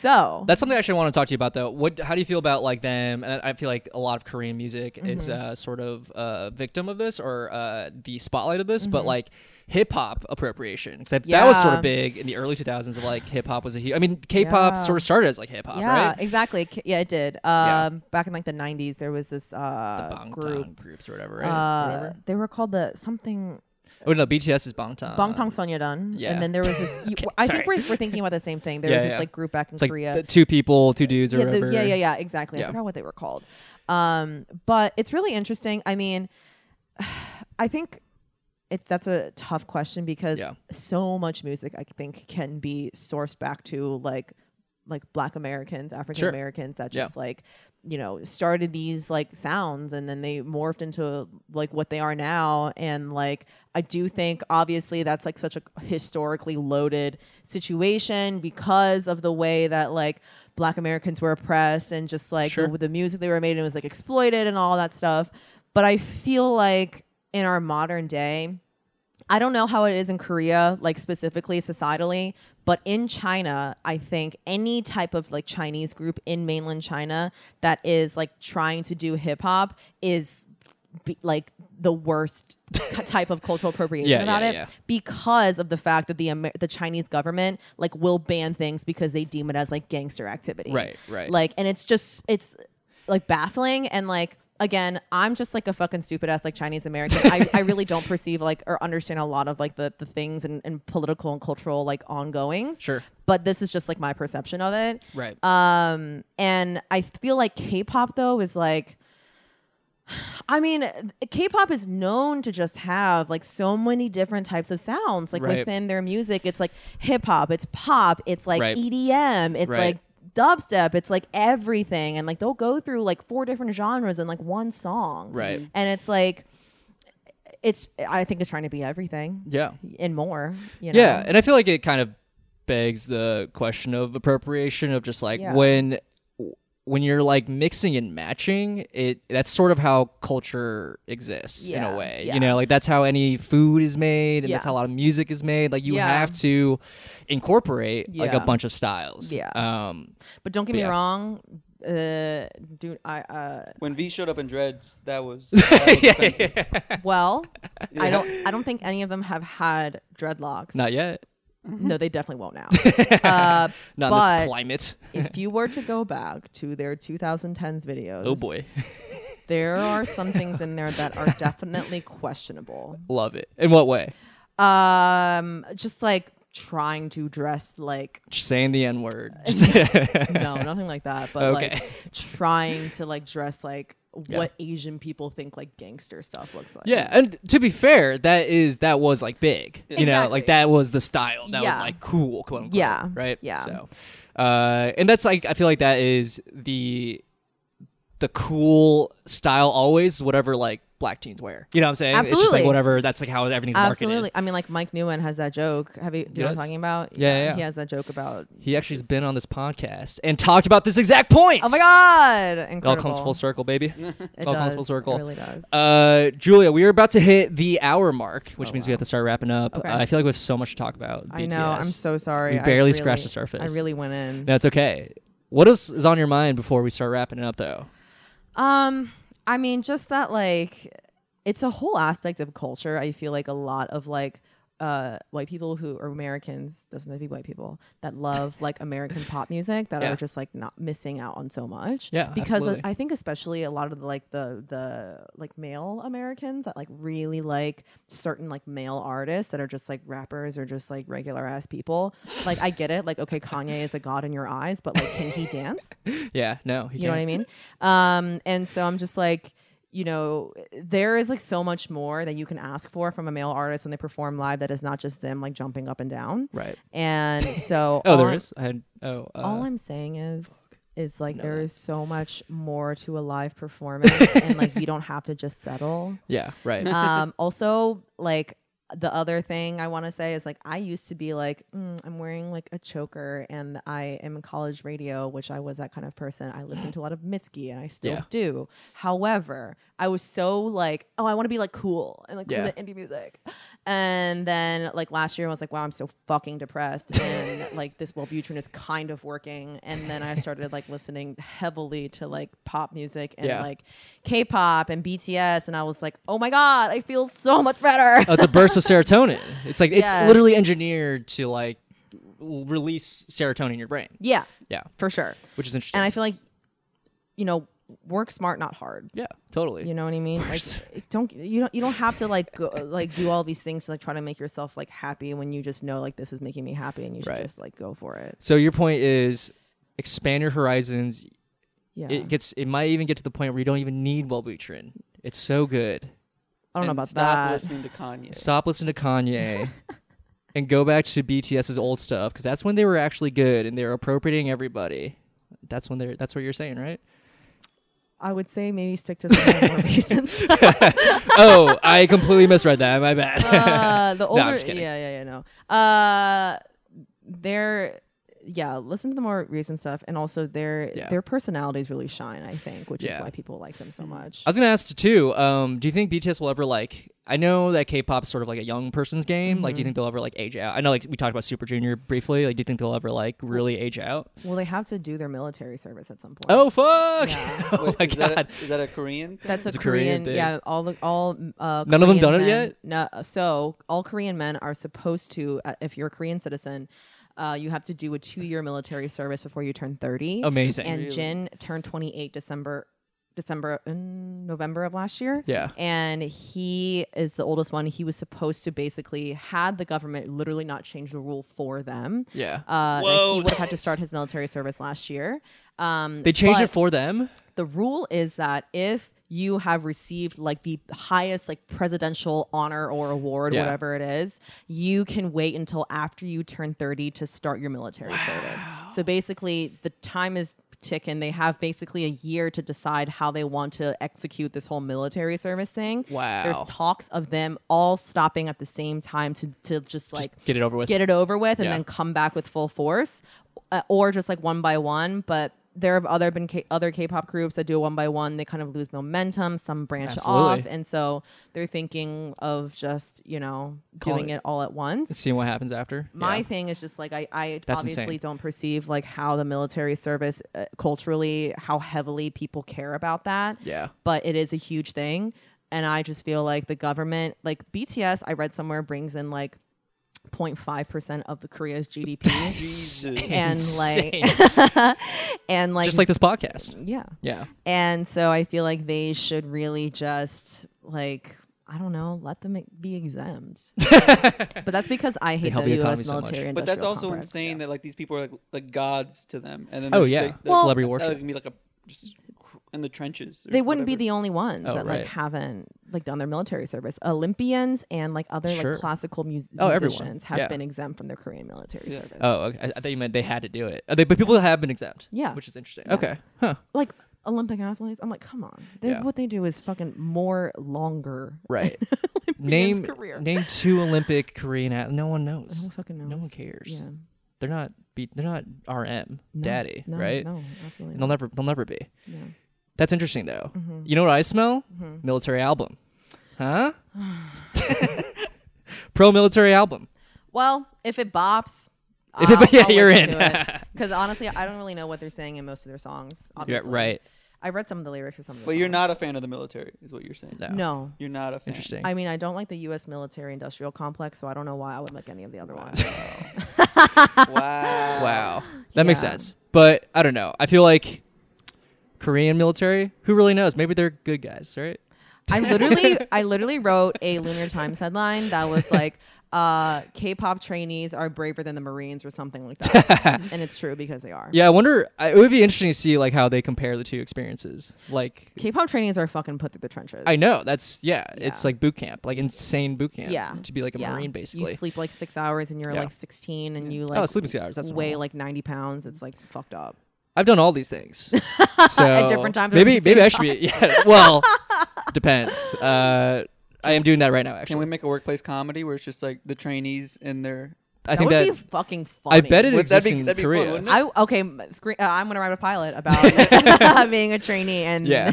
Speaker 5: So
Speaker 3: That's something I actually want to talk to you about, though. What? How do you feel about like them? And I feel like a lot of Korean music is
Speaker 5: Mm-hmm.
Speaker 3: uh, sort of a victim of this or uh, the spotlight of this, but like hip hop appropriation, except that was sort
Speaker 5: Mm-hmm. Yeah.
Speaker 3: of big in the early 2000s. Of like hip hop was a huge. I mean, K-pop
Speaker 5: Yeah.
Speaker 3: sort of started as like hip hop,
Speaker 5: yeah,
Speaker 3: right?
Speaker 5: exactly. K- Yeah, it did. Um,
Speaker 3: Yeah.
Speaker 5: back in like the '90s, there was this uh,
Speaker 3: Bangtan
Speaker 5: group.
Speaker 3: groups or whatever. Right?
Speaker 5: Uh, they were called the something
Speaker 3: oh no, BTS is Bangtan.
Speaker 5: Bangtang Sonyeondan,
Speaker 3: Um, yeah.
Speaker 5: and then there was this. you- I think
Speaker 3: sorry.
Speaker 5: we're, we're thinking about the same thing. There
Speaker 3: Yeah,
Speaker 5: was this
Speaker 3: yeah.
Speaker 5: like group back in
Speaker 3: It's like
Speaker 5: Korea.
Speaker 3: the two people, two dudes or
Speaker 5: yeah, the-
Speaker 3: whatever.
Speaker 5: yeah, yeah, yeah, exactly.
Speaker 3: Yeah.
Speaker 5: I forgot what they were called. Um, but it's really interesting. I mean, I think it, that's a tough question because
Speaker 3: Yeah.
Speaker 5: so much music I think can be sourced back to like like black Americans, African Americans that
Speaker 3: Yeah.
Speaker 5: just like, you know, started these like sounds and then they morphed into like what they are now. And like I do think obviously that's like such a historically loaded situation because of the way that like black Americans were oppressed and just like
Speaker 3: Sure.
Speaker 5: the, the music they were made in was like exploited and all that stuff. But I feel like in our modern day, I don't know how it is in Korea, like specifically societally, but in China, I think any type of like Chinese group in mainland China that is like trying to do hip hop is be, like the worst cu- type of cultural appropriation
Speaker 3: Yeah,
Speaker 5: about
Speaker 3: yeah,
Speaker 5: it
Speaker 3: yeah.
Speaker 5: because of the fact that the Amer- the Chinese government like will ban things because they deem it as like gangster activity.
Speaker 3: Right, right.
Speaker 5: Like and it's just it's like baffling and like again i'm just like a fucking stupid ass like chinese american I, I really don't perceive like or understand a lot of like the, the things and, and political and cultural like ongoings
Speaker 3: Sure.
Speaker 5: but this is just like my perception of it
Speaker 3: Right.
Speaker 5: um and i feel like k-pop though is like I mean, K-pop is known to just have like so many different types of sounds like
Speaker 3: Right.
Speaker 5: within their music. It's like hip hop, it's pop, it's like
Speaker 3: Right.
Speaker 5: EDM, it's
Speaker 3: Right.
Speaker 5: like dubstep, it's like everything and like they'll go through like four different genres in like one song.
Speaker 3: Right.
Speaker 5: And it's like it's I think it's trying to be everything.
Speaker 3: yeah.
Speaker 5: And more, you know.
Speaker 3: Yeah, and I feel like it kind of begs the question of appropriation of just like
Speaker 5: Yeah.
Speaker 3: when when you're like mixing and matching, it that's sort of how culture exists in
Speaker 5: Yeah,
Speaker 3: a way.
Speaker 5: yeah.
Speaker 3: You know, like that's how any food is made and that's
Speaker 5: Yeah.
Speaker 3: how a lot of music is made. Like you
Speaker 5: Yeah.
Speaker 3: have to incorporate like a
Speaker 5: Yeah.
Speaker 3: bunch of styles.
Speaker 5: Yeah.
Speaker 3: Um
Speaker 5: But don't get me
Speaker 3: Yeah.
Speaker 5: wrong, uh dude, I uh
Speaker 4: When V showed up in dreads, that was, that was offensive.
Speaker 5: well, I
Speaker 4: Yeah.
Speaker 5: don't I don't think any of them have had dreadlocks.
Speaker 3: not yet.
Speaker 5: No, they definitely won't now. uh,
Speaker 3: Not in
Speaker 5: but
Speaker 3: this climate.
Speaker 5: if you were to go back to their 2010s videos,
Speaker 3: Oh boy.
Speaker 5: there are some things in there that are definitely questionable.
Speaker 3: Love it. In what way?
Speaker 5: Um, just like trying to dress like
Speaker 3: Just saying the N word.
Speaker 5: no, nothing like that, but
Speaker 3: Okay.
Speaker 5: like trying to like dress like what Asian people think like gangster stuff looks like.
Speaker 3: Yeah, and to be fair, that is that was like big. You know,
Speaker 5: Exactly.
Speaker 3: like that was the style. That was
Speaker 5: Yeah.
Speaker 3: like cool, quote unquote.
Speaker 5: Yeah.
Speaker 3: Right?
Speaker 5: Yeah.
Speaker 3: So uh and that's like I feel like that is the the cool style always, whatever like black teens wear. You know what I'm saying? It's just like
Speaker 5: Absolutely.
Speaker 3: whatever that's like how everything's
Speaker 5: Absolutely.
Speaker 3: marketed.
Speaker 5: I mean, like Mike Newman has that joke. Have you? Do you know what I'm
Speaker 3: Yes.
Speaker 5: talking about?
Speaker 3: Yeah, yeah, yeah.
Speaker 5: He has that joke about.
Speaker 3: He actually's been on this podcast and talked about this exact point.
Speaker 5: Oh my
Speaker 3: It
Speaker 5: god!
Speaker 3: all
Speaker 5: Incredible.
Speaker 3: comes full circle, baby.
Speaker 5: It
Speaker 3: all comes
Speaker 5: does.
Speaker 3: full circle.
Speaker 5: It really does.
Speaker 3: Uh, Julia, we are about to hit the hour mark, which means we have to start wrapping up.
Speaker 5: Oh, Okay.
Speaker 3: Uh, I feel like we have so much to talk about.
Speaker 5: I know. I'm
Speaker 3: BTS.
Speaker 5: so sorry.
Speaker 3: We
Speaker 5: I
Speaker 3: barely
Speaker 5: really-
Speaker 3: scratched the surface.
Speaker 5: I really went in.
Speaker 3: That's okay. What is, is on your mind before we start wrapping it up, though?
Speaker 5: Um, I mean, just that like it's a whole aspect of culture. I feel like a lot of like uh white people who are Americans, doesn't it be white people that love like American pop music that
Speaker 3: Yeah.
Speaker 5: are just like not missing out on so much.
Speaker 3: Yeah,
Speaker 5: Because uh,
Speaker 3: absolutely.
Speaker 5: I think especially a lot of the like the the like male Americans that like really like certain like male artists that are just like rappers or just like regular ass people. Like I get it, like okay, Kanye is a god in your eyes, but like can he dance?
Speaker 3: Yeah, no, he
Speaker 5: you know what I
Speaker 3: can't.
Speaker 5: mean? Um, and so I'm just like, you know, there is like so much more that you can ask for from a male artist when they perform live that is not just them like jumping up and down.
Speaker 3: Right.
Speaker 5: And so,
Speaker 3: Oh,
Speaker 5: all
Speaker 3: there
Speaker 5: I'm-
Speaker 3: is. I had. Oh, uh,
Speaker 5: All I'm saying is, is like
Speaker 3: know
Speaker 5: there
Speaker 3: that.
Speaker 5: is so much more to a live performance, and like you don't have to just settle
Speaker 3: yeah, right.
Speaker 5: um also like the other thing i want to say is like i used to be like mm, i'm wearing like a choker and i am in college radio which i was that kind of person i listened to a lot of mitski and i still
Speaker 3: Yeah.
Speaker 5: do however i was so like oh i want to be like cool and like listen
Speaker 3: Yeah.
Speaker 5: to indie music and then like last year i was like wow i'm so fucking depressed and like this wellbutrin is kind of working and then i started like listening heavily to like pop music and
Speaker 3: Yeah.
Speaker 5: like K-pop and BTS, and I was like, oh my god, I feel so much better.
Speaker 3: oh, it's a burst of serotonin. It's like it's
Speaker 5: Yes.
Speaker 3: literally engineered to like l- release serotonin in your brain.
Speaker 5: yeah,
Speaker 3: Yeah,
Speaker 5: for sure.
Speaker 3: which is interesting.
Speaker 5: And I feel like, you know, work smart, not hard.
Speaker 3: yeah, totally.
Speaker 5: You know what I mean? Like, don't you don't you don't have to like go, like do all these things to like try to make yourself like happy when you just know like this is making me happy and you should
Speaker 3: Right.
Speaker 5: just like go for it.
Speaker 3: So your point is expand your horizons.
Speaker 5: Yeah,
Speaker 3: It gets it might even get to the point where you don't even need Wellbutrin. It's so good.
Speaker 5: I don't
Speaker 4: And
Speaker 5: know about
Speaker 4: stop
Speaker 5: that.
Speaker 4: listening to Kanye.
Speaker 3: Stop listening to Kanye and go back to BTS's old stuff cuz that's when they were actually good and they were appropriating everybody. That's when they're that's what you're saying, right?
Speaker 5: I would say maybe stick to some more reasons.
Speaker 3: oh, I completely misread that. My bad.
Speaker 5: uh, the older,
Speaker 3: I'm just kidding.
Speaker 5: yeah, yeah, yeah, no. Uh, their, yeah, listen to the more recent stuff, and also their
Speaker 3: Yeah.
Speaker 5: their personalities really shine. I think, which
Speaker 3: Yeah. Mm.
Speaker 5: is why people like them so much.
Speaker 3: I was gonna ask too. Um, do you think BTS will ever like? I know that K-pop's sort of like a young person's game. Like,
Speaker 5: Mm-hmm.
Speaker 3: do you think they'll ever like age out? I know, like we talked about Super Junior briefly. Like, do you think they'll ever like really age out?
Speaker 5: Well, they have to do their military service at some point.
Speaker 3: Oh fuck!
Speaker 5: Yeah.
Speaker 3: oh my
Speaker 4: is,
Speaker 3: god!
Speaker 4: That a, is that a Korean thing?
Speaker 5: That's a,
Speaker 3: It's a Korean
Speaker 5: Korean,
Speaker 3: thing.
Speaker 5: yeah. All the all uh,
Speaker 3: None of them
Speaker 5: Korean
Speaker 3: done it
Speaker 5: men-
Speaker 3: yet?
Speaker 5: No, so all Korean men are supposed to, uh, if you're a Korean citizen, uh, you have to do a two-year military service before you turn thirty.
Speaker 3: Amazing.
Speaker 5: And Jin turned 28 December, December, mm, November of last year.
Speaker 3: Yeah.
Speaker 5: And he is the oldest one. He was supposed to basically had the government literally not changed the rule for them.
Speaker 3: yeah.
Speaker 5: Uh,
Speaker 3: Whoa,
Speaker 5: Whoa, he would have had to
Speaker 3: nice.
Speaker 5: start his military service last year. Um,
Speaker 3: they changed it
Speaker 5: but-
Speaker 3: for them.
Speaker 5: the rule is that if you have received like the highest like presidential honor or award
Speaker 3: Yeah.
Speaker 5: whatever it is you can wait until after you turn 30 to start your military service so basically the time is ticking they have basically a year to decide how they want to execute this whole military service thing
Speaker 3: Wow.
Speaker 5: there's talks of them all stopping at the same time to, to just like
Speaker 3: Get it over with.
Speaker 5: get it over with and
Speaker 3: Yeah.
Speaker 5: then come back with full force uh, or just like one by one but there have other been K- other K-pop groups that do it one by one. They kind of lose momentum. Some branch
Speaker 3: Absolutely.
Speaker 5: off, and so they're thinking of just you know
Speaker 3: Calling
Speaker 5: doing
Speaker 3: it.
Speaker 5: it all at once
Speaker 3: Seeing what happens after.
Speaker 5: my
Speaker 3: Yeah.
Speaker 5: thing is just like i, I
Speaker 3: That's
Speaker 5: obviously
Speaker 3: insane.
Speaker 5: don't perceive like how the military service uh, culturally how heavily people care about that
Speaker 3: Yeah.
Speaker 5: but it is a huge thing and i just feel like the government like bts i read somewhere brings in like 0.5% of the korea's gdp and
Speaker 3: Insane.
Speaker 5: like and like
Speaker 3: just like this podcast.
Speaker 5: yeah
Speaker 3: Yeah.
Speaker 5: and so i feel like they should really just like I don't know. Let them e, be exempt, but that's because I hate
Speaker 3: help
Speaker 5: the
Speaker 3: the economy
Speaker 5: U.S.
Speaker 3: so much.
Speaker 5: military.
Speaker 4: but that's
Speaker 5: industrial
Speaker 4: also
Speaker 5: complex.
Speaker 4: insane that like these people are like like gods to them, and then
Speaker 3: Oh,
Speaker 4: they're just,
Speaker 3: yeah.
Speaker 4: like,
Speaker 3: Well- Celebrity
Speaker 4: that
Speaker 3: worship.
Speaker 4: would be like a just cr- in the trenches. or
Speaker 5: they wouldn't be
Speaker 4: whatever.
Speaker 5: the only ones
Speaker 3: Oh,
Speaker 5: that
Speaker 3: right.
Speaker 5: like haven't like done their military service. Olympians and like other
Speaker 3: Sure.
Speaker 5: like classical mus-
Speaker 3: Oh, everyone.
Speaker 5: musicians have
Speaker 3: Yeah.
Speaker 5: been exempt from their Korean military
Speaker 4: Yeah.
Speaker 5: service.
Speaker 3: Oh, okay. I, I thought you meant they had to do it. Uh, they- but people have been exempt.
Speaker 5: Yeah.
Speaker 3: Which is interesting.
Speaker 5: Yeah.
Speaker 3: Okay. Huh.
Speaker 5: Like Olympic athletes, I'm like, come on. They,
Speaker 3: Yeah.
Speaker 5: What they do is fucking more longer.
Speaker 3: Right.
Speaker 5: Olympians'
Speaker 3: name
Speaker 5: career.
Speaker 3: name two Olympic Korean athletes. No one knows.
Speaker 5: No one fucking knows.
Speaker 3: No one cares.
Speaker 5: Yeah.
Speaker 3: They're not be, they're not RM
Speaker 5: No,
Speaker 3: daddy,
Speaker 5: no,
Speaker 3: right?
Speaker 5: No, absolutely.
Speaker 3: And they'll
Speaker 5: Not.
Speaker 3: never they'll never be.
Speaker 5: Yeah. Mm-hmm.
Speaker 3: That's interesting though. You know what I smell? Military album. Huh? Pro military album.
Speaker 5: Well, if it bops.
Speaker 3: If it- yeah, you're in.
Speaker 5: Because honestly, I don't really know what they're saying in most of their songs.
Speaker 3: Yeah,
Speaker 5: Obviously.
Speaker 3: right.
Speaker 5: I read some of the lyrics for some of the
Speaker 4: But you're
Speaker 5: songs.
Speaker 4: not a fan of the military, is what you're saying.
Speaker 3: No.
Speaker 5: No.
Speaker 4: You're not a fan.
Speaker 3: Interesting.
Speaker 5: I mean, I don't like the U.S. military industrial complex, so I don't know why I would like any of the other ones.
Speaker 4: Wow.
Speaker 3: wow. That makes
Speaker 5: Yeah.
Speaker 3: sense. But I don't know. I feel like Korean military, who really knows? Maybe they're good guys, right?
Speaker 5: I literally, I literally wrote a Lunar Times headline that was like, uh, "K-pop trainees are braver than the Marines" or something like that, and it's true because they are.
Speaker 3: Yeah, I wonder I, it would be interesting to see like how they compare the two experiences. Like
Speaker 5: K-pop trainees are fucking put through the trenches.
Speaker 3: I know that's yeah, it's
Speaker 5: Yeah.
Speaker 3: like boot camp, like insane boot camp.
Speaker 5: Yeah.
Speaker 3: To be like a
Speaker 5: Yeah.
Speaker 3: marine basically.
Speaker 5: You sleep like six hours and you're
Speaker 3: Yeah.
Speaker 5: like 16 and you like
Speaker 3: oh, sleeping six hours. That's
Speaker 5: weigh
Speaker 3: normal.
Speaker 5: like 90 pounds. It's like fucked up.
Speaker 3: I've done all these things. So
Speaker 5: different times, but at
Speaker 3: Maybe
Speaker 5: the same
Speaker 3: maybe I should be yeah. Well, depends. Uh, I am doing that right now actually.
Speaker 4: Can we make a workplace comedy where it's just like the trainees in their
Speaker 3: I think
Speaker 5: that
Speaker 3: that
Speaker 5: would be fucking funny.
Speaker 3: I bet it
Speaker 4: Would- that'd
Speaker 3: exists
Speaker 4: be-
Speaker 3: in
Speaker 4: that'd be fun,
Speaker 3: Korea.
Speaker 4: wouldn't it?
Speaker 5: I okay. m- Screen, uh, I'm gonna write a pilot about being a trainee and
Speaker 3: Yeah,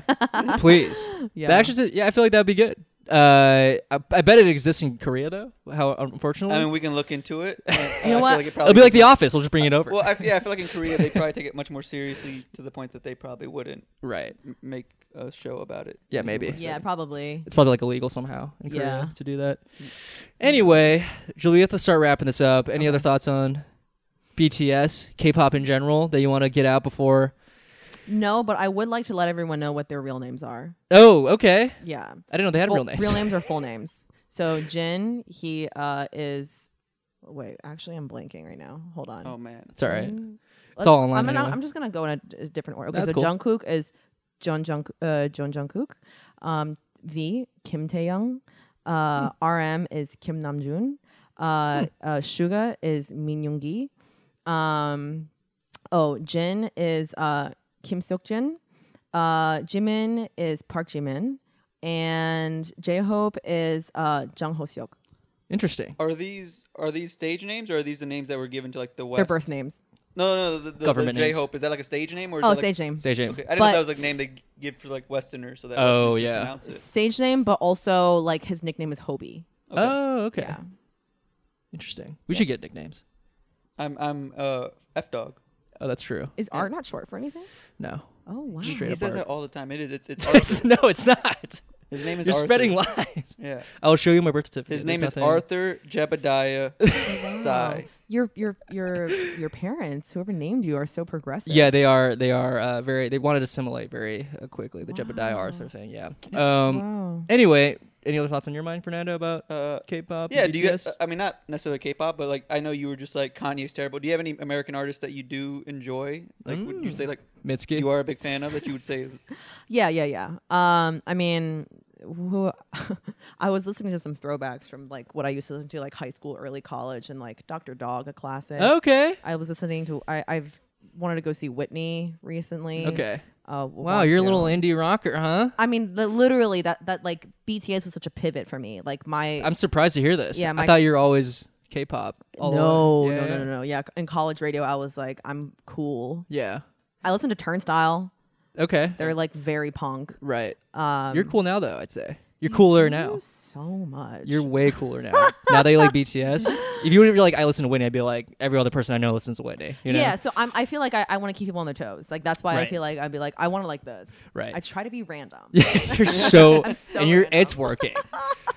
Speaker 3: please.
Speaker 5: Yeah.
Speaker 3: Yeah, that actually, yeah, I feel like that'd be good. Uh, I, I bet it exists in Korea though. How unfortunately,
Speaker 4: I mean, we can look into it. and, uh, I
Speaker 5: know
Speaker 4: feel
Speaker 5: what?
Speaker 4: Like it
Speaker 3: it'll
Speaker 4: probably
Speaker 3: be like The Office. We'll just bring it over.
Speaker 4: Well, I, yeah, I feel like in Korea they probably take it much more seriously to the point that they probably wouldn't
Speaker 3: right.
Speaker 4: m- make a show about it.
Speaker 3: Yeah, maybe.
Speaker 5: yeah, probably.
Speaker 3: It's probably like illegal somehow in Korea
Speaker 5: Yeah.
Speaker 3: to do that. Anyway, Julie, we have to start wrapping this up. Any other thoughts on BTS, K-pop in general that you want to get out before?
Speaker 5: No, but I would like to let everyone know what their real names are.
Speaker 3: Oh, okay.
Speaker 5: Yeah,
Speaker 3: I didn't know they had
Speaker 5: Full-
Speaker 3: real names.
Speaker 5: are full names. So Jin, he uh is. Wait, actually, I'm blanking right now. Hold on.
Speaker 4: Oh man.
Speaker 3: It's all right.
Speaker 5: Jin-
Speaker 3: It's all online
Speaker 5: I'm, gonna-
Speaker 3: anyway.
Speaker 5: I'm just gonna go in a, a different order. Okay,
Speaker 3: That's
Speaker 5: so
Speaker 3: cool.
Speaker 5: Jungkook is John Jung, uh, John Jungkook. Um, v Kim Taeyang. Uh,
Speaker 3: Hmm.
Speaker 5: RM is Kim Namjoon. Uh, uh, Suga is Min Yoongi. Um, oh, Jin is uh Kim Seokjin. Uh, Jimin is Park Jimin, and J Hope is uh Jung Ho Seok.
Speaker 3: Interesting.
Speaker 4: Are these are these stage names or are these the names that were given to like the West?
Speaker 5: Their birth names.
Speaker 4: No, no, no the, the,
Speaker 3: Government
Speaker 4: the J
Speaker 3: names.
Speaker 4: Hope is that like a stage name or? Is
Speaker 5: Oh,
Speaker 4: that, like-
Speaker 5: stage names.
Speaker 3: Say, James.
Speaker 4: Okay, I didn't
Speaker 5: But-
Speaker 4: know that was like a name they g- give for like Westerners so that.
Speaker 3: Oh,
Speaker 4: Westerners can
Speaker 3: yeah.
Speaker 4: pronounce it.
Speaker 5: Stage name, but also like his nickname is Hobie.
Speaker 4: Okay.
Speaker 3: Oh, okay.
Speaker 5: Yeah.
Speaker 3: Interesting. We should get nicknames.
Speaker 4: I'm I'm uh F dog.
Speaker 3: Oh, that's true.
Speaker 5: Is art not short for anything?
Speaker 3: No.
Speaker 5: Oh wow.
Speaker 3: Straight
Speaker 4: He
Speaker 3: up
Speaker 4: says
Speaker 3: art.
Speaker 4: that all the time. It is. It's it's
Speaker 3: It's-
Speaker 4: Arthur.
Speaker 3: no, it's not.
Speaker 4: His name is.
Speaker 3: You're
Speaker 4: Arthur.
Speaker 3: spreading lies.
Speaker 4: Yeah.
Speaker 3: I'll show you my birth certificate. There's
Speaker 4: His name is
Speaker 3: nothing-
Speaker 4: Arthur Jebediah
Speaker 5: Oh,
Speaker 4: Tsai.
Speaker 5: Your your your your parents, whoever named you, are so progressive.
Speaker 3: Yeah, they are. They are uh, very. They wanted to assimilate very uh, quickly. The Jebediah Arthur thing. Yeah. Um.
Speaker 5: Wow.
Speaker 3: Anyway, any other thoughts on your mind, Fernando, about
Speaker 4: Uh,
Speaker 3: K-pop?
Speaker 4: yeah,
Speaker 3: and
Speaker 4: do you uh, guys?
Speaker 3: BTS?
Speaker 4: I mean, not necessarily K-pop, but like I know you were just like Kanye's terrible. Do you have any American artists that you do enjoy? Like, would you
Speaker 3: Mm.
Speaker 4: say like
Speaker 3: Mitski.
Speaker 4: you are a big fan of that you would say?
Speaker 5: Yeah, yeah, yeah. Um, I mean, who, I was listening to some throwbacks from like what I used to listen to, like high school, early college, and like Dr. Dog, a classic.
Speaker 3: Okay.
Speaker 5: I was listening to. I, I've wanted to go see Whitney recently.
Speaker 3: Okay.
Speaker 5: Uh,
Speaker 3: Wow, you're a little indie rocker, huh?
Speaker 5: I mean, li- literally that that like BTS was such a pivot for me. Like my
Speaker 3: I'm surprised to hear this.
Speaker 5: Yeah,
Speaker 3: I
Speaker 5: my-
Speaker 3: thought you were always K-pop. all the
Speaker 5: no,
Speaker 3: way.
Speaker 5: no,
Speaker 3: Yeah,
Speaker 5: no, no, no. Yeah, in college radio, I was like, I'm cool.
Speaker 3: Yeah.
Speaker 5: I listened to Turnstile.
Speaker 3: Okay.
Speaker 5: They're like very punk.
Speaker 3: Right.
Speaker 5: Um,
Speaker 3: You're cool now, though. I'd say you're cooler now.
Speaker 5: so much.
Speaker 3: You're way cooler now. now that you like BTS, if you would be like, I listen to Whitney, I'd be like, every other person I know listens to Whitney. You know?
Speaker 5: Yeah, so I'm, I feel like I, I want to keep people on their toes. Like that's why I
Speaker 3: Right.
Speaker 5: feel like I'd be like I want to like this.
Speaker 3: Right.
Speaker 5: I try to be random.
Speaker 3: you're so,
Speaker 5: so
Speaker 3: and you're
Speaker 5: random.
Speaker 3: it's working.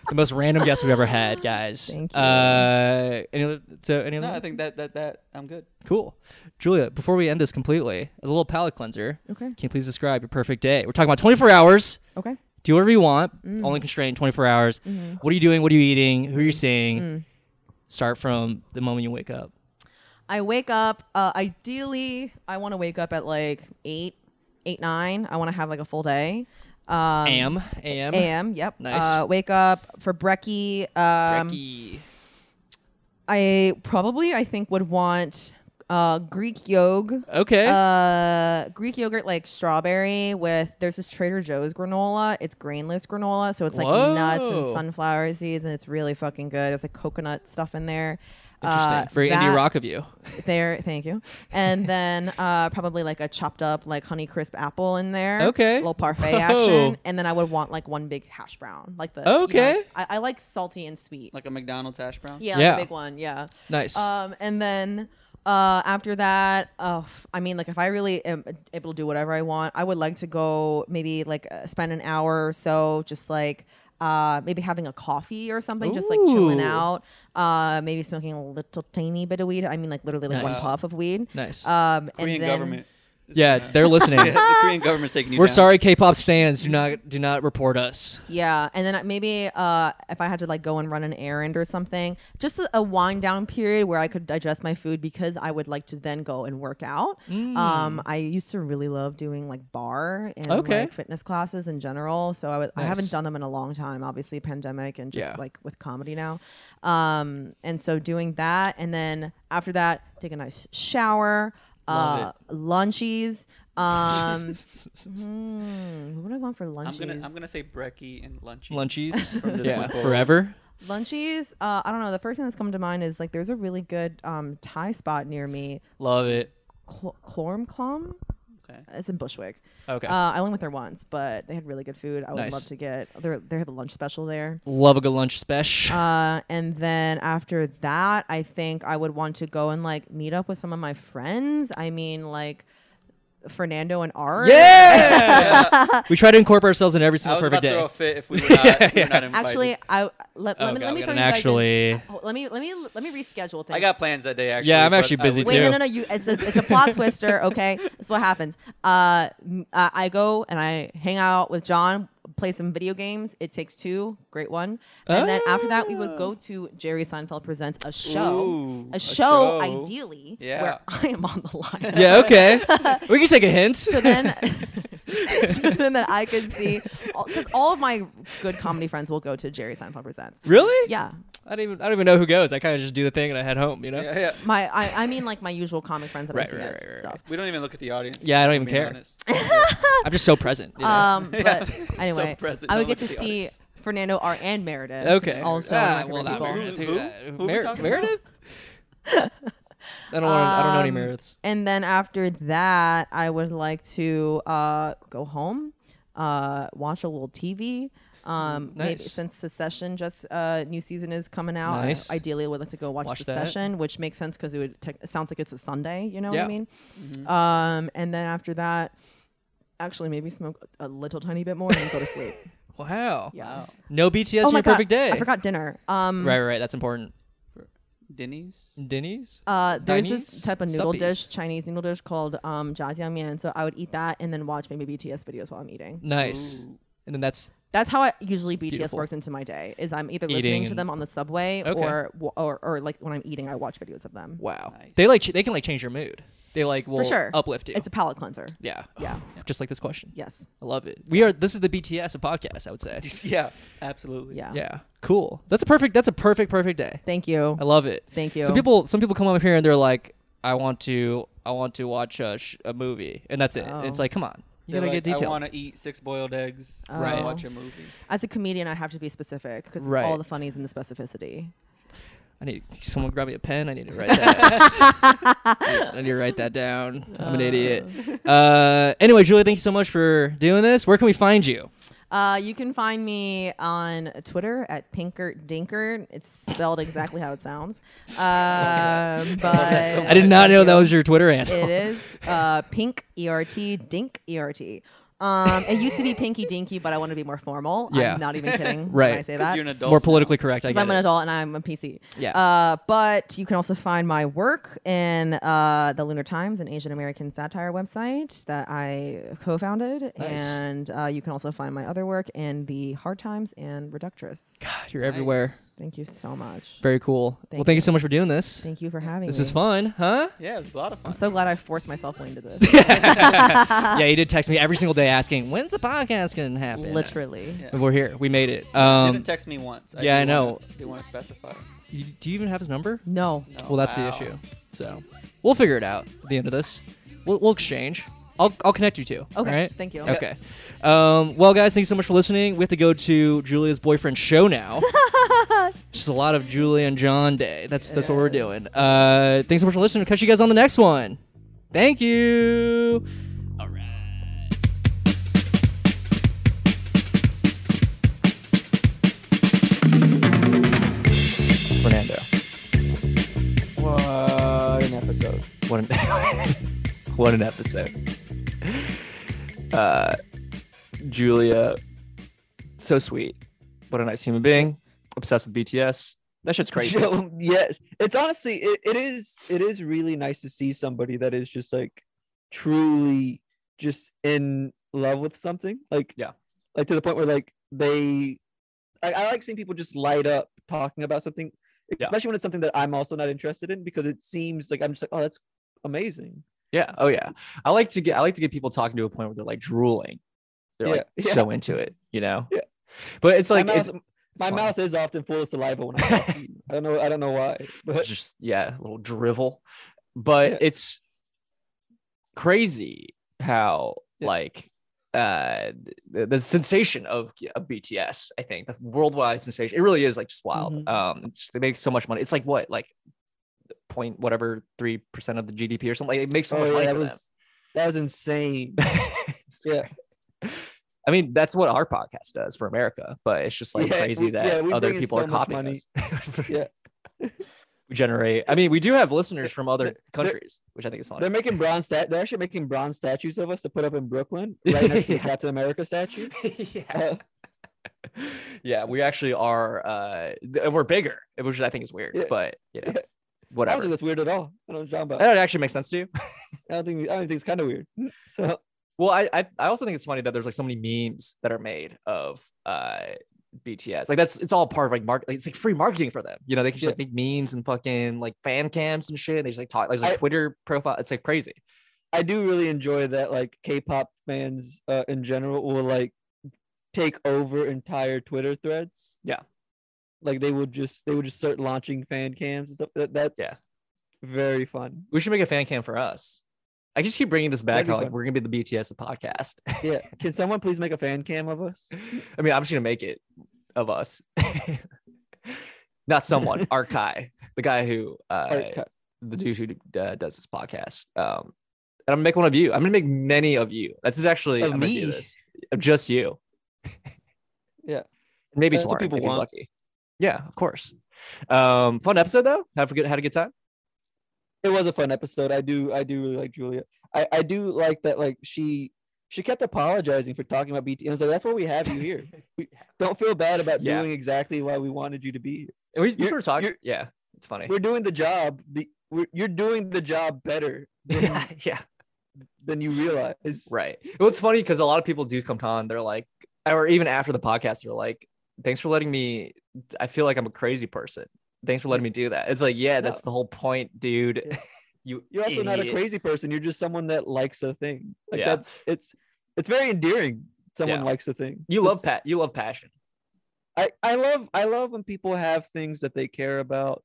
Speaker 3: the most random guest we've ever had, guys.
Speaker 5: Thank
Speaker 3: Uh, any other, so any
Speaker 4: No,
Speaker 3: other
Speaker 4: I think that that that I'm good.
Speaker 3: cool, Julia. Before we end this completely, a little palate cleanser.
Speaker 5: Okay.
Speaker 3: Can you please describe your perfect day? We're talking about 24 hours.
Speaker 5: Okay.
Speaker 3: Do whatever you want.
Speaker 5: Mm.
Speaker 3: Only constraint 24 hours.
Speaker 5: Mm-hmm.
Speaker 3: What are you doing? What are you eating? Who are you seeing?
Speaker 5: Mm.
Speaker 3: Start from the moment you wake up.
Speaker 5: I wake up. Uh, ideally, I want to wake up at like eight, eight nine. I want to have like a full day. Um,
Speaker 3: Am am
Speaker 5: am. Yep.
Speaker 3: Nice.
Speaker 5: Uh, wake up for brekkie. Um,
Speaker 3: Brekkie.
Speaker 5: I probably I think would want uh, Greek yogurt.
Speaker 3: Okay.
Speaker 5: Uh, Greek yogurt like strawberry with there's this Trader Joe's granola. It's grainless granola, so it's like nuts and
Speaker 3: Whoa.
Speaker 5: sunflower seeds, and it's really fucking good. It's like coconut stuff in there.
Speaker 3: Interesting.
Speaker 5: Uh,
Speaker 3: Very
Speaker 5: that
Speaker 3: indie rock of you.
Speaker 5: there. Thank you. And then uh, probably like a chopped up like honey crisp apple in there.
Speaker 3: Okay.
Speaker 5: little parfait
Speaker 3: Whoa.
Speaker 5: action, and then I would want like one big hash brown, like the you know,
Speaker 3: Okay.
Speaker 5: I, I like salty and sweet.
Speaker 4: Like a McDonald's hash brown.
Speaker 5: yeah,
Speaker 3: Yeah.
Speaker 5: Like a big one. Yeah.
Speaker 3: Nice.
Speaker 5: Um, and then Uh, after that, uh, I mean, like if I really am able to do whatever I want, I would like to go maybe like uh, spend an hour or so, just like uh, maybe having a coffee or something, just like chilling
Speaker 3: Ooh.
Speaker 5: out. Uh, maybe smoking a little tiny bit of weed. I mean, like literally like
Speaker 3: Nice.
Speaker 5: one puff of weed.
Speaker 3: Nice.
Speaker 5: Um,
Speaker 4: Korean
Speaker 5: and then,
Speaker 4: government. is
Speaker 3: yeah,
Speaker 4: doing that.
Speaker 3: they're listening.
Speaker 4: the Korean government's taking you.
Speaker 3: We're
Speaker 4: down.
Speaker 3: sorry, K-pop stands. Do not do not report us.
Speaker 5: Yeah, and then I- maybe uh, if I had to like go and run an errand or something, just a, a wind down period where I could digest my food because I would like to then go and work out. Um, I used to really love doing like bar and
Speaker 3: Okay.
Speaker 5: like fitness classes in general, so I would I
Speaker 3: Nice.
Speaker 5: haven't done them in a long time. Obviously, pandemic and just
Speaker 3: Yeah.
Speaker 5: like with comedy now, um, and so doing that, and then after that, take a nice shower,
Speaker 3: Love
Speaker 5: uh, lunchies. Um, mm, what do I want for
Speaker 4: I'm
Speaker 5: lunchies?
Speaker 4: gonna I'm gonna say brekkie and lunchy.
Speaker 3: Lunchies.
Speaker 4: From this
Speaker 3: yeah,
Speaker 4: point forward.
Speaker 3: forever.
Speaker 5: Lunchies, uh, I don't know. The first thing that's come to mind is like there's a really good um, Thai spot near me,
Speaker 3: Love it.
Speaker 5: Cl- Klom Klom.
Speaker 4: Okay.
Speaker 5: It's in Bushwick.
Speaker 3: Okay.
Speaker 5: Uh, I only went there once, but they had really good food. I would
Speaker 3: Nice.
Speaker 5: love to get. They they have a lunch special there.
Speaker 3: Love a good lunch special.
Speaker 5: Uh, and then after that, I think I would want to go and like meet up with some of my friends. I mean, like Fernando and Art.
Speaker 3: yeah. we try to incorporate ourselves in every
Speaker 4: I
Speaker 3: single
Speaker 4: was
Speaker 3: perfect
Speaker 4: about to throw
Speaker 3: day.
Speaker 4: a fit if we were not, we were not invited.
Speaker 5: Actually, I let,
Speaker 3: Oh,
Speaker 5: let me
Speaker 3: God, we
Speaker 5: let
Speaker 3: got an
Speaker 5: me throw you guys in-
Speaker 3: actually-
Speaker 5: oh, let me let me let me reschedule things.
Speaker 4: I got plans that day. Actually,
Speaker 3: Yeah, I'm
Speaker 4: but
Speaker 3: actually
Speaker 4: I
Speaker 3: busy
Speaker 4: would-
Speaker 5: Wait, no,
Speaker 3: too.
Speaker 5: no, no. You, it's a, it's a plot twister. Okay, this is what happens. Uh, m- uh, I go and I hang out with John, play some video games. It takes two, great one. And then after that, we would
Speaker 3: Ah.
Speaker 5: go to Jerry Seinfeld presents a show,
Speaker 4: Ooh,
Speaker 5: a,
Speaker 4: a show.
Speaker 5: show, ideally,
Speaker 4: Yeah.
Speaker 5: where I am on the line.
Speaker 3: yeah. Okay. we can take a hint.
Speaker 5: So then, so then that I could see, because all of my good comedy friends will go to Jerry Seinfeld presents.
Speaker 3: really?
Speaker 5: Yeah,
Speaker 3: I don't even I don't even know who goes. I kind of just do the thing and I head home. You know.
Speaker 4: Yeah, yeah.
Speaker 5: my I, I mean like my usual comic friends that
Speaker 3: Right,
Speaker 5: I see
Speaker 3: right,
Speaker 5: at
Speaker 3: right, right,
Speaker 5: stuff.
Speaker 4: We don't even look at the audience.
Speaker 3: Yeah, I don't
Speaker 4: if I'm
Speaker 3: even
Speaker 4: being
Speaker 3: care.
Speaker 4: honest.
Speaker 3: I'm just so present. you know?
Speaker 5: Um,
Speaker 4: Yeah.
Speaker 5: but
Speaker 4: So
Speaker 5: anyway,
Speaker 4: present,
Speaker 5: I would
Speaker 4: don't
Speaker 5: get
Speaker 4: look
Speaker 5: to
Speaker 4: at the
Speaker 5: see
Speaker 4: audience.
Speaker 5: Fernando R and Meredith.
Speaker 3: okay.
Speaker 5: Uh, also one of
Speaker 3: Ah,
Speaker 5: my
Speaker 3: well,
Speaker 5: favorite
Speaker 3: not
Speaker 5: people.
Speaker 3: Meredith. Who-
Speaker 4: Who- who?
Speaker 3: uh,
Speaker 4: Who we
Speaker 3: Mer-
Speaker 4: talking about?
Speaker 3: Meredith. I don't want. I don't know any
Speaker 5: Um,
Speaker 3: Merediths.
Speaker 5: And then after that, I would like to uh, go home, uh, watch a little TV. Um, maybe
Speaker 3: Mm, nice.
Speaker 5: since Secession just uh, new season is coming out, I
Speaker 3: Nice.
Speaker 5: ideally would like to go watch,
Speaker 3: Watch that.
Speaker 5: Secession, which makes sense because it would tech- it sounds like it's a Sunday. You know what
Speaker 3: Yeah. Mm-hmm.
Speaker 5: I mean? Um, and then after that, actually maybe smoke a little tiny bit more and go to sleep.
Speaker 3: Wow.
Speaker 5: Yeah.
Speaker 3: No BTS
Speaker 5: oh
Speaker 3: in
Speaker 5: my
Speaker 3: your
Speaker 5: God,
Speaker 3: perfect day.
Speaker 5: I forgot dinner. Um,
Speaker 3: Right, right, right. That's important.
Speaker 4: Denny's.
Speaker 3: Denny's.
Speaker 5: Uh, there's
Speaker 3: Dinese?
Speaker 5: this type of noodle
Speaker 3: Suppies.
Speaker 5: dish, Chinese noodle dish called um, jjiajangmian. So I would eat that and then watch maybe BTS videos while I'm eating.
Speaker 3: Nice. And then that's
Speaker 5: That's how I usually BTS
Speaker 3: Beautiful.
Speaker 5: works into my day. Is I'm either
Speaker 3: Eating
Speaker 5: listening to
Speaker 3: and-
Speaker 5: them on the subway
Speaker 3: Okay.
Speaker 5: or, or or like when I'm eating, I watch videos of them.
Speaker 3: wow.
Speaker 4: Nice.
Speaker 3: They like ch- they can like change your mood. They like will
Speaker 5: For sure,
Speaker 3: uplift you.
Speaker 5: It's a palate cleanser.
Speaker 3: yeah.
Speaker 5: Yeah.
Speaker 3: Just like this question.
Speaker 5: Yes.
Speaker 3: I love it. We are this is the BTS of podcasts, I would say.
Speaker 4: Yeah, absolutely.
Speaker 5: Yeah.
Speaker 3: yeah. Cool. That's a perfect that's a perfect perfect day.
Speaker 5: Thank you.
Speaker 3: I love it.
Speaker 5: Thank you.
Speaker 3: Some people some people come up here and they're like I want to I want to watch a, sh- a movie and that's it.
Speaker 5: Oh.
Speaker 3: It's like come on. You
Speaker 4: They're
Speaker 3: got to
Speaker 4: like,
Speaker 3: get detailed.
Speaker 4: I want to eat six boiled eggs. and
Speaker 5: Right.
Speaker 4: Watch a movie.
Speaker 5: As a comedian, I have to be specific because
Speaker 3: Right.
Speaker 5: all the funny is in the specificity.
Speaker 3: I need someone grab me a pen. I need to write that. I need to write that down. I'm an idiot.
Speaker 5: Oh.
Speaker 3: Uh, anyway, Julia, thank you so much for doing this. Where can we find you?
Speaker 5: Uh, you can find me on Twitter at Pinkert Dinkert. It's spelled exactly how it sounds. Um, but
Speaker 3: I did not know that was your Twitter handle.
Speaker 5: It is uh, pink ert dink ert. Um, it used to be pinky dinky, but I want to be more formal.
Speaker 3: Yeah.
Speaker 5: I'm not even kidding
Speaker 3: Right.
Speaker 5: when I say
Speaker 4: 'Cause
Speaker 5: that.
Speaker 4: You're an adult.
Speaker 3: More
Speaker 4: now.
Speaker 3: politically correct, I
Speaker 5: 'Cause
Speaker 3: guess.
Speaker 5: I'm an adult and I'm a PC.
Speaker 3: Yeah.
Speaker 5: Uh, but you can also find my work in uh, the Lunar Times, an Asian American satire website that I co-founded,
Speaker 3: Nice.
Speaker 5: and uh, you can also find my other work in the Hard Times and Reductress.
Speaker 3: You're everywhere.
Speaker 5: Thank you so much.
Speaker 3: Very cool. well,
Speaker 5: Thank
Speaker 3: thank you
Speaker 5: you.
Speaker 3: so much for doing this.
Speaker 5: Thank you for having me.
Speaker 3: This is fun, huh?
Speaker 4: Yeah, it was a lot of fun.
Speaker 5: I'm so glad I forced myself into this. Ah.
Speaker 3: yeah, you did text me every single day asking, when's the podcast going to happen?
Speaker 5: Literally.
Speaker 3: And we're here. We made it.
Speaker 4: You
Speaker 3: Um,
Speaker 4: didn't text me once.
Speaker 3: yeah,
Speaker 4: do
Speaker 3: I know.
Speaker 4: Wanna, do want to specify?
Speaker 3: you, do you even have his number?
Speaker 5: No.
Speaker 4: No.
Speaker 3: Well, that's the
Speaker 4: Wow.
Speaker 3: issue. So we'll figure it out at the end of this. We'll, we'll exchange. I'll, I'll connect you two. all right?
Speaker 5: thank you.
Speaker 3: Okay. Um, well, guys, thanks so much for listening. We have to go to Julia's boyfriend's show now. Just a lot of Julia and John day. That's that's what we're doing. Uh, thanks so much for listening. Catch you guys on the next one. Thank you. All right. Fernando.
Speaker 9: What an episode.
Speaker 3: What an, what an episode. Uh, Julia, so sweet. What a nice human being. Obsessed with BTS. That shit's crazy.
Speaker 9: So, yes, it's honestly it, it is it is really nice to see somebody that is just like truly just in love with something. Like
Speaker 3: Yeah.
Speaker 9: like to the point where like they, I, I like seeing people just light up talking about something,
Speaker 3: Yeah.
Speaker 9: especially when it's something that I'm also not interested in because it seems like I'm just like oh that's amazing.
Speaker 3: Yeah. Oh yeah. I like to get I like to get people talking to a point where they're like drooling. They're like
Speaker 9: Yeah, yeah.
Speaker 3: so into it, you know?
Speaker 9: Yeah.
Speaker 3: But it's like
Speaker 9: my
Speaker 3: it's,
Speaker 9: mouth, my
Speaker 3: fine.
Speaker 9: mouth is often full of saliva when I talk to you. I don't know I don't know why, but
Speaker 3: it's just yeah, a little drivel. But
Speaker 9: Yeah.
Speaker 3: it's crazy how
Speaker 9: Yeah.
Speaker 3: like uh the, the sensation of, of BTS, I think, the worldwide sensation. It really is like just wild.
Speaker 9: Mhm.
Speaker 3: Um it's just- they make so much money. It's like what, like point whatever three percent of the GDP or something. Like it makes so
Speaker 9: Oh,
Speaker 3: much
Speaker 9: yeah,
Speaker 3: money
Speaker 9: that
Speaker 3: for
Speaker 9: was that was insane.
Speaker 3: them.
Speaker 9: yeah.
Speaker 3: I mean, that's what our podcast does for America, but it's just like
Speaker 9: Yeah,
Speaker 3: crazy
Speaker 9: we-
Speaker 3: that
Speaker 9: yeah, we
Speaker 3: other
Speaker 9: bring in
Speaker 3: people are
Speaker 9: so much
Speaker 3: copying
Speaker 9: money.
Speaker 3: us.
Speaker 9: Yeah.
Speaker 3: we generate. I mean, we do have listeners from other
Speaker 9: They're-
Speaker 3: countries, which I think is
Speaker 9: They're
Speaker 3: fun.
Speaker 9: making bronze stat. They're actually making bronze statues of us to put up in Brooklyn, right next to the
Speaker 3: Yeah.
Speaker 9: Captain America statue.
Speaker 3: yeah. yeah, we actually are. Uh, th- and we're bigger, which I think is weird,
Speaker 9: Yeah.
Speaker 3: but you know,
Speaker 9: Yeah. I don't
Speaker 3: whatever.
Speaker 9: think that's weird at all. I don't know what you're talking
Speaker 3: I
Speaker 9: about.
Speaker 3: don't it actually make sense to you.
Speaker 9: I don't think I don't think it's kind of weird.
Speaker 3: Mm.
Speaker 9: So
Speaker 3: Well, I, I I also think it's funny that there's like so many memes that are made of uh BTS. Like that's it's all part of like market. it's like free marketing for them. You know, they can just
Speaker 9: Yeah.
Speaker 3: like make memes and fucking like fan cams and shit. And they just like talk like, there's, like
Speaker 9: I-
Speaker 3: Twitter profile. It's like crazy.
Speaker 9: I do really enjoy that. Like K-pop fans uh, in general will like take over entire Twitter threads.
Speaker 3: Yeah.
Speaker 9: like they would just they would just start launching fan cams and stuff. That, that's very fun.
Speaker 3: We should make a fan cam for us. I just keep bringing this back.
Speaker 9: That'd be
Speaker 3: How like
Speaker 9: fun.
Speaker 3: we're gonna be the BTS of podcast.
Speaker 9: Yeah, can someone please make a fan cam of us?
Speaker 3: I mean, I'm just gonna make it of us. Not someone, Arkai, the guy who uh,
Speaker 9: Alright, cut.
Speaker 3: the dude who uh, does this podcast. Um, and I'm gonna make one of you. I'm gonna make many of you. This is actually
Speaker 9: Of
Speaker 3: I'm gonna do
Speaker 9: me?
Speaker 3: this. Of just you.
Speaker 9: Yeah.
Speaker 3: Maybe
Speaker 9: That's what
Speaker 3: Torrent if
Speaker 9: people
Speaker 3: he's
Speaker 9: want.
Speaker 3: lucky. Yeah, of course. Um, fun episode though. Have a good had a good time.
Speaker 9: it was a fun episode. I do I do really like Julia. I I do like that like she she kept apologizing for talking about BT. And I was like, that's why we have you here. We, don't feel bad about
Speaker 3: Yeah.
Speaker 9: doing exactly why we wanted you to be here.
Speaker 3: And we, we
Speaker 9: You're-
Speaker 3: sort of talked.
Speaker 9: you're-
Speaker 3: Yeah, it's funny.
Speaker 9: We're doing the job. The, we're, you're doing the job better than,
Speaker 3: yeah.
Speaker 9: than you realize.
Speaker 3: Right. Well, it's funny because a lot of people do come on. They're like, or even after the podcast, they're like, "Thanks for letting me. I feel like I'm a crazy person. Thanks for letting me do that." It's like, yeah, that's the whole point, dude.
Speaker 9: Yeah.
Speaker 3: you
Speaker 9: You're also not a
Speaker 3: idiot.
Speaker 9: crazy person. You're just someone that likes a thing. Like
Speaker 3: Yeah.
Speaker 9: that's it's it's very endearing. Someone
Speaker 3: Yeah.
Speaker 9: likes a thing.
Speaker 3: You love
Speaker 9: It's-
Speaker 3: pat. You love passion.
Speaker 9: I, I love I love when people have things that they care about.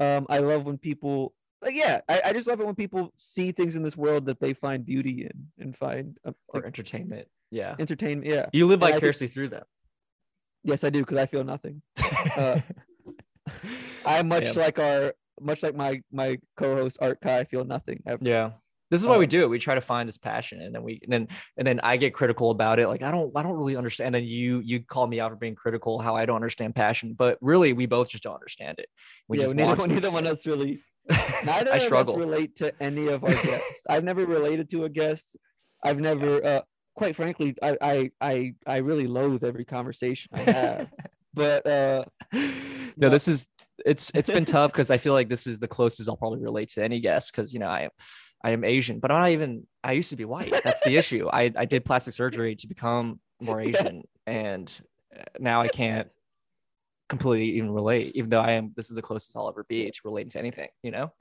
Speaker 9: Um, I love when people like yeah, I, I just love it when people see things in this world that they find beauty in and find um,
Speaker 3: or
Speaker 9: like,
Speaker 3: entertainment. Yeah.
Speaker 9: entertainment. Yeah,
Speaker 3: You live
Speaker 9: and I think-
Speaker 3: vicariously through them.
Speaker 9: yes, I do because I feel nothing. Uh, I much
Speaker 3: Yeah.
Speaker 9: like our much like my my co-host Art Kai feel nothing ever.
Speaker 3: Yeah. This is why we
Speaker 9: Um,
Speaker 3: do it. We try to find this passion and then we and then and then I get critical about it. Like I don't I don't really understand. And then you you call me out for being critical how I don't understand passion, but really we both just don't understand it. We
Speaker 9: yeah,
Speaker 3: just
Speaker 9: neither,
Speaker 3: want
Speaker 9: one,
Speaker 3: to
Speaker 9: neither one
Speaker 3: understand
Speaker 9: of us really.
Speaker 3: it.
Speaker 9: Neither
Speaker 3: I
Speaker 9: of us
Speaker 3: struggle.
Speaker 9: relate to any of our guests. I've never related to a guest. I've never, uh, quite frankly, I, I I I really loathe every conversation I have. but uh,
Speaker 3: no, this is it's it's been tough because I feel like this is the closest I'll probably relate to any guest because you know I am I am Asian, but I'm not even I used to be white. That's the issue. I I did plastic surgery to become more
Speaker 9: Yeah.
Speaker 3: Asian, and uh, now I can't completely even relate. Even though I am, this is the closest I'll ever be to relating to anything. You know,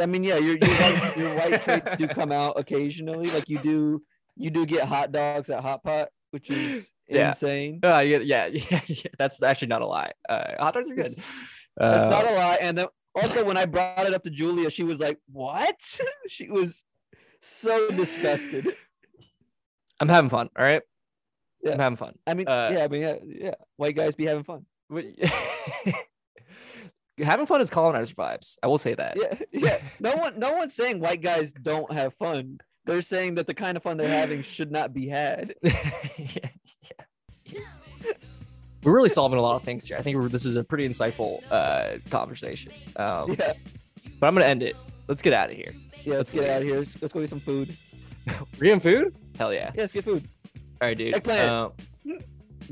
Speaker 9: I mean, yeah, your your white, your white traits do come out occasionally. Like you do, you do get hot dogs at Hot Pot, which is
Speaker 3: Yeah.
Speaker 9: insane.
Speaker 3: uh, yeah, yeah, yeah, yeah, that's actually not a lie. Uh, hot dogs are good.
Speaker 9: That's
Speaker 3: Uh,
Speaker 9: not a lie. And then also when I brought it up to Julia, she was like, "What?" she was so disgusted.
Speaker 3: I'm having fun. All right,
Speaker 9: Yeah.
Speaker 3: I'm having fun.
Speaker 9: I mean,
Speaker 3: Uh,
Speaker 9: yeah, I mean, yeah, yeah, white guys be having fun.
Speaker 3: What- having fun is colonizer vibes. I will say that.
Speaker 9: yeah, yeah. No one, no one's saying white guys don't have fun. They're saying that the kind of fun they're having should not be had.
Speaker 3: Yeah. We're really solving a lot of things here. I think we're, this is a pretty insightful uh, conversation. Um,
Speaker 9: Yeah,
Speaker 3: But I'm gonna end it. Let's get out of here.
Speaker 9: Yeah, let's get out of here. Let's, let's go get some food.
Speaker 3: Are you in food? Hell yeah.
Speaker 9: Yeah, let's get food.
Speaker 3: All right, dude.
Speaker 9: Eggplant.
Speaker 3: Uh,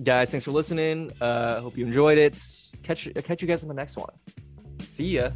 Speaker 3: guys, thanks for listening. Uh, hope you enjoyed it. Catch catch you guys on the next one. See ya.